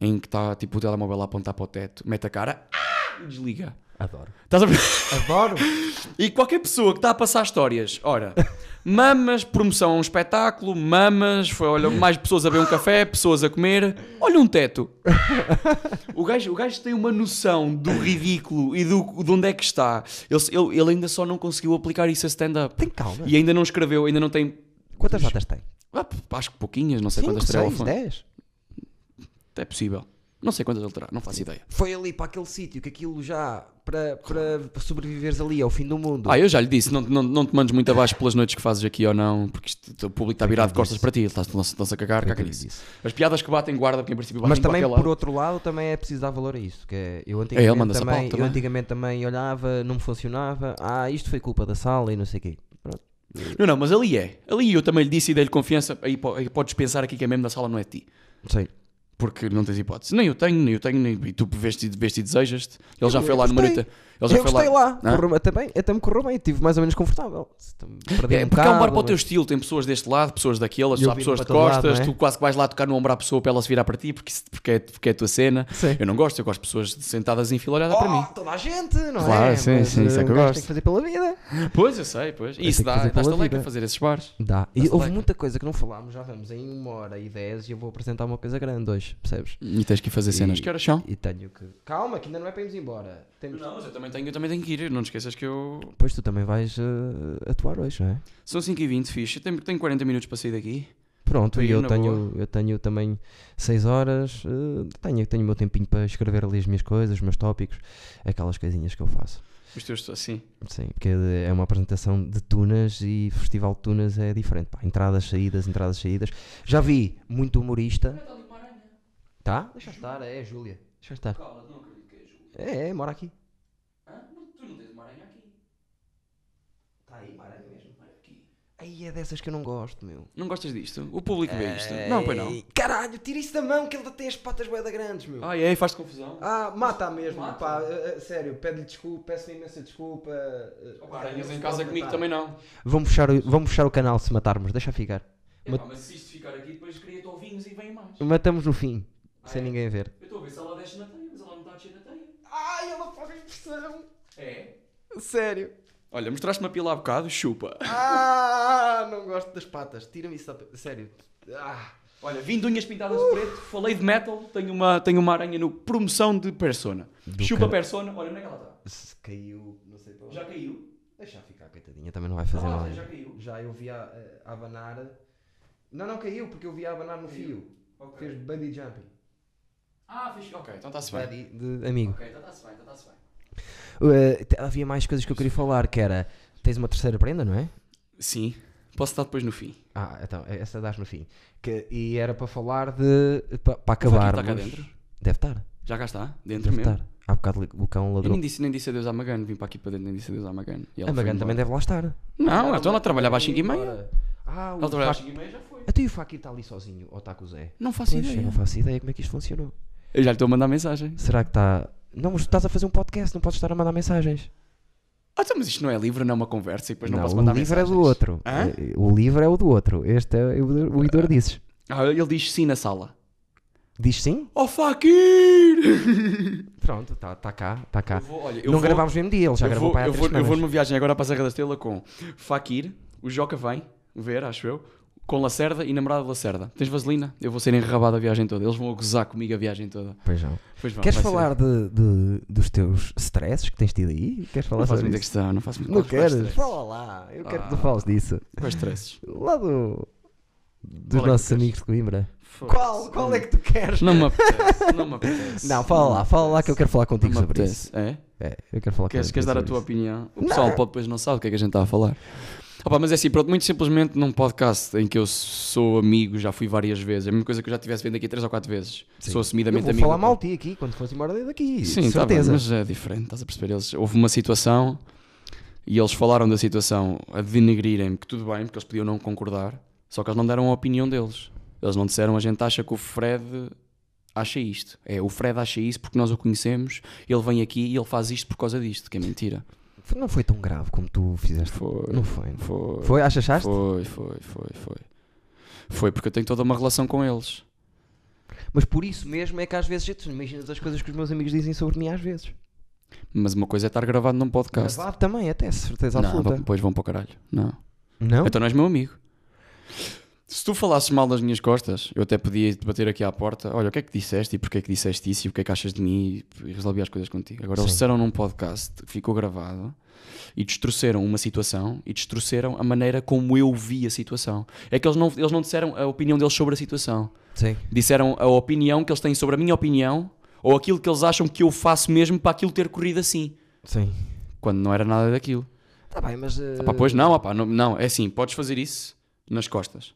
Speaker 2: em que está tipo o telemóvel a apontar para o teto, mete a cara ah, e desliga.
Speaker 3: Adoro.
Speaker 2: Estás a ver?
Speaker 3: Adoro.
Speaker 2: E qualquer pessoa que está a passar histórias, ora, mamas, promoção a um espetáculo, mamas, foi, olha, mais pessoas a beber um café, pessoas a comer, olha um teto. O gajo, o gajo tem uma noção do ridículo e do, de onde é que está. Ele, ele- ele ainda só não conseguiu aplicar isso a stand-up.
Speaker 3: Tem calma.
Speaker 2: E ainda não escreveu, ainda não tem.
Speaker 3: Quantas datas tem?
Speaker 2: Ah, p- acho que pouquinhas, não sei
Speaker 3: Cinco,
Speaker 2: quantas estrelas
Speaker 3: seis, dez?
Speaker 2: É possível. Não sei quantas ele terá, não faço ideia.
Speaker 3: Foi ali para aquele sítio que aquilo já para, para sobreviveres ali ao fim do mundo.
Speaker 2: Ah, eu já lhe disse, não, não, não te mandes muito abaixo pelas noites que fazes aqui ou não, porque isto- o público está virado de costas para ti, eles estão- estão-se a cagar, caga nisso. As piadas que batem guarda, porque em princípio batem
Speaker 3: Mas
Speaker 2: para
Speaker 3: também
Speaker 2: aquele
Speaker 3: por
Speaker 2: lado.
Speaker 3: outro lado também é preciso dar valor a isso. Que é, eu
Speaker 2: É, ele
Speaker 3: antigamente
Speaker 2: manda-se a pau
Speaker 3: também, eu
Speaker 2: também.
Speaker 3: antigamente também olhava, não me funcionava, ah, isto foi culpa da sala e não sei o quê. Pronto.
Speaker 2: Não, não, mas ali é. Ali eu também lhe disse e dei-lhe confiança, aí, po- aí podes pensar aqui que é mesmo da sala, não é de ti.
Speaker 3: Sei.
Speaker 2: Porque não tens hipótese. Nem eu tenho, nem eu tenho, nem e tu veste, veste e desejaste. Ele já
Speaker 3: Eu-
Speaker 2: foi lá
Speaker 3: eu
Speaker 2: numa noite.
Speaker 3: gostei.
Speaker 2: Ele já
Speaker 3: eu
Speaker 2: foi
Speaker 3: gostei lá,
Speaker 2: Hã?
Speaker 3: Correu- até, bem, até me correu bem, estive mais ou menos confortável. Perdi
Speaker 2: É,
Speaker 3: um
Speaker 2: porque é um bar para o
Speaker 3: bocado,
Speaker 2: teu
Speaker 3: mas-
Speaker 2: estilo, tem pessoas deste lado, pessoas daquelas,
Speaker 3: Eu
Speaker 2: só há
Speaker 3: vi
Speaker 2: pessoas de
Speaker 3: para todo lado,
Speaker 2: costas,
Speaker 3: não é?
Speaker 2: tu quase que vais lá tocar no ombro à pessoa para ela se virar para ti, porque, se- porque, é, porque é a tua cena.
Speaker 3: Sim.
Speaker 2: Eu não gosto, eu gosto de pessoas sentadas em fila olhada para
Speaker 3: Oh,
Speaker 2: mim.
Speaker 3: toda a gente, não
Speaker 2: Claro,
Speaker 3: é?
Speaker 2: sim, sim, isso é
Speaker 3: um
Speaker 2: que eu
Speaker 3: gajo
Speaker 2: gosto.
Speaker 3: Tem que fazer pela vida.
Speaker 2: Pois, eu sei, pois. E isso
Speaker 3: tenho Oh! que fazer
Speaker 2: dá, dá
Speaker 3: pela
Speaker 2: leca a
Speaker 3: vida.
Speaker 2: fazer esses bares.
Speaker 3: Dá. E
Speaker 2: Dá-se
Speaker 3: houve
Speaker 2: like.
Speaker 3: muita coisa que não falámos, já vamos em uma hora e dez e eu vou apresentar uma coisa grande hoje, percebes?
Speaker 2: E tens que ir fazer cenas.
Speaker 3: E-
Speaker 2: Que horas são?
Speaker 3: E tenho que. Calma, que ainda não é para irmos embora. Temos-
Speaker 2: Não, mas eu também tenho, eu também tenho que ir. Não te esqueças que eu.
Speaker 3: Pois tu também vais eh, atuar hoje, não é?
Speaker 2: São 5h20, fixe. Eu tenho, tenho 40 minutos para sair daqui.
Speaker 3: Pronto,
Speaker 2: Para
Speaker 3: e
Speaker 2: ir
Speaker 3: eu
Speaker 2: na
Speaker 3: tenho, eu tenho também 6 horas, eh, tenho, tenho o meu tempinho para escrever ali as minhas coisas, os meus tópicos, aquelas coisinhas que eu faço.
Speaker 2: Os teus assim.
Speaker 3: Sim, porque é uma apresentação de tunas e festival de tunas é diferente. Pá. Entradas, saídas, entradas, saídas. Já vi muito humorista. Tá? Deixa estar, é a Júlia. Deixa estar. É, é, mora aqui. Tá aí, Maranhão mesmo. Aí é dessas que eu não gosto, meu.
Speaker 2: Não gostas disto? O público vê é isto. Não, pois não.
Speaker 3: Ei, Caralho, tira isso da mão que ele tem as patas boeda grandes, meu.
Speaker 2: Ai, ai, faz-te confusão.
Speaker 3: Ah, mata mesmo,
Speaker 2: Mata.
Speaker 3: pá, eh, eh, sério, pede-lhe desculpa, peço imensa desculpa. eh,
Speaker 2: Oh, pá,
Speaker 3: eh,
Speaker 2: Aranhas
Speaker 3: não
Speaker 2: em
Speaker 3: se
Speaker 2: casa
Speaker 3: pode
Speaker 2: comigo
Speaker 3: matar.
Speaker 2: também não.
Speaker 3: Vamos fechar, o, vamos fechar o canal se matarmos, deixa ficar.
Speaker 2: É,
Speaker 3: Ma-
Speaker 2: pá, mas se isto ficar aqui, depois cria-te ovinhos e vem mais.
Speaker 3: Matamos no fim,
Speaker 2: Ah,
Speaker 3: sem
Speaker 2: é?
Speaker 3: ninguém ver.
Speaker 2: Eu estou a ver se ela desce na teia, mas ela não está a descer na teia.
Speaker 3: Ai, ela faz impressão,
Speaker 2: É.
Speaker 3: sério.
Speaker 2: Olha, mostraste-me a pila há bocado, chupa.
Speaker 3: Ah, não gosto das patas, tira-me isso da... sério. Ah.
Speaker 2: Olha, vim de unhas pintadas de preto, falei de metal, tenho uma, tenho uma aranha no promoção de persona.
Speaker 3: Do
Speaker 2: chupa
Speaker 3: cara-
Speaker 2: persona, olha onde é que ela está.
Speaker 3: Se caiu, não sei para onde.
Speaker 2: Já caiu?
Speaker 3: Deixa ficar, coitadinha, também não vai fazer
Speaker 2: Ah,
Speaker 3: mal.
Speaker 2: já caiu.
Speaker 3: Já eu vi a, a abanar. Não, não caiu, porque eu vi a abanar no fio. Fez bungee jumping.
Speaker 2: Ah, fiz. Ok, então está-se bem.
Speaker 3: Buddy de amigo.
Speaker 2: Ok, então está-se bem, então está-se bem.
Speaker 3: Uh, te- havia mais coisas que eu queria falar, que era... Tens uma terceira prenda, não é?
Speaker 2: Sim, posso estar depois no fim.
Speaker 3: Ah, então, essa dás no fim. Que, e era para falar de... Para, para
Speaker 2: O Joaquim
Speaker 3: acabar.
Speaker 2: está cá dentro?
Speaker 3: Deve estar.
Speaker 2: Já cá está, dentro
Speaker 3: Deve
Speaker 2: mesmo.
Speaker 3: estar. Há bocado o cão
Speaker 2: Eu
Speaker 3: ladrou.
Speaker 2: nem disse, nem disse adeus à Magano, vim para aqui para dentro, nem disse adeus à Magano. E ela
Speaker 3: A Magan
Speaker 2: foi
Speaker 3: também
Speaker 2: embora.
Speaker 3: deve lá estar.
Speaker 2: Não, então ela trabalhava às 5h30.
Speaker 3: Ah, o
Speaker 2: Ela trabalhava às
Speaker 3: Faqui...
Speaker 2: 5h30 já foi.
Speaker 3: Até o Faqui está ali sozinho, ou está com o Zé.
Speaker 2: Não faço
Speaker 3: Pois, eu
Speaker 2: ideia.
Speaker 3: não faço ideia como é que isto funcionou.
Speaker 2: Eu já lhe estou a mandar mensagem.
Speaker 3: Será que está... Não, mas tu estás a fazer um podcast, não podes estar a mandar mensagens.
Speaker 2: Ah, então, mas isto não é livre, não é uma conversa e depois não, posso
Speaker 3: o
Speaker 2: mandar
Speaker 3: livro
Speaker 2: mensagens.
Speaker 3: é do outro.
Speaker 2: Hã?
Speaker 3: Eh, O livro é o do outro. Este é o, o Idor Disses.
Speaker 2: Ah, ele diz sim na sala.
Speaker 3: Diz sim?
Speaker 2: Oh, Fakir!
Speaker 3: Pronto, está cá, está cá.
Speaker 2: Eu vou- olha, eu
Speaker 3: Ah. não
Speaker 2: vou-
Speaker 3: gravámos no mesmo dia, ele já
Speaker 2: eu
Speaker 3: gravou
Speaker 2: vou,
Speaker 3: para aí há
Speaker 2: eu,
Speaker 3: três
Speaker 2: vou, eu vou
Speaker 3: semanas.
Speaker 2: numa viagem agora para a Serra da Estrela com Fakir, o Joca vem ver, acho eu, com Lacerda e namorada de Lacerda. Tens vaselina? Eu vou ser enrabado a viagem toda. Eles vão a gozar comigo a viagem toda.
Speaker 3: Pois não.
Speaker 2: Pois vão,
Speaker 3: Queres
Speaker 2: vai ser.
Speaker 3: falar de, de- dos teus stresses que tens tido aí? Queres falar
Speaker 2: Não faço
Speaker 3: sobre
Speaker 2: muita
Speaker 3: isso?
Speaker 2: questão, não faço muita
Speaker 3: Não queres? Fala lá, eu quero que tu
Speaker 2: Ah.
Speaker 3: fales disso.
Speaker 2: Quais stresses?
Speaker 3: Lá do... dos
Speaker 2: Qual é que
Speaker 3: nossos
Speaker 2: tu queres?
Speaker 3: amigos de Coimbra. Qual? Qual é que tu queres?
Speaker 2: Não me apetece, não me apetece.
Speaker 3: Não, fala lá, fala lá que eu quero falar
Speaker 2: Não
Speaker 3: contigo
Speaker 2: me
Speaker 3: sobre isso.
Speaker 2: apetece. É?
Speaker 3: É, eu quero falar
Speaker 2: Queres,
Speaker 3: contigo
Speaker 2: queres dar a
Speaker 3: sobre
Speaker 2: tua
Speaker 3: isso.
Speaker 2: opinião? O pessoal pode depois não sabe o que é que a gente está a falar. Opa, mas é assim, pronto, muito simplesmente num podcast em que eu sou amigo, já fui várias vezes, é a mesma coisa que eu já tivesse vendo aqui três ou quatro vezes.
Speaker 3: Sim.
Speaker 2: Sou
Speaker 3: Eu
Speaker 2: assumidamente
Speaker 3: vou
Speaker 2: amigo.
Speaker 3: falar
Speaker 2: do-
Speaker 3: mal de ti aqui quando fores embora daqui.
Speaker 2: Sim, tá bem,
Speaker 3: certeza.
Speaker 2: mas é diferente, estás a perceber? Eles, houve uma situação e eles falaram da situação a denegrirem-me, que tudo bem, porque eles podiam não concordar, só que eles não deram a opinião deles. Eles não disseram, a gente acha que o Fred acha isto. É, o Fred acha isso porque nós o conhecemos, ele vem aqui e ele faz isto por causa disto, que é mentira.
Speaker 3: Não foi tão grave como tu fizeste.
Speaker 2: Foi.
Speaker 3: Não foi. não
Speaker 2: Foi,
Speaker 3: Foi, acha- achaste?
Speaker 2: foi, foi, foi, foi. Foi porque eu tenho toda uma relação com eles.
Speaker 3: Mas por isso mesmo é que às vezes eu- tu não imaginas as coisas que os meus amigos dizem sobre mim às vezes.
Speaker 2: Mas uma coisa é estar gravado num podcast.
Speaker 3: Gravado também, até, certeza
Speaker 2: não,
Speaker 3: absoluta.
Speaker 2: depois vão para o caralho. Não.
Speaker 3: Não?
Speaker 2: Então não és meu amigo. Se tu falasses mal das minhas costas, eu até podia te bater aqui à porta. Olha, o que é que disseste e porque é que disseste isso e o que é que achas de mim e resolvi as coisas contigo. Agora, eles
Speaker 3: Sim.
Speaker 2: disseram num podcast que ficou gravado e destruceram uma situação e destruceram a maneira como eu vi a situação. É que eles não, eles não disseram a opinião deles sobre a situação.
Speaker 3: Sim.
Speaker 2: Disseram a opinião que eles têm sobre a minha opinião ou aquilo que eles acham que eu faço mesmo para aquilo ter corrido assim.
Speaker 3: Sim.
Speaker 2: Quando não era nada daquilo.
Speaker 3: Tá bem, mas. eh,
Speaker 2: Ah, Pá, pois não, opá, não, não, é assim, podes fazer isso nas costas.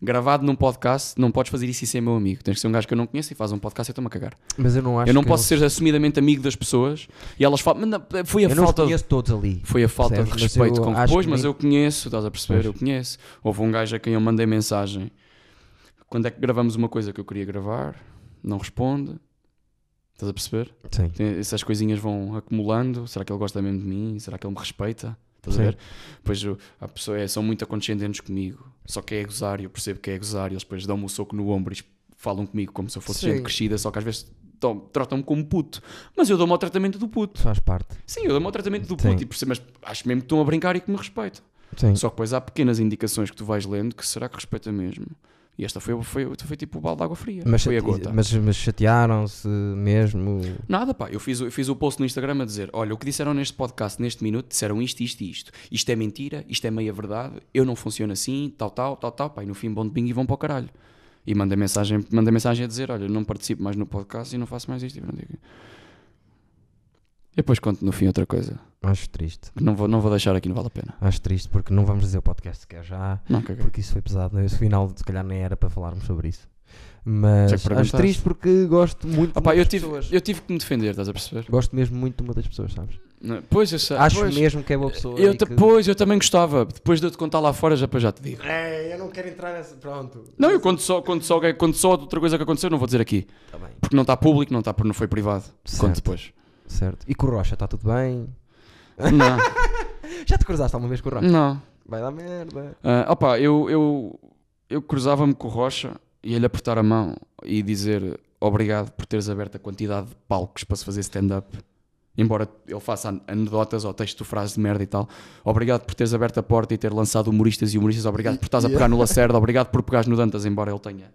Speaker 2: Gravado num podcast, não podes fazer isso e ser meu amigo. Tens que ser um gajo que eu não conheço e faz um podcast e eu estou-me a cagar.
Speaker 3: mas eu não acho
Speaker 2: eu não
Speaker 3: que
Speaker 2: posso
Speaker 3: eles-
Speaker 2: ser assumidamente amigo das pessoas e elas falam, "Mas não, foi a
Speaker 3: Eu não os
Speaker 2: falta de
Speaker 3: conheço todos ali.
Speaker 2: Foi a falta
Speaker 3: Percebes?
Speaker 2: de
Speaker 3: Mas
Speaker 2: respeito
Speaker 3: eu
Speaker 2: com que
Speaker 3: acho
Speaker 2: pôs,
Speaker 3: que
Speaker 2: mas
Speaker 3: nem-
Speaker 2: eu conheço, estás a perceber? Eu conheço. Houve um gajo a quem eu mandei mensagem. Quando é que gravamos uma coisa que eu queria gravar? Não responde. Estás a perceber?
Speaker 3: Sim.
Speaker 2: Tem- essas coisinhas vão acumulando. Será que ele gosta mesmo de mim? Será que ele me respeita? Estás
Speaker 3: Sim.
Speaker 2: a ver? Pois eu- há pessoa, é, são muito condescendentes comigo. Só que é gozar, e eu percebo que é gozar, e eles depois dão-me o soco no ombro e es- falam comigo como se eu fosse
Speaker 3: Sim.
Speaker 2: gente crescida, só que às vezes dão- tratam-me como puto. Mas eu dou-me ao tratamento do puto.
Speaker 3: Faz parte.
Speaker 2: Sim, eu dou-me ao tratamento do
Speaker 3: Sim.
Speaker 2: puto, e percebo, mas acho mesmo que estão a brincar e que me respeitam.
Speaker 3: Sim.
Speaker 2: Só que depois há pequenas indicações que tu vais lendo que será que respeita mesmo. E esta foi, foi, foi, tipo o balde de água fria.
Speaker 3: Mas,
Speaker 2: foi a
Speaker 3: chate-
Speaker 2: gota.
Speaker 3: mas, mas chatearam-se mesmo.
Speaker 2: Nada, pá, eu fiz, o- eu fiz o post no Instagram a dizer: olha, o que disseram neste podcast, neste minuto, disseram isto, isto e isto. Isto é mentira, isto é meia verdade, eu não funciono assim, tal, tal, tal, tal. Pá, e no fim, bom domingo e vão para o caralho. E manda mensagem, manda mensagem a dizer: olha, eu não participo mais no podcast e não faço mais isto. E pronto. E depois conto no fim outra coisa,
Speaker 3: Acho triste.
Speaker 2: que não vou, não vou deixar aqui, não vale a pena.
Speaker 3: Acho triste porque não vamos dizer o podcast sequer já.
Speaker 2: Não, caguei.
Speaker 3: Porque isso foi pesado. Esse final, se calhar, nem era para falarmos sobre isso. Mas
Speaker 2: Já que
Speaker 3: acho
Speaker 2: perguntaste.
Speaker 3: triste porque gosto muito
Speaker 2: Ah, pá,
Speaker 3: de
Speaker 2: eu
Speaker 3: muitas
Speaker 2: tive,
Speaker 3: pessoas.
Speaker 2: eu tive que me defender, estás a perceber?
Speaker 3: Gosto mesmo muito de uma das pessoas, sabes?
Speaker 2: Não, é? Pois, eu sei.
Speaker 3: Acho
Speaker 2: Ah, pois,
Speaker 3: mesmo que é boa pessoa.
Speaker 2: eu
Speaker 3: e
Speaker 2: ta-
Speaker 3: que-
Speaker 2: Pois, eu também gostava. Depois de eu te contar lá fora, já, depois já te digo.
Speaker 3: É, eu não quero entrar nessa. Pronto.
Speaker 2: Não, eu conto só, conto, só, conto só outra coisa que aconteceu, não vou dizer aqui.
Speaker 3: Tá bem.
Speaker 2: Porque não está público, não, está, não foi privado.
Speaker 3: Certo.
Speaker 2: Conto depois.
Speaker 3: Certo. E com o Rocha, está tudo bem?
Speaker 2: Não,
Speaker 3: Já te cruzaste alguma vez com o Rocha?
Speaker 2: não.
Speaker 3: Vai dar merda.
Speaker 2: Ah, opa, eu, eu, eu cruzava-me com o Rocha e ele apertar a mão e dizer obrigado por teres aberto a quantidade de palcos para se fazer stand-up. Embora ele faça an- anedotas ou texto frases de merda e tal. Obrigado por teres aberto a porta e ter lançado humoristas e humoristas. Obrigado por estás a pegar no Lacerda. Obrigado por pegares no Dantas, embora ele tenha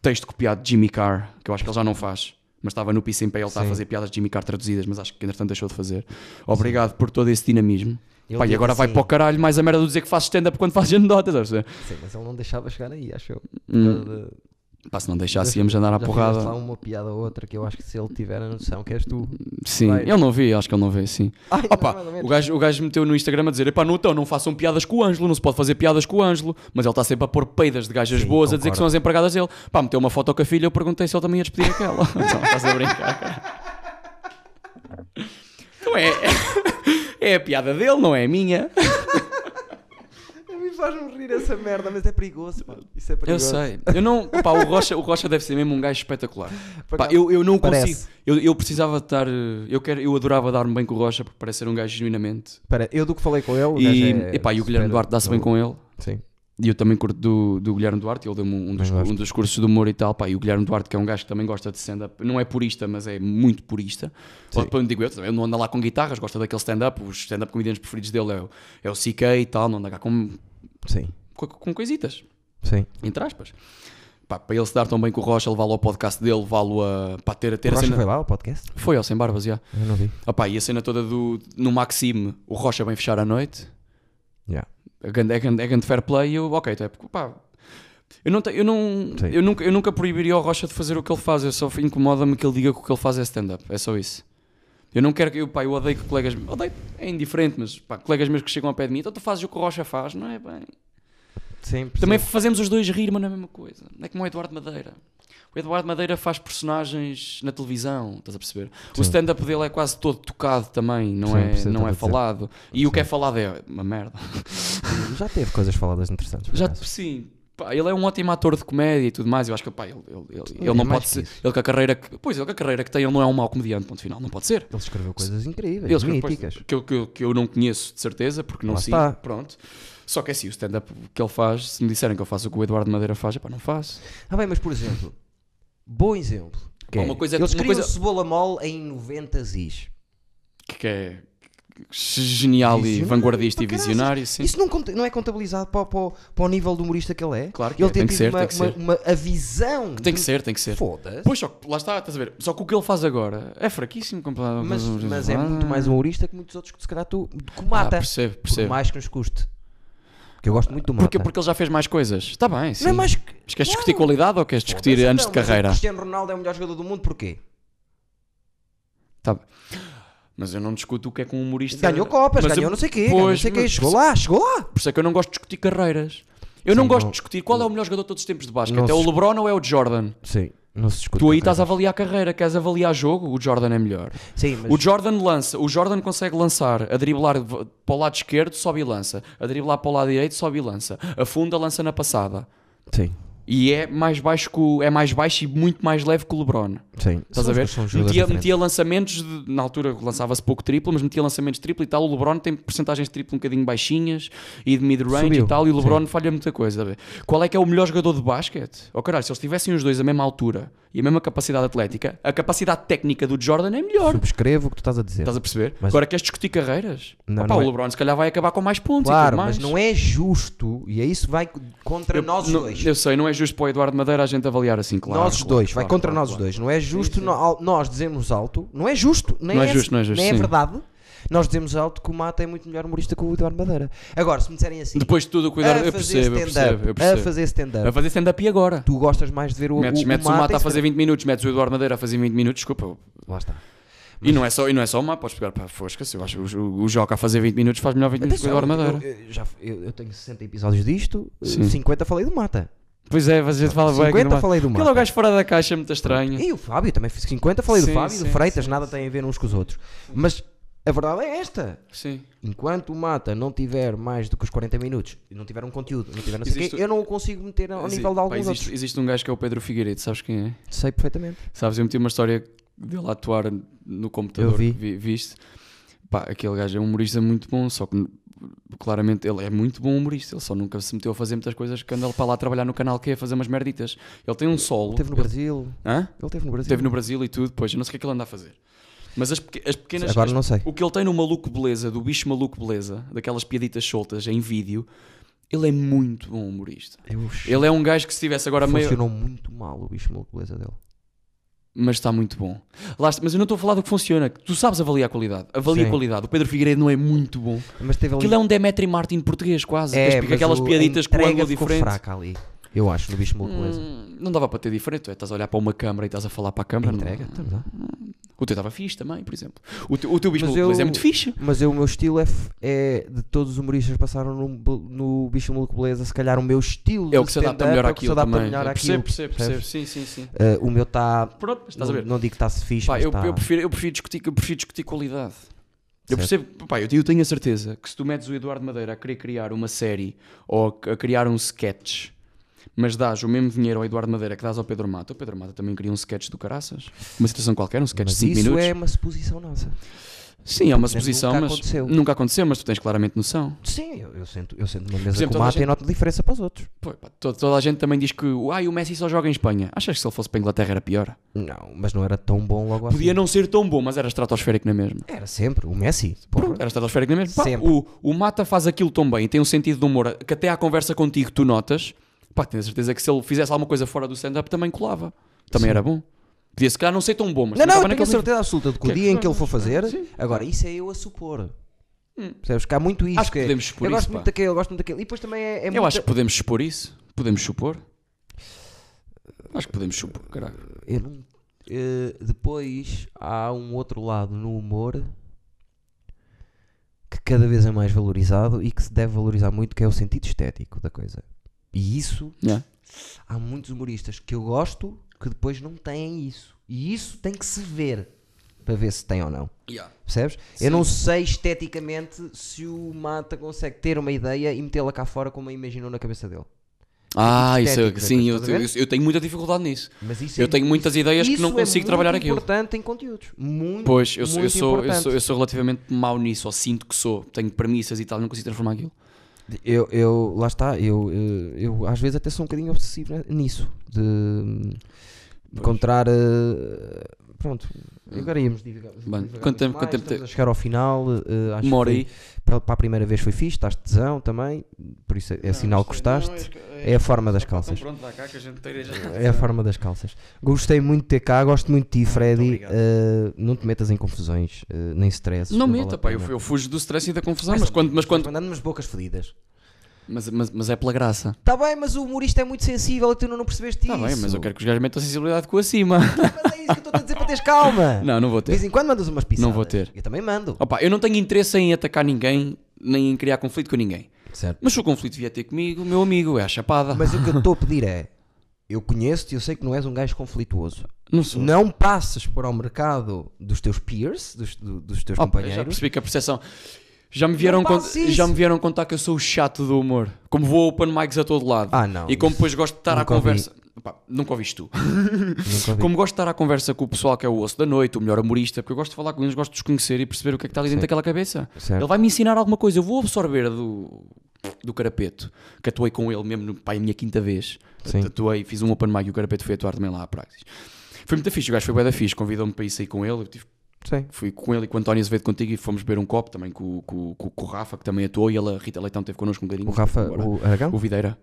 Speaker 2: texto copiado de Jimmy Carr, que eu acho que ele já não faz. Mas estava no Piss em Pé, ele está a
Speaker 3: Sim.
Speaker 2: fazer piadas de Jimmy Carr traduzidas, mas acho que entretanto deixou de fazer. Obrigado por todo esse dinamismo. Pá, e agora vai para o caralho mais a merda de dizer que faz stand-up quando faz anedotas. estás a perceber?
Speaker 3: Sim, mas ele não deixava chegar aí, acho eu.
Speaker 2: Hum,
Speaker 3: Ele,
Speaker 2: Pá, se não deixasse, íamos andar à
Speaker 3: já fizeste lá
Speaker 2: porrada.
Speaker 3: uma piada ou outra que eu acho que se ele tiver a noção que és tu.
Speaker 2: Sim,
Speaker 3: Vai.
Speaker 2: ele não vê, acho que ele não vê, sim.
Speaker 3: Ai, não,
Speaker 2: Opa,
Speaker 3: mais ou
Speaker 2: o
Speaker 3: menos.
Speaker 2: gajo, o gajo meteu no Instagram a dizer: Epá, não, então, não façam piadas com o Ângelo, não se pode fazer piadas com o Ângelo. Mas ele está sempre a pôr peidas de gajas
Speaker 3: Sim,
Speaker 2: boas a dizer
Speaker 3: concordo.
Speaker 2: que são as empregadas dele. Pá, meteu uma foto com a filha, eu perguntei se ele também ia despedir aquela. não, estás a brincar, cara. Não é. É a piada dele, não é a minha.
Speaker 3: A mim faz-me rir essa merda, mas é perigoso, pá. Isso é
Speaker 2: Eu
Speaker 3: perigoso.
Speaker 2: sei. Eu não, pá, o Rocha, o Rocha deve ser mesmo um gajo espetacular.
Speaker 3: Por
Speaker 2: Pá,
Speaker 3: acaso,
Speaker 2: eu, eu não
Speaker 3: parece.
Speaker 2: consigo. Eu, eu precisava de estar. eh, Eu, quero, eu adorava dar-me bem com o Rocha porque parece ser um gajo genuinamente.
Speaker 3: Espera, eu do que falei com ele. o
Speaker 2: E,
Speaker 3: gajo é
Speaker 2: epá, e o Guilherme
Speaker 3: super-
Speaker 2: Duarte dá-se bem com ele.
Speaker 3: Sim.
Speaker 2: E eu também curto do, do Guilherme Duarte, ele deu-me um, dos,
Speaker 3: Também gosto.
Speaker 2: um dos cursos de humor e tal. Pá, e o Guilherme Duarte, que é um gajo que também gosta de stand-up, não é purista, mas é muito purista.
Speaker 3: Sim.
Speaker 2: Ou, depois digo eu, ele não anda lá com guitarras, gosta daquele stand-up. Os stand-up comediantes preferidos dele é, o- é o CK e tal, não anda cá com,
Speaker 3: Sim.
Speaker 2: com, com coisitas,
Speaker 3: Sim.
Speaker 2: entre aspas. Pá, para ele se dar tão bem com o Rocha, levá-lo ao podcast dele, levá-lo a. Pá, ter, ter
Speaker 3: O
Speaker 2: a
Speaker 3: Rocha
Speaker 2: cena-
Speaker 3: foi lá o podcast?
Speaker 2: Foi ao Sem Barbas, já.
Speaker 3: Eu não vi.
Speaker 2: Opá, e a cena toda do, no Maxime, o Rocha vem fechar à noite,
Speaker 3: Yeah.
Speaker 2: é grande, é grande, é grande fair play, e eu, ok, então é porque, pá, eu, não, te- eu, não,
Speaker 3: Sim.
Speaker 2: eu, nunca, eu nunca proibiria o Rocha de fazer o que ele faz, eu só incomoda-me que ele diga que o que ele faz é stand-up, é só isso. Eu não quero que, eu, pá, eu odeio que colegas, odeio, é indiferente, mas pá, colegas meus que chegam ao pé de mim, então tu fazes o que o Rocha faz, não é bem?
Speaker 3: Sim,
Speaker 2: Também
Speaker 3: percebo.
Speaker 2: fazemos os dois rir, mas não é a mesma coisa. Não é como o Eduardo Madeira. O Eduardo Madeira faz personagens na televisão, estás a perceber?
Speaker 3: Sim.
Speaker 2: O stand-up dele é quase todo tocado também, não
Speaker 3: Sim,
Speaker 2: é,
Speaker 3: percebo,
Speaker 2: não
Speaker 3: estava
Speaker 2: é
Speaker 3: a dizer.
Speaker 2: falado. E o que é falado é uma merda.
Speaker 3: Já teve coisas faladas interessantes. por
Speaker 2: Já,
Speaker 3: acaso.
Speaker 2: sim, pá, ele é um ótimo ator de comédia e tudo mais. Eu acho que pá, ele, ele, ele- ele
Speaker 3: é
Speaker 2: não
Speaker 3: mais
Speaker 2: pode
Speaker 3: que
Speaker 2: ser.
Speaker 3: isso.
Speaker 2: Ele com a carreira que, pois, ele com a carreira que tem, ele não é um mau comediante, ponto final, não pode ser.
Speaker 3: Ele escreveu coisas incríveis,
Speaker 2: Eles que,
Speaker 3: míticas.
Speaker 2: depois- que, eu- que, eu- que eu não conheço de certeza, porque não
Speaker 3: Lá
Speaker 2: sei.
Speaker 3: está.
Speaker 2: Pronto. Só que é assim, o stand-up que ele faz, se me disserem que eu faço o que o Eduardo Madeira faz, é pá, não faço.
Speaker 3: Ah, bem, mas por exemplo, bom exemplo. Que
Speaker 2: Pá,
Speaker 3: é,
Speaker 2: uma coisa-
Speaker 3: eles
Speaker 2: uma
Speaker 3: criam
Speaker 2: coisa-
Speaker 3: cebola mole em 90 is.
Speaker 2: que, que é genial e
Speaker 3: Visionário,
Speaker 2: vanguardista e
Speaker 3: para caraças.
Speaker 2: visionário, sim.
Speaker 3: Isso não, conta- não é contabilizado para, o- para o- para o nível de humorista que ele é?
Speaker 2: Claro que
Speaker 3: ele
Speaker 2: é,
Speaker 3: tem
Speaker 2: tem que
Speaker 3: tido
Speaker 2: ser,
Speaker 3: uma,
Speaker 2: tem que ser.
Speaker 3: uma- uma- a visão.
Speaker 2: Tem que ser, tem que ser.
Speaker 3: é Foda-se.
Speaker 2: Pois só, que lá está, estás a ver? Só que o que ele faz agora é fraquíssimo comparado
Speaker 3: Mas,
Speaker 2: com-
Speaker 3: mas é muito mais humorista que muitos outros que se calhar tu que
Speaker 2: Ah,
Speaker 3: mata.
Speaker 2: percebo,
Speaker 3: por
Speaker 2: percebo.
Speaker 3: mais que nos custe. Que eu gosto muito do Mota.
Speaker 2: Porque, porque ele já fez mais coisas. Está bem, sim.
Speaker 3: Não é mais que-
Speaker 2: Mas queres
Speaker 3: Claro.
Speaker 2: discutir qualidade ou queres discutir
Speaker 3: Mas
Speaker 2: anos
Speaker 3: então,
Speaker 2: de
Speaker 3: mas o
Speaker 2: carreira?
Speaker 3: Cristiano Ronaldo é o melhor jogador do mundo, porquê?
Speaker 2: Tá. Mas eu não discuto o que é que um humorista
Speaker 3: Ganhou Copas,
Speaker 2: Mas eu-
Speaker 3: ganhou não sei o quê,
Speaker 2: Pois,
Speaker 3: ganhou não sei o quê,
Speaker 2: mas-
Speaker 3: chegou lá, chegou lá.
Speaker 2: Por isso é que eu não gosto de discutir carreiras. Eu não
Speaker 3: Sim,
Speaker 2: gosto
Speaker 3: não-
Speaker 2: de discutir qual é o melhor jogador de todos os tempos de basquete.
Speaker 3: Não
Speaker 2: É o
Speaker 3: se-
Speaker 2: LeBron ou é o Jordan?
Speaker 3: Sim, não se discute.
Speaker 2: Tu aí estás a avaliar carreira, queres avaliar jogo? O Jordan é melhor.
Speaker 3: Sim, mas...
Speaker 2: O Jordan lança, o Jordan consegue lançar, a driblar v- para o lado esquerdo, sobe e lança, a driblar para o lado direito, sobe e lança, afunda, lança na passada.
Speaker 3: Sim,
Speaker 2: E é mais baixo que o- é mais baixo e muito mais leve que o LeBron.
Speaker 3: sim.
Speaker 2: Estás a ver? Metia, metia lançamentos, de- na altura lançava-se pouco triplo, mas metia lançamentos de triplo e tal. O LeBron tem percentagens de triplo um bocadinho baixinhas e de mid-range
Speaker 3: Subiu,
Speaker 2: e tal. E o LeBron falha muita coisa. estás a ver? Qual é que é o melhor jogador de basquete? Oh caralho, se eles tivessem os dois a mesma altura e a mesma capacidade atlética, a capacidade técnica do Jordan é melhor.
Speaker 3: Subscrevo o que tu estás a dizer.
Speaker 2: Estás a perceber?
Speaker 3: Mas-
Speaker 2: Agora queres discutir carreiras?
Speaker 3: Não,
Speaker 2: Opá,
Speaker 3: não
Speaker 2: o
Speaker 3: é.
Speaker 2: LeBron se calhar vai acabar com mais pontos e
Speaker 3: Claro,
Speaker 2: tudo mais.
Speaker 3: mas não é justo, e é isso vai contra nós os
Speaker 2: não,
Speaker 3: dois.
Speaker 2: Eu sei, não é justo para o Eduardo Madeira a gente avaliar assim, claro.
Speaker 3: nós os
Speaker 2: claro,
Speaker 3: dois, vai
Speaker 2: claro,
Speaker 3: contra
Speaker 2: claro,
Speaker 3: nós os
Speaker 2: claro.
Speaker 3: dois. Não é justo no- nós dizermos alto, não é justo, nem
Speaker 2: Não é
Speaker 3: é,
Speaker 2: justo, não é justo,
Speaker 3: nem é
Speaker 2: sim.
Speaker 3: verdade. Nós dizemos alto que o Mata é muito melhor humorista que o Eduardo Madeira. Agora, se me disserem assim,
Speaker 2: Depois de tudo, o que o Eduardo-
Speaker 3: a
Speaker 2: eu
Speaker 3: fazer
Speaker 2: percebo, eu percebo,
Speaker 3: stand-up,
Speaker 2: eu
Speaker 3: a
Speaker 2: percebo.
Speaker 3: fazer
Speaker 2: A
Speaker 3: stand-up,
Speaker 2: fazer stand-up e agora?
Speaker 3: tu gostas mais de ver o,
Speaker 2: metes,
Speaker 3: o,
Speaker 2: metes
Speaker 3: o
Speaker 2: o
Speaker 3: Mata
Speaker 2: mata a
Speaker 3: em
Speaker 2: fazer
Speaker 3: stand-up.
Speaker 2: 20 minutos, metes o Eduardo Madeira a fazer 20 minutos, desculpa.
Speaker 3: Lá está.
Speaker 2: E não é só, e não é só o mapa, podes pegar para fosca, se eu acho que o, o Joca a fazer 20 minutos faz melhor 20 minutos que o
Speaker 3: Atenção,
Speaker 2: Eduardo Madeira.
Speaker 3: Eu, eu já, eu, eu tenho 60 episódios disto,
Speaker 2: Sim.
Speaker 3: 50 falei do Mata.
Speaker 2: Pois é, mas a gente fala bem aqui no
Speaker 3: 50
Speaker 2: mata.
Speaker 3: falei do
Speaker 2: Aquele é o
Speaker 3: Mata.
Speaker 2: gajo fora da caixa muito estranho.
Speaker 3: E o Fábio também fiz 50, falei
Speaker 2: Sim,
Speaker 3: do Fábio,
Speaker 2: sim,
Speaker 3: do Freitas,
Speaker 2: sim,
Speaker 3: nada tem a ver uns com os outros. Mas a verdade é esta.
Speaker 2: Sim.
Speaker 3: Enquanto o Mata não tiver mais do que os 40 minutos, e não tiver um conteúdo, não tiver não sei o quê,
Speaker 2: Existe-
Speaker 3: eu não o consigo meter ao nível de
Speaker 2: Pá,
Speaker 3: alguns
Speaker 2: existe,
Speaker 3: outros.
Speaker 2: existe um gajo que é o Pedro Figueiredo, sabes quem é?
Speaker 3: Sei perfeitamente.
Speaker 2: Sabes, eu meti uma história dele a atuar no computador,
Speaker 3: Eu vi.
Speaker 2: que viste? Pá, aquele gajo é um humorista muito bom, só que n- claramente ele é muito bom humorista, ele só nunca se meteu a fazer muitas coisas que anda ele para lá trabalhar no canal que é fazer umas merditas. Ele tem um solo.
Speaker 3: Ele teve no
Speaker 2: ele-
Speaker 3: Brasil.
Speaker 2: Hã?
Speaker 3: Ele teve no Brasil.
Speaker 2: Teve no Brasil e tudo, pois, eu não sei o que é que ele anda a fazer. Mas as, peque- as pequenas.
Speaker 3: Agora
Speaker 2: as-
Speaker 3: não sei.
Speaker 2: O que ele tem no Maluco Beleza, do bicho Maluco Beleza, daquelas piaditas soltas em vídeo, ele é muito bom humorista. Ele é um gajo que se tivesse agora meio.
Speaker 3: funcionou muito mal o bicho maluco beleza dele.
Speaker 2: mas está muito bom. Lá está- mas eu não estou a falar do que funciona. Tu sabes avaliar a qualidade. Avalia a
Speaker 3: Sim.
Speaker 2: qualidade. O Pedro Figueiredo não é muito bom.
Speaker 3: Mas teve ali. É,
Speaker 2: Aquilo é um Demetri Martin português, quase. que explica
Speaker 3: mas
Speaker 2: aquelas
Speaker 3: o- a
Speaker 2: piaditas com um
Speaker 3: entrega
Speaker 2: ângulo
Speaker 3: ficou
Speaker 2: diferente.
Speaker 3: fraca ali. Eu acho, no bicho maluco beleza.
Speaker 2: Hum, não dava para ter diferente. Tu é, estás a olhar para uma câmara e estás a falar para a câmara. não- é?
Speaker 3: Entrega, tá, estamos lá.
Speaker 2: O teu estava fixe também, por exemplo. O, teu- o teu bicho
Speaker 3: Mas
Speaker 2: Maluco Beleza
Speaker 3: eu-
Speaker 2: é muito fixe.
Speaker 3: Mas eu, o meu estilo é, f- é de todos os humoristas que passaram no, no Bicho Maluco Beleza, se calhar o meu estilo
Speaker 2: É o
Speaker 3: de
Speaker 2: que se adapta
Speaker 3: stand-up
Speaker 2: melhor
Speaker 3: é o que se
Speaker 2: àquilo
Speaker 3: adapta
Speaker 2: também.
Speaker 3: melhor
Speaker 2: percebo,
Speaker 3: àquilo,
Speaker 2: percebo, percebo.
Speaker 3: percebes?
Speaker 2: Sim, sim, sim.
Speaker 3: Eh, o meu está.
Speaker 2: Pronto, mas estás
Speaker 3: Não,
Speaker 2: a ver?
Speaker 3: não digo que está-se fixe,
Speaker 2: Pá,
Speaker 3: mas
Speaker 2: eu,
Speaker 3: tá-
Speaker 2: eu prefiro, eu, prefiro discutir, eu prefiro discutir qualidade. Eu
Speaker 3: Certo.
Speaker 2: percebo, pá, eu, te- eu tenho a certeza que se tu metes o Eduardo Madeira a querer criar uma série ou a criar um sketch, mas dás o mesmo dinheiro ao Eduardo Madeira que dás ao Pedro Mata, o Pedro Mata também cria um sketch do caraças. Uma situação qualquer, um sketch de
Speaker 3: Mas
Speaker 2: 5
Speaker 3: isso
Speaker 2: minutos.
Speaker 3: é uma suposição nossa.
Speaker 2: Sim, é uma
Speaker 3: Mas nunca
Speaker 2: suposição, mas
Speaker 3: aconteceu.
Speaker 2: nunca aconteceu, mas tu tens claramente noção.
Speaker 3: Sim, eu, eu sento, eu sento numa mesa
Speaker 2: exemplo,
Speaker 3: com
Speaker 2: toda a
Speaker 3: mata e
Speaker 2: gente-
Speaker 3: noto diferença para os outros.
Speaker 2: Pô, pá, to- toda a gente também diz que "Ai, o Messi só joga em Espanha. Achas que se ele fosse para a Inglaterra era pior?
Speaker 3: Não, mas não era tão bom logo
Speaker 2: Podia
Speaker 3: assim.
Speaker 2: não ser tão bom, mas era estratosférico é na mesma.
Speaker 3: Era sempre, o Messi. porra.
Speaker 2: Pronto, era estratosférico na mesma. Pá,
Speaker 3: Sempre.
Speaker 2: o, o Mata faz aquilo tão bem, tem um sentido de humor que até à conversa contigo tu notas. Pá, tenho a certeza que se ele fizesse alguma coisa fora do stand-up também colava. Também
Speaker 3: Sim.
Speaker 2: era bom. Podia se calhar não ser tão bom, mas
Speaker 3: Não, não, eu
Speaker 2: também estava
Speaker 3: tenho a
Speaker 2: naquele nível.
Speaker 3: certeza absoluta de que
Speaker 2: Que
Speaker 3: o
Speaker 2: é que
Speaker 3: dia em
Speaker 2: vai,
Speaker 3: que ele for
Speaker 2: mas-
Speaker 3: fazer.
Speaker 2: Sim.
Speaker 3: Agora, isso é eu a supor.
Speaker 2: Hum.
Speaker 3: Percebes? Que há muito isso.
Speaker 2: Acho que
Speaker 3: é,
Speaker 2: podemos expor
Speaker 3: eu
Speaker 2: isso,
Speaker 3: gosto
Speaker 2: pá.
Speaker 3: muito daquele, eu gosto muito daquele. E depois também é. é
Speaker 2: Eu
Speaker 3: muita-
Speaker 2: acho que podemos supor isso. Podemos supor. Acho que podemos supor, caralho.
Speaker 3: Eu não- eh, depois há um outro lado no humor que cada vez é mais valorizado e que se deve valorizar muito, que é o sentido estético da coisa. E isso
Speaker 2: Yeah.
Speaker 3: há muitos humoristas que eu gosto que depois não têm isso. E isso tem que se ver para ver se tem ou não.
Speaker 2: Yeah.
Speaker 3: Percebes? Eu não sei esteticamente se o Mata consegue ter uma ideia e metê-la cá fora como a imaginou na cabeça dele.
Speaker 2: Ah, isso é,
Speaker 3: estético da
Speaker 2: sim,
Speaker 3: coisa,
Speaker 2: eu,
Speaker 3: estás a ver?
Speaker 2: eu- eu tenho muita dificuldade nisso.
Speaker 3: Mas isso
Speaker 2: Eu
Speaker 3: é
Speaker 2: tenho muitas ideias que não
Speaker 3: Isso
Speaker 2: consigo trabalhar
Speaker 3: é muito
Speaker 2: aquilo.
Speaker 3: importante em conteúdos. Muito,
Speaker 2: Pois, eu, sou- eu
Speaker 3: muito
Speaker 2: sou, eu,
Speaker 3: importante.
Speaker 2: sou, eu sou relativamente mau nisso, ou sinto que sou. Tenho premissas e tal, não consigo transformar aquilo.
Speaker 3: Eu, eu- lá está, eu, eu, eu às vezes até sou um bocadinho obsessivo né, nisso, de hum, encontrar. eh, pronto, agora íamos divagar.
Speaker 2: Bem,
Speaker 3: divagar
Speaker 2: quanto
Speaker 3: muito
Speaker 2: tempo- quanto
Speaker 3: mais,
Speaker 2: tempo
Speaker 3: estamos
Speaker 2: te-
Speaker 3: a chegar ao final, eh, acho
Speaker 2: Uma hora
Speaker 3: que
Speaker 2: aí.
Speaker 3: foi- para, para a primeira vez foi fixe, estás tesão também, por isso é, é sinal que gostaste. é a forma das calças.
Speaker 2: pronto, vai cá que a gente
Speaker 3: É a forma das calças. Gostei muito de ter cá, gosto muito de ti, Freddy. eh, não te metas em confusões, eh, nem stresses.
Speaker 2: Não
Speaker 3: vale
Speaker 2: meta,
Speaker 3: a
Speaker 2: pá, eu,
Speaker 3: pena.
Speaker 2: eu fujo do stress e da confusão, mas, quando, mas quando,
Speaker 3: Andando umas bocas fedidas.
Speaker 2: Mas, mas, mas é pela graça.
Speaker 3: Está bem, mas o humorista é muito sensível e tu não percebeste
Speaker 2: Está
Speaker 3: isso.
Speaker 2: Tá bem, mas eu quero que os gajos metam a sensibilidade com acima.
Speaker 3: Mas é isso que eu estou a dizer para teres calma.
Speaker 2: Não, não vou
Speaker 3: De
Speaker 2: ter.
Speaker 3: vez em quando mandas umas pisadas.
Speaker 2: Não vou ter.
Speaker 3: Eu também mando.
Speaker 2: Opa, eu não tenho interesse em atacar ninguém, nem em criar conflito com ninguém.
Speaker 3: Certo.
Speaker 2: Mas se o conflito vier ter comigo, meu amigo, é a chapada.
Speaker 3: Mas o que eu estou a pedir é: eu conheço-te e eu sei que não és um gajo conflituoso.
Speaker 2: não sou.
Speaker 3: Não passas para o mercado dos teus peers, dos, do- dos teus
Speaker 2: Opa, Oh, já
Speaker 3: companheiros.
Speaker 2: percebi que a percepção. Já me, vieram
Speaker 3: Não
Speaker 2: con-
Speaker 3: faço isso.
Speaker 2: já me vieram contar que eu sou o chato do humor. Como vou a open mics a todo lado.
Speaker 3: Ah, não,
Speaker 2: E como
Speaker 3: isso
Speaker 2: depois gosto de estar à
Speaker 3: nunca ouvi.
Speaker 2: conversa. Opa, nunca ouviste tu.
Speaker 3: Nunca vi.
Speaker 2: Como gosto de estar à conversa com o pessoal que é o osso da noite, o melhor humorista, porque eu gosto de falar com eles, gosto de os conhecer e perceber o que é que está ali dentro daquela cabeça.
Speaker 3: Certo.
Speaker 2: Ele vai me ensinar alguma coisa, eu vou absorver do, do carapeto, que atuei com ele mesmo, no, pá, a minha quinta vez.
Speaker 3: Sim.
Speaker 2: Atuei, fiz um open mic e o carapeto foi atuar também lá à praxis. Foi muito fixe, o gajo foi bem da fixe, convidou-me para ir sair com ele, eu tive
Speaker 3: Sim.
Speaker 2: fui com ele e com o António Azevedo contigo e fomos beber um copo também com, com, com, com o Rafa, que também atuou, e ela, a Rita Leitão teve connosco um bocadinho.
Speaker 3: O Rafa,
Speaker 2: Agora,
Speaker 3: o Aragão?
Speaker 2: o Videira.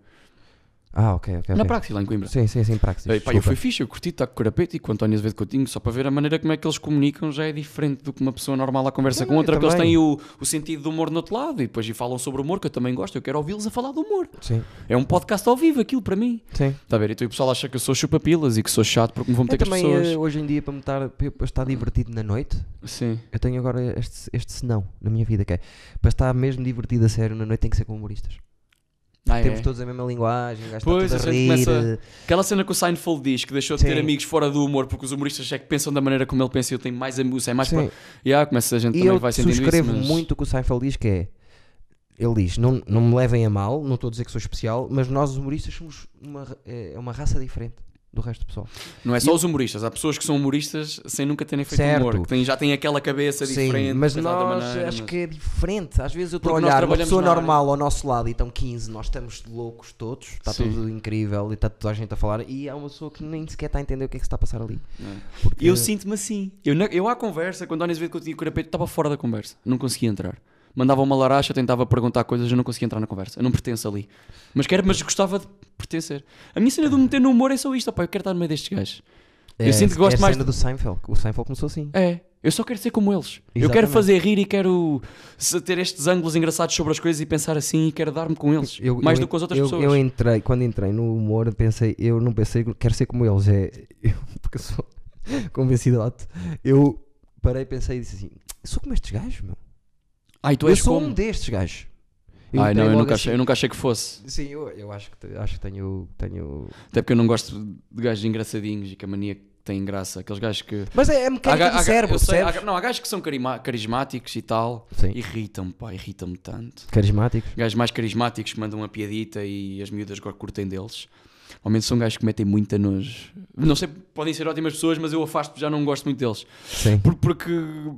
Speaker 3: Ah, ok, ok.
Speaker 2: Na
Speaker 3: ok.
Speaker 2: Praxis, lá em Coimbra.
Speaker 3: Sim, sim, sim, praxis.
Speaker 2: Ei, pá, eu
Speaker 3: Desculpa.
Speaker 2: fui fixe, eu curti estar com o Carapete e com o António Azevedo Coutinho, só para ver a maneira como é que eles comunicam já é diferente do que uma pessoa normal a conversa
Speaker 3: Não,
Speaker 2: com
Speaker 3: eu
Speaker 2: outra, porque eles
Speaker 3: também.
Speaker 2: têm o, o sentido do humor no outro lado e depois e falam sobre humor, que eu também gosto, eu quero ouvi-los a falar do humor.
Speaker 3: Sim,
Speaker 2: É um podcast ao vivo aquilo para mim.
Speaker 3: sim.
Speaker 2: Está a ver? Então o pessoal acha que eu sou chupapilas e que sou chato porque me vão
Speaker 3: Eu
Speaker 2: meter com as
Speaker 3: também,
Speaker 2: pessoas.
Speaker 3: eh, hoje em dia, para me estar, para eu estar divertido na noite,
Speaker 2: Sim.
Speaker 3: eu tenho agora este, este senão na minha vida, que é para estar mesmo divertido a sério na noite tem que ser com humoristas.
Speaker 2: Ah,
Speaker 3: Temos
Speaker 2: é.
Speaker 3: todos a mesma linguagem, o gajo
Speaker 2: Pois,
Speaker 3: está
Speaker 2: a
Speaker 3: todo a
Speaker 2: gente
Speaker 3: rir.
Speaker 2: começa-
Speaker 3: eh,
Speaker 2: Aquela cena que o Seinfeld diz que deixou de
Speaker 3: Sim.
Speaker 2: ter amigos fora do humor porque os humoristas é que pensam da maneira como ele pensa e ele tem mais amigos, é mais
Speaker 3: sim.
Speaker 2: para. Yeah, começa a gente
Speaker 3: E
Speaker 2: também
Speaker 3: eu
Speaker 2: vai sentindo
Speaker 3: subscrevo
Speaker 2: isso, mas-
Speaker 3: muito o que o Seinfeld diz, que é... Ele diz, não, não me levem a mal, não estou a dizer que sou especial, mas nós os humoristas somos uma, ra- é uma raça diferente do resto do pessoal.
Speaker 2: Não é só os humoristas, há pessoas que são humoristas sem nunca terem feito
Speaker 3: Certo.
Speaker 2: humor, que têm- já têm aquela cabeça diferente,
Speaker 3: mas
Speaker 2: pensar de outra
Speaker 3: nós
Speaker 2: maneira,
Speaker 3: acho
Speaker 2: mas-
Speaker 3: que é diferente. Às vezes eu estou a
Speaker 2: Porque nós
Speaker 3: olhar uma
Speaker 2: trabalhamos
Speaker 3: pessoa
Speaker 2: na área.
Speaker 3: normal ao nosso lado e estão 15, nós estamos loucos todos, está
Speaker 2: Sim.
Speaker 3: tudo incrível e está toda a gente a falar e há uma pessoa que nem sequer está a entender o que é que se está a passar ali.
Speaker 2: É.
Speaker 3: Porque
Speaker 2: Eu sinto-me assim. Eu, na- eu à conversa, quando Anís veio que eu tinha o carapeto, estava fora da conversa, não conseguia entrar. Mandava uma laracha, tentava perguntar coisas, eu não conseguia entrar na conversa. Eu não pertenço ali. Mas quero, mas gostava de pertencer. A minha cena de me meter no humor é só isto, opá, eu quero estar no meio destes gajos.
Speaker 3: é,
Speaker 2: eu sinto que gosto
Speaker 3: é a
Speaker 2: mais
Speaker 3: cena do Seinfeld. O Seinfeld começou assim.
Speaker 2: É, eu só quero ser como eles. Eu
Speaker 3: Exatamente.
Speaker 2: quero fazer rir e quero se- ter estes ângulos engraçados sobre as coisas e pensar assim e quero dar-me com eles.
Speaker 3: Eu-
Speaker 2: mais
Speaker 3: eu-
Speaker 2: do que as outras
Speaker 3: eu-
Speaker 2: pessoas.
Speaker 3: Eu entrei, quando entrei no humor, pensei, eu não pensei que quero ser como eles, é, eu, porque eu sou convencidote. Eu parei, pensei e disse assim: sou como estes gajos, meu.
Speaker 2: Ai, tu
Speaker 3: eu
Speaker 2: és
Speaker 3: sou
Speaker 2: como?
Speaker 3: um destes gajos.
Speaker 2: Ai, não,
Speaker 3: entrei
Speaker 2: eu
Speaker 3: logo assim.
Speaker 2: nunca, achei, eu nunca achei que fosse.
Speaker 3: Sim, eu, eu acho, que, te- acho que tenho, tenho.
Speaker 2: Até porque eu não gosto de gajos engraçadinhos e que a mania que tem graça. Aqueles gajos que.
Speaker 3: Mas é, é mecânica
Speaker 2: ga-
Speaker 3: do
Speaker 2: ga-
Speaker 3: cérebro,
Speaker 2: eu sei, há
Speaker 3: percebes?
Speaker 2: ga- não, há gajos que são carima- carismáticos e tal.
Speaker 3: Sim.
Speaker 2: Irritam-me, pá, irritam-me tanto.
Speaker 3: Carismáticos.
Speaker 2: Gajos mais carismáticos que mandam uma piadita e as miúdas go- curtem deles. Normalmente são gajos que metem muita nojo. Não sei, podem ser ótimas pessoas, mas eu afasto, já não gosto muito deles.
Speaker 3: Sim.
Speaker 2: Por- porque,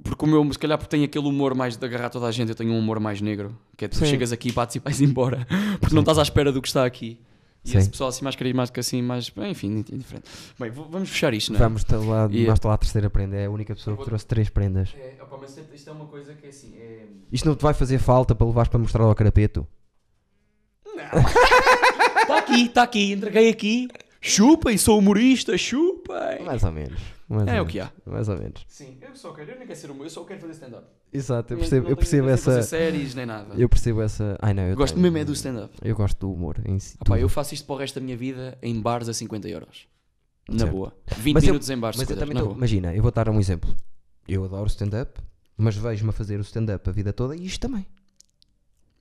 Speaker 2: porque o meu, se calhar, porque tem aquele humor mais de agarrar toda a gente, eu tenho um humor mais negro. Que é tu
Speaker 3: Sim.
Speaker 2: chegas aqui, bates e vais embora. Porque não estás à espera do que está aqui. E
Speaker 3: Sim.
Speaker 2: esse pessoal assim mais carismático, assim, mais. bem, Enfim, indiferente. Bem, vou- vamos fechar isto, não é?
Speaker 3: Vamos estar lá,
Speaker 2: E-
Speaker 3: nós está lá a terceira prenda. É a única pessoa que trouxe três prendas.
Speaker 2: É, opa, mas isto é uma coisa que é assim. É...
Speaker 3: Isto não te vai fazer falta para levares para mostrar ao carapeto?
Speaker 2: Está Tá aqui, está aqui, entreguei aqui. Chupem, sou humorista, chupem.
Speaker 3: Mais ou menos. Mais ou
Speaker 2: É o
Speaker 3: menos.
Speaker 2: que há.
Speaker 3: Mais ou menos.
Speaker 2: Sim, eu só quero, eu nem quero ser humor, eu só quero fazer stand-up.
Speaker 3: Exato, eu
Speaker 2: Não-
Speaker 3: percebo,
Speaker 2: não
Speaker 3: eu
Speaker 2: tenho
Speaker 3: percebo
Speaker 2: interesse em
Speaker 3: essa.
Speaker 2: fazer séries nem nada.
Speaker 3: Eu percebo essa. Ai não, eu
Speaker 2: gosto
Speaker 3: tenho-
Speaker 2: mesmo é do stand-up.
Speaker 3: Eu gosto do humor em si.
Speaker 2: Ah pá,
Speaker 3: tudo.
Speaker 2: eu faço isto para o resto da minha vida em bares a 50 euros. Na
Speaker 3: Certo.
Speaker 2: boa. 20
Speaker 3: Mas eu-
Speaker 2: minutos em bares,
Speaker 3: Mas eu
Speaker 2: 50
Speaker 3: também
Speaker 2: euros,
Speaker 3: tô-
Speaker 2: na boa.
Speaker 3: imagina, eu vou dar um exemplo. Eu adoro stand-up, mas vejo-me a fazer o stand-up a vida toda e isto também.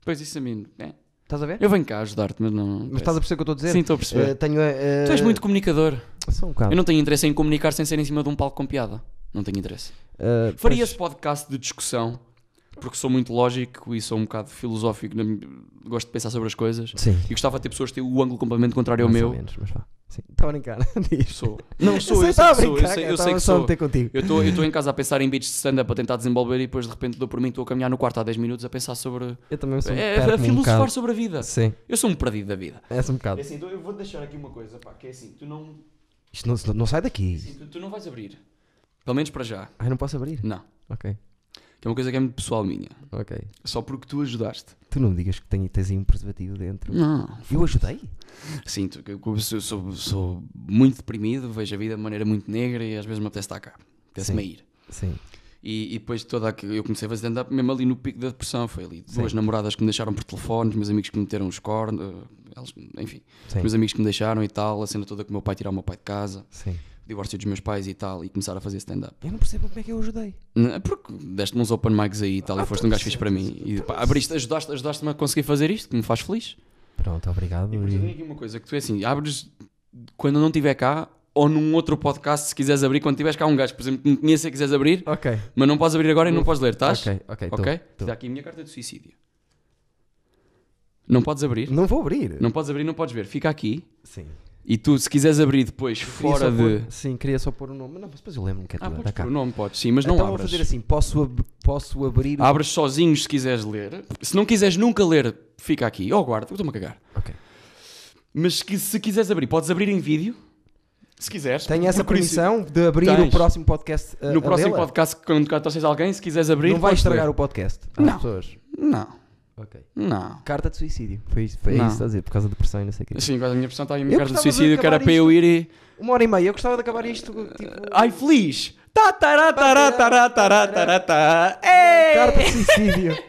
Speaker 2: Pois isso a mim. é.
Speaker 3: Estás a ver?
Speaker 2: Eu venho cá ajudar-te, mas não.
Speaker 3: Mas estás a perceber o que eu estou a dizer?
Speaker 2: Sim, estou a perceber.
Speaker 3: Eh, tenho a. eh,
Speaker 2: tu és muito comunicador.
Speaker 3: Só um bocado.
Speaker 2: Eu não tenho interesse em comunicar sem ser em cima de um palco com piada. Não tenho interesse.
Speaker 3: Eh,
Speaker 2: Faria
Speaker 3: pois-
Speaker 2: esse podcast de discussão, porque sou muito lógico e sou um bocado filosófico, na minha- gosto de pensar sobre as coisas.
Speaker 3: Sim.
Speaker 2: E gostava de ter pessoas que têm o ângulo completamente contrário ao
Speaker 3: mais ou
Speaker 2: meu.
Speaker 3: menos, mas vá. Sim. Estou a brincar. Diz.
Speaker 2: Sou. Não
Speaker 3: Eu sei,
Speaker 2: sou, eu sei
Speaker 3: estava
Speaker 2: que sou. Eu
Speaker 3: brincar,
Speaker 2: sei,
Speaker 3: eu
Speaker 2: eu sei
Speaker 3: estava
Speaker 2: que
Speaker 3: tá só a
Speaker 2: sou.
Speaker 3: meter contigo.
Speaker 2: Eu estou em casa a pensar em beats de stand-up a tentar desenvolver e depois de repente dou por mim, estou a caminhar no quarto há 10 minutos a pensar sobre.
Speaker 3: Eu também sou um
Speaker 2: É,
Speaker 3: perco-me
Speaker 2: a
Speaker 3: um
Speaker 2: filosofar
Speaker 3: bocado.
Speaker 2: sobre a vida.
Speaker 3: Sim,
Speaker 2: Eu sou um perdido da vida.
Speaker 3: é um bocado.
Speaker 2: assim, eu vou deixar aqui uma coisa, pá, que é assim, tu não, assim,
Speaker 3: Isto não, não sai daqui.
Speaker 2: tu, não vais abrir. Pelo menos para já.
Speaker 3: Ai, não posso abrir?
Speaker 2: Não.
Speaker 3: Ok,
Speaker 2: Que é uma coisa que é muito pessoal minha.
Speaker 3: ok.
Speaker 2: Só porque tu ajudaste.
Speaker 3: Tu não me digas que tenho- tens aí um preservativo dentro.
Speaker 2: Não.
Speaker 3: Eu ajudei?
Speaker 2: Sim, tu, eu, eu sou, sou- sou muito deprimido, vejo a vida de maneira muito negra e às vezes me apetece estar cá. Apetece-me a ir.
Speaker 3: Sim.
Speaker 2: E E, e depois toda aqu- eu comecei a fazer stand-up mesmo ali no pico da depressão. Foi ali duas namoradas que me deixaram por telefone, os meus amigos que me meteram os cornos, eh, eles- enfim,
Speaker 3: Sim.
Speaker 2: os meus amigos que me deixaram e tal. A cena toda que o meu pai tirar o meu pai de casa,
Speaker 3: Sim.
Speaker 2: o divórcio dos meus pais e tal, e começar a fazer stand-up.
Speaker 3: Eu não percebo como é que eu ajudei.
Speaker 2: N- eh, Porque deste-me uns open mics aí e tal,
Speaker 3: Ah,
Speaker 2: e foste um gajo
Speaker 3: pois,
Speaker 2: fixe para mim. E pá, abriste, ajudaste- ajudaste-me a conseguir fazer isto, que me faz feliz.
Speaker 3: Pronto, obrigado.
Speaker 2: E depois eu tenho
Speaker 3: E...
Speaker 2: aqui uma coisa que tu é assim, abres quando eu não estiver cá ou num outro podcast se quiseres abrir, quando tiveres cá um gajo, por exemplo, que me conheça e quiseres abrir,
Speaker 3: Ok.
Speaker 2: mas não podes abrir agora e não podes ler, estás?
Speaker 3: Uhum. Ok, ok. então, tô.
Speaker 2: Ok?
Speaker 3: tô.
Speaker 2: Está aqui a minha carta de suicídio. Não podes abrir,
Speaker 3: Não vou abrir.
Speaker 2: não podes abrir, não podes ver, fica aqui.
Speaker 3: Sim.
Speaker 2: E tu, se quiseres abrir depois,
Speaker 3: Queria só
Speaker 2: fora de.
Speaker 3: pôr- Sim, queria só pôr o nome. Não, mas depois eu lembro-me que é
Speaker 2: Ah,
Speaker 3: tua.
Speaker 2: podes
Speaker 3: Tá é cá.
Speaker 2: pôr o nome, podes, sim, mas não
Speaker 3: então vou
Speaker 2: abras.
Speaker 3: fazer assim. Posso, ab- posso abrir...
Speaker 2: Abres sozinho se quiseres ler. Se não quiseres nunca ler, fica aqui. Ou guarda, eu estou-me a cagar.
Speaker 3: Ok.
Speaker 2: Mas que, se quiseres abrir, podes abrir em vídeo. Se quiseres.
Speaker 3: Tenho essa
Speaker 2: Por isso-
Speaker 3: permissão de abrir o
Speaker 2: Tens.
Speaker 3: próximo podcast a-
Speaker 2: No
Speaker 3: a
Speaker 2: próximo
Speaker 3: dela?
Speaker 2: podcast, quando cá trouxeres alguém, se quiseres abrir.
Speaker 3: Não vai
Speaker 2: podes
Speaker 3: estragar
Speaker 2: ler.
Speaker 3: o podcast às
Speaker 2: Não.
Speaker 3: pessoas.
Speaker 2: Não,
Speaker 3: Ok.
Speaker 2: não.
Speaker 3: Carta de suicídio. Foi isso, foi
Speaker 2: Não.
Speaker 3: isso a dizer, por causa da depressão e não sei o quê.
Speaker 2: Sim, agora a minha pressão está aí, a
Speaker 3: Eu
Speaker 2: minha carta de
Speaker 3: gostava de
Speaker 2: suicídio, que era
Speaker 3: acabar
Speaker 2: para eu ir e.
Speaker 3: Uma hora e meia. Eu gostava de acabar isto. Tipo...
Speaker 2: Ai, feliz! Tá, tará, tará, tará, tará, tará, tá. Ei!
Speaker 3: Carta de suicídio.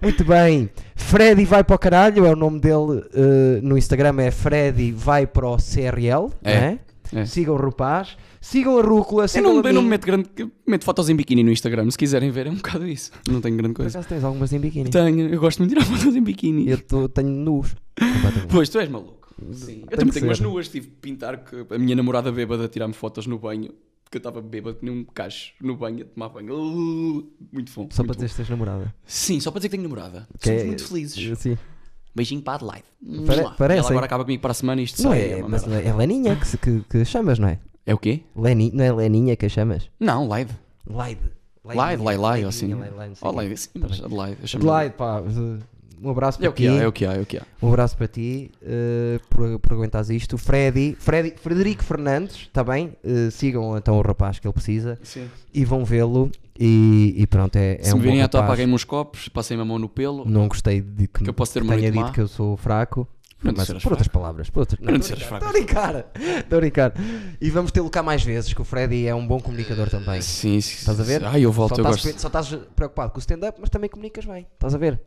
Speaker 3: Muito bem. Freddy vai para o caralho. É o nome dele eh, no Instagram. É Freddy vai para o CRL.
Speaker 2: É,
Speaker 3: né?
Speaker 2: é.
Speaker 3: Sigam o rapaz. Sigam a Rúcula.
Speaker 2: Eu
Speaker 3: Sigam
Speaker 2: não,
Speaker 3: a
Speaker 2: eu não
Speaker 3: mim.
Speaker 2: meto grande. Meto fotos em biquíni no Instagram, se quiserem ver, é um bocado isso. Não tenho grande
Speaker 3: Por
Speaker 2: coisa.
Speaker 3: acaso tens algumas em biquíni?
Speaker 2: Tenho, eu gosto de me tirar fotos em biquíni.
Speaker 3: Eu tô- tenho nus. Completamente.
Speaker 2: Pois, tu és maluco.
Speaker 3: Sim.
Speaker 2: Eu também tenho umas nuas, tive de pintar que a minha namorada bêbada a tirar-me fotos no banho, porque eu estava bêbado num cacho no banho, a tomar banho. Uh, Muito bom.
Speaker 3: Só
Speaker 2: muito
Speaker 3: para dizer que tens namorada.
Speaker 2: bom. Sim, só para dizer que tenho namorada.
Speaker 3: Que
Speaker 2: Somos
Speaker 3: é-
Speaker 2: muito felizes.
Speaker 3: Sim.
Speaker 2: Beijinho para a Adelaide.
Speaker 3: Pare-
Speaker 2: Mua.
Speaker 3: parecem.
Speaker 2: Ela agora acaba comigo para a semana e isto
Speaker 3: Não
Speaker 2: sai,
Speaker 3: é,
Speaker 2: uma
Speaker 3: mas
Speaker 2: merda.
Speaker 3: é Leninha que, se- que, que chamas, não é?
Speaker 2: É o quê?
Speaker 3: Leni, não é Leninha que a chamas?
Speaker 2: Não, Laide.
Speaker 3: Laide.
Speaker 2: Laide, Lai Lai, ou assim. Ou
Speaker 3: Laide.
Speaker 2: Laide, sim, mas Adelaide. eu chamo-lhe
Speaker 3: Laide, pá. Um abraço para
Speaker 2: É o que
Speaker 3: ti.
Speaker 2: há, é o que há, é o que há.
Speaker 3: Um abraço para ti eh, por, por aguentares isto. Freddy, Freddy, Frederico Fernandes, está bem? Eh, sigam então o rapaz que ele precisa e vão vê-lo. E, e pronto, é, é
Speaker 2: Se
Speaker 3: um
Speaker 2: me virem
Speaker 3: bom
Speaker 2: à toa,
Speaker 3: rapaz.
Speaker 2: paguem-me uns copos, passei-me a mão no pelo.
Speaker 3: Não gostei de que,
Speaker 2: Que eu posso ter uma
Speaker 3: tenha
Speaker 2: noite
Speaker 3: dito
Speaker 2: má.
Speaker 3: que eu sou fraco.
Speaker 2: Não
Speaker 3: mas
Speaker 2: seras
Speaker 3: por outras palavras, por outras...
Speaker 2: Não
Speaker 3: Não,
Speaker 2: sejas
Speaker 3: Estou a brincar, estou a brincar. E vamos tê-lo cá mais vezes, que o Freddy é um bom comunicador também.
Speaker 2: Sim, sim.
Speaker 3: Estás a ver?
Speaker 2: Ai, eu volto,
Speaker 3: só,
Speaker 2: eu
Speaker 3: estás,
Speaker 2: gosto.
Speaker 3: só estás preocupado com o stand-up, mas também comunicas bem. Estás a ver?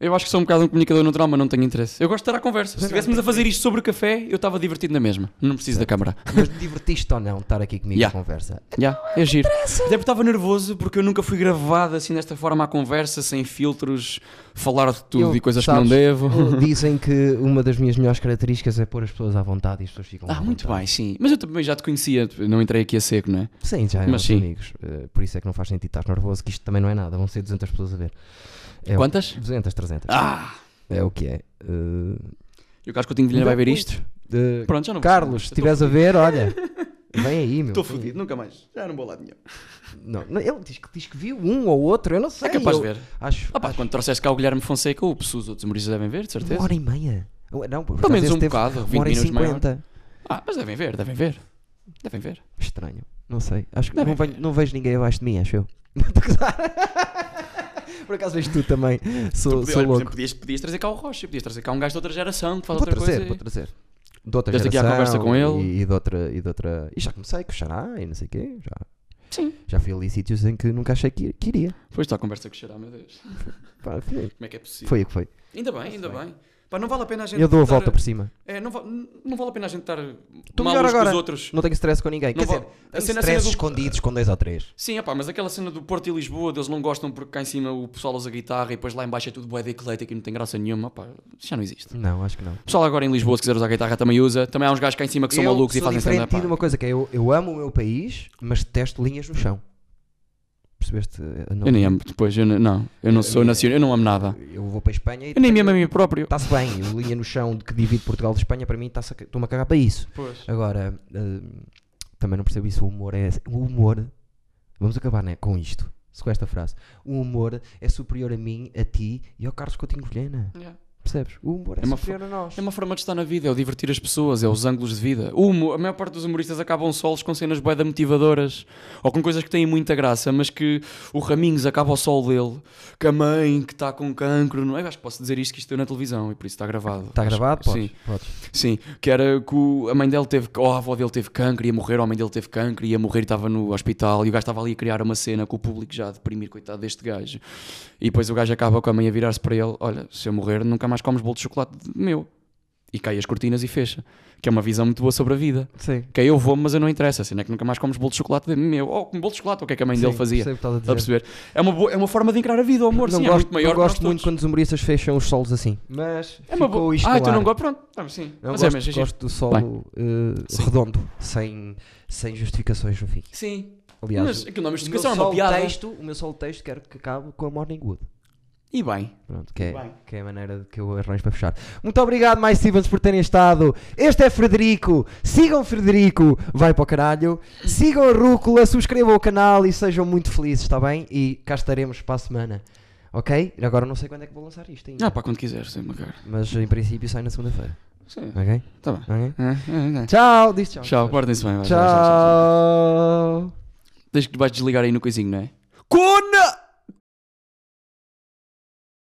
Speaker 2: Eu acho que sou um bocado um comunicador natural, mas não tenho interesse. Eu gosto de estar à conversa. Se estivéssemos a fazer isto sobre o café, eu estava divertido na mesma. Não preciso da câmara.
Speaker 3: Mas divertiste ou não estar aqui comigo
Speaker 2: Yeah.
Speaker 3: a conversa?
Speaker 2: Já, é giro. Até porque estava nervoso porque eu nunca fui gravado assim desta forma à conversa, sem filtros, falar de tudo
Speaker 3: Eu-
Speaker 2: e coisas que
Speaker 3: sabes,
Speaker 2: não devo.
Speaker 3: Dizem que uma das minhas melhores características é pôr as pessoas à vontade e as pessoas ficam à
Speaker 2: Ah, muito
Speaker 3: vontade.
Speaker 2: bem, sim. Mas eu também já te conhecia, não entrei aqui a seco, não é?
Speaker 3: Sim, já éramos
Speaker 2: Mas sim.
Speaker 3: amigos. Eh, por isso é que não faz sentido estar nervoso, que isto também não é nada. Vão ser 200 pessoas a ver. É o-
Speaker 2: Quantas?
Speaker 3: 200, 300.
Speaker 2: Ah!
Speaker 3: É o que é. Eh,
Speaker 2: E o Carlos Coutinho de Vilhena vai ver
Speaker 3: Muito.
Speaker 2: isto?
Speaker 3: eh,
Speaker 2: Pronto, já não vou-
Speaker 3: Carlos, se
Speaker 2: Estou
Speaker 3: estiveres a ver, olha, vem aí, meu.
Speaker 2: Estou fodido, nunca mais. Já não vou lá de nenhum.
Speaker 3: Não, não, ele diz que, diz que viu um ou outro, eu não sei.
Speaker 2: É capaz
Speaker 3: eu-
Speaker 2: de ver.
Speaker 3: Acho,
Speaker 2: Ah pá,
Speaker 3: acho
Speaker 2: quando trouxeste cá o Guilherme Fonseca, o Pessoa, os outros humoristas devem ver, de
Speaker 3: uma
Speaker 2: certeza.
Speaker 3: hora e meia. Ou- Não, por
Speaker 2: Pelo menos
Speaker 3: acaso
Speaker 2: um
Speaker 3: teve
Speaker 2: bocado,
Speaker 3: uma
Speaker 2: 20
Speaker 3: hora e
Speaker 2: minutos maior.
Speaker 3: 50.
Speaker 2: Ah, mas devem ver, devem ver. Devem ver.
Speaker 3: Estranho. Não sei. Acho que
Speaker 2: Deve
Speaker 3: não, venho- não vejo ninguém abaixo de mim, acho eu. Estou a gozar. Por acaso vejo tu também. Sou, sou
Speaker 2: Podia- olha, por
Speaker 3: louco.
Speaker 2: exemplo, podias, podias trazer cá o Rocha, podias trazer cá um gajo de outra geração que faz
Speaker 3: Vou
Speaker 2: outra
Speaker 3: trazer,
Speaker 2: coisa.
Speaker 3: vou trazer. De outra
Speaker 2: Desde aqui à
Speaker 3: geração
Speaker 2: conversa com ele.
Speaker 3: E, e de outra, e de outra. E já comecei com o Xará e não sei o quê. Já,
Speaker 2: Sim.
Speaker 3: já fui ali em sítios em que nunca achei que, que iria.
Speaker 2: Pois está a conversa que cheira, meu Deus.
Speaker 3: Pá, foi,
Speaker 2: Como é que é possível?
Speaker 3: foi o que foi.
Speaker 2: Ainda bem, ainda bem. Pá, não vale a pena a gente.
Speaker 3: Eu dou a
Speaker 2: estar-
Speaker 3: volta por cima.
Speaker 2: É, não, va- não vale a pena a gente estar mal
Speaker 3: melhor
Speaker 2: uns com
Speaker 3: agora.
Speaker 2: os outros.
Speaker 3: Não tenho stress com ninguém.
Speaker 2: Não
Speaker 3: Quer
Speaker 2: vou-
Speaker 3: dizer,
Speaker 2: a
Speaker 3: tenho
Speaker 2: cena- a
Speaker 3: stress
Speaker 2: cena do-
Speaker 3: escondidos com dois ou três.
Speaker 2: Sim, opá, mas aquela cena do Porto e Lisboa, deles não gostam porque cá em cima o pessoal usa guitarra e depois lá em baixo é tudo bué de eclético e não tem graça nenhuma, opá, isso já não existe.
Speaker 3: Não, acho que não.
Speaker 2: O pessoal agora em Lisboa, se quiser usar guitarra, também usa. Também há uns gajos cá em cima que são
Speaker 3: eu
Speaker 2: malucos
Speaker 3: sou
Speaker 2: e fazem
Speaker 3: diferente
Speaker 2: stand-up.
Speaker 3: de ti de uma
Speaker 2: pá.
Speaker 3: coisa que é, eu, eu amo o meu país, mas detesto linhas no chão. Percebeste? Eu, não-
Speaker 2: Eu nem amo, depois, eu não, não, eu não sou nacional, eu não amo nada.
Speaker 3: eu vou para a Espanha e
Speaker 2: Eu nem me amo a mim próprio.
Speaker 3: está-se bem. O linha no chão que divide Portugal de Espanha, para mim, está-se a ca- estou-me a cagar para isso. Agora, hum, também não percebo isso. O humor é. O humor. Vamos acabar né, com isto. Com esta frase. O humor é superior a mim, a ti e ao Carlos Coutinho Vilhena. Percebes? O humor é,
Speaker 2: É uma
Speaker 3: superior a nós.
Speaker 2: É uma forma de estar na vida, é o divertir as pessoas, é os ângulos de vida. O humo- a maior parte dos humoristas acabam solos com cenas bué da motivadoras ou com coisas que têm muita graça, mas que o Raminhos acaba ao sol dele, que a mãe que está com cancro, não é? Eu Acho que posso dizer isto que isto deu na televisão e por isso está gravado.
Speaker 3: Está
Speaker 2: Acho-
Speaker 3: gravado? Podes,
Speaker 2: Sim,
Speaker 3: podes.
Speaker 2: sim. Que era que o- a mãe dele teve, ou a avó dele teve cancro, ia morrer, ou a mãe dele teve cancro, ia morrer e estava no hospital e o gajo estava ali a criar uma cena com o público já a deprimir, coitado deste gajo. E depois o gajo acaba com a mãe a virar-se para ele: Olha, se eu morrer, nunca mais comes bolo de chocolate de- meu. E cai as cortinas e fecha. Que é uma visão muito boa sobre a vida.
Speaker 3: Sim.
Speaker 2: Que é eu vou, mas eu não interessa. A cena é que nunca mais comes bolo de chocolate de meu. Ou com bolo de chocolate, o que é que a mãe dele
Speaker 3: Sim,
Speaker 2: fazia?
Speaker 3: percebo o que estás a
Speaker 2: Estás a
Speaker 3: dizer.
Speaker 2: perceber? É uma, boa- é uma forma de encarar a vida, o amor.
Speaker 3: não
Speaker 2: sim,
Speaker 3: gosto,
Speaker 2: é muito maior
Speaker 3: não
Speaker 2: que nós
Speaker 3: gosto muito
Speaker 2: todos.
Speaker 3: quando os humoristas fecham os solos assim. Mas
Speaker 2: É uma
Speaker 3: ficou
Speaker 2: boa.
Speaker 3: isto
Speaker 2: Ah,
Speaker 3: no
Speaker 2: então
Speaker 3: ar.
Speaker 2: não gosto. Pronto, Tá, sim.
Speaker 3: Não
Speaker 2: Mas é,
Speaker 3: gosto,
Speaker 2: mas é giro.
Speaker 3: gosto do solo eh,
Speaker 2: Sim.
Speaker 3: redondo, sem, sem justificações no fim.
Speaker 2: Sim.
Speaker 3: Aliás,
Speaker 2: mas
Speaker 3: o-
Speaker 2: aquilo não é uma
Speaker 3: o meu
Speaker 2: justificação, é uma
Speaker 3: solo
Speaker 2: piada.
Speaker 3: texto, o meu solo texto quero que acabe com a Morning Wood.
Speaker 2: E bem.
Speaker 3: Pronto, que é,
Speaker 2: Bem.
Speaker 3: que é a maneira de que eu arranjo para fechar. Muito obrigado, mais Stevens, por terem estado. Este é Frederico. Sigam o Frederico, vai para o caralho. Sigam a Rúcula, subscrevam o canal e sejam muito felizes, está bem? E cá estaremos para a semana. Ok? Agora não sei quando é que vou lançar isto ainda.
Speaker 2: Ah, pá, quando quiseres, sim, uma cara.
Speaker 3: Mas em princípio sai na segunda-feira.
Speaker 2: Sim,
Speaker 3: Ok?
Speaker 2: tá bem.
Speaker 3: Ok?
Speaker 2: É, é, é.
Speaker 3: Tchau, diz tchau.
Speaker 2: Tchau, guardem-se bem. vai, vai, vai, vai, vai.
Speaker 3: Tchau.
Speaker 2: Deixa que vais desligar aí no coisinho, não é? Cona!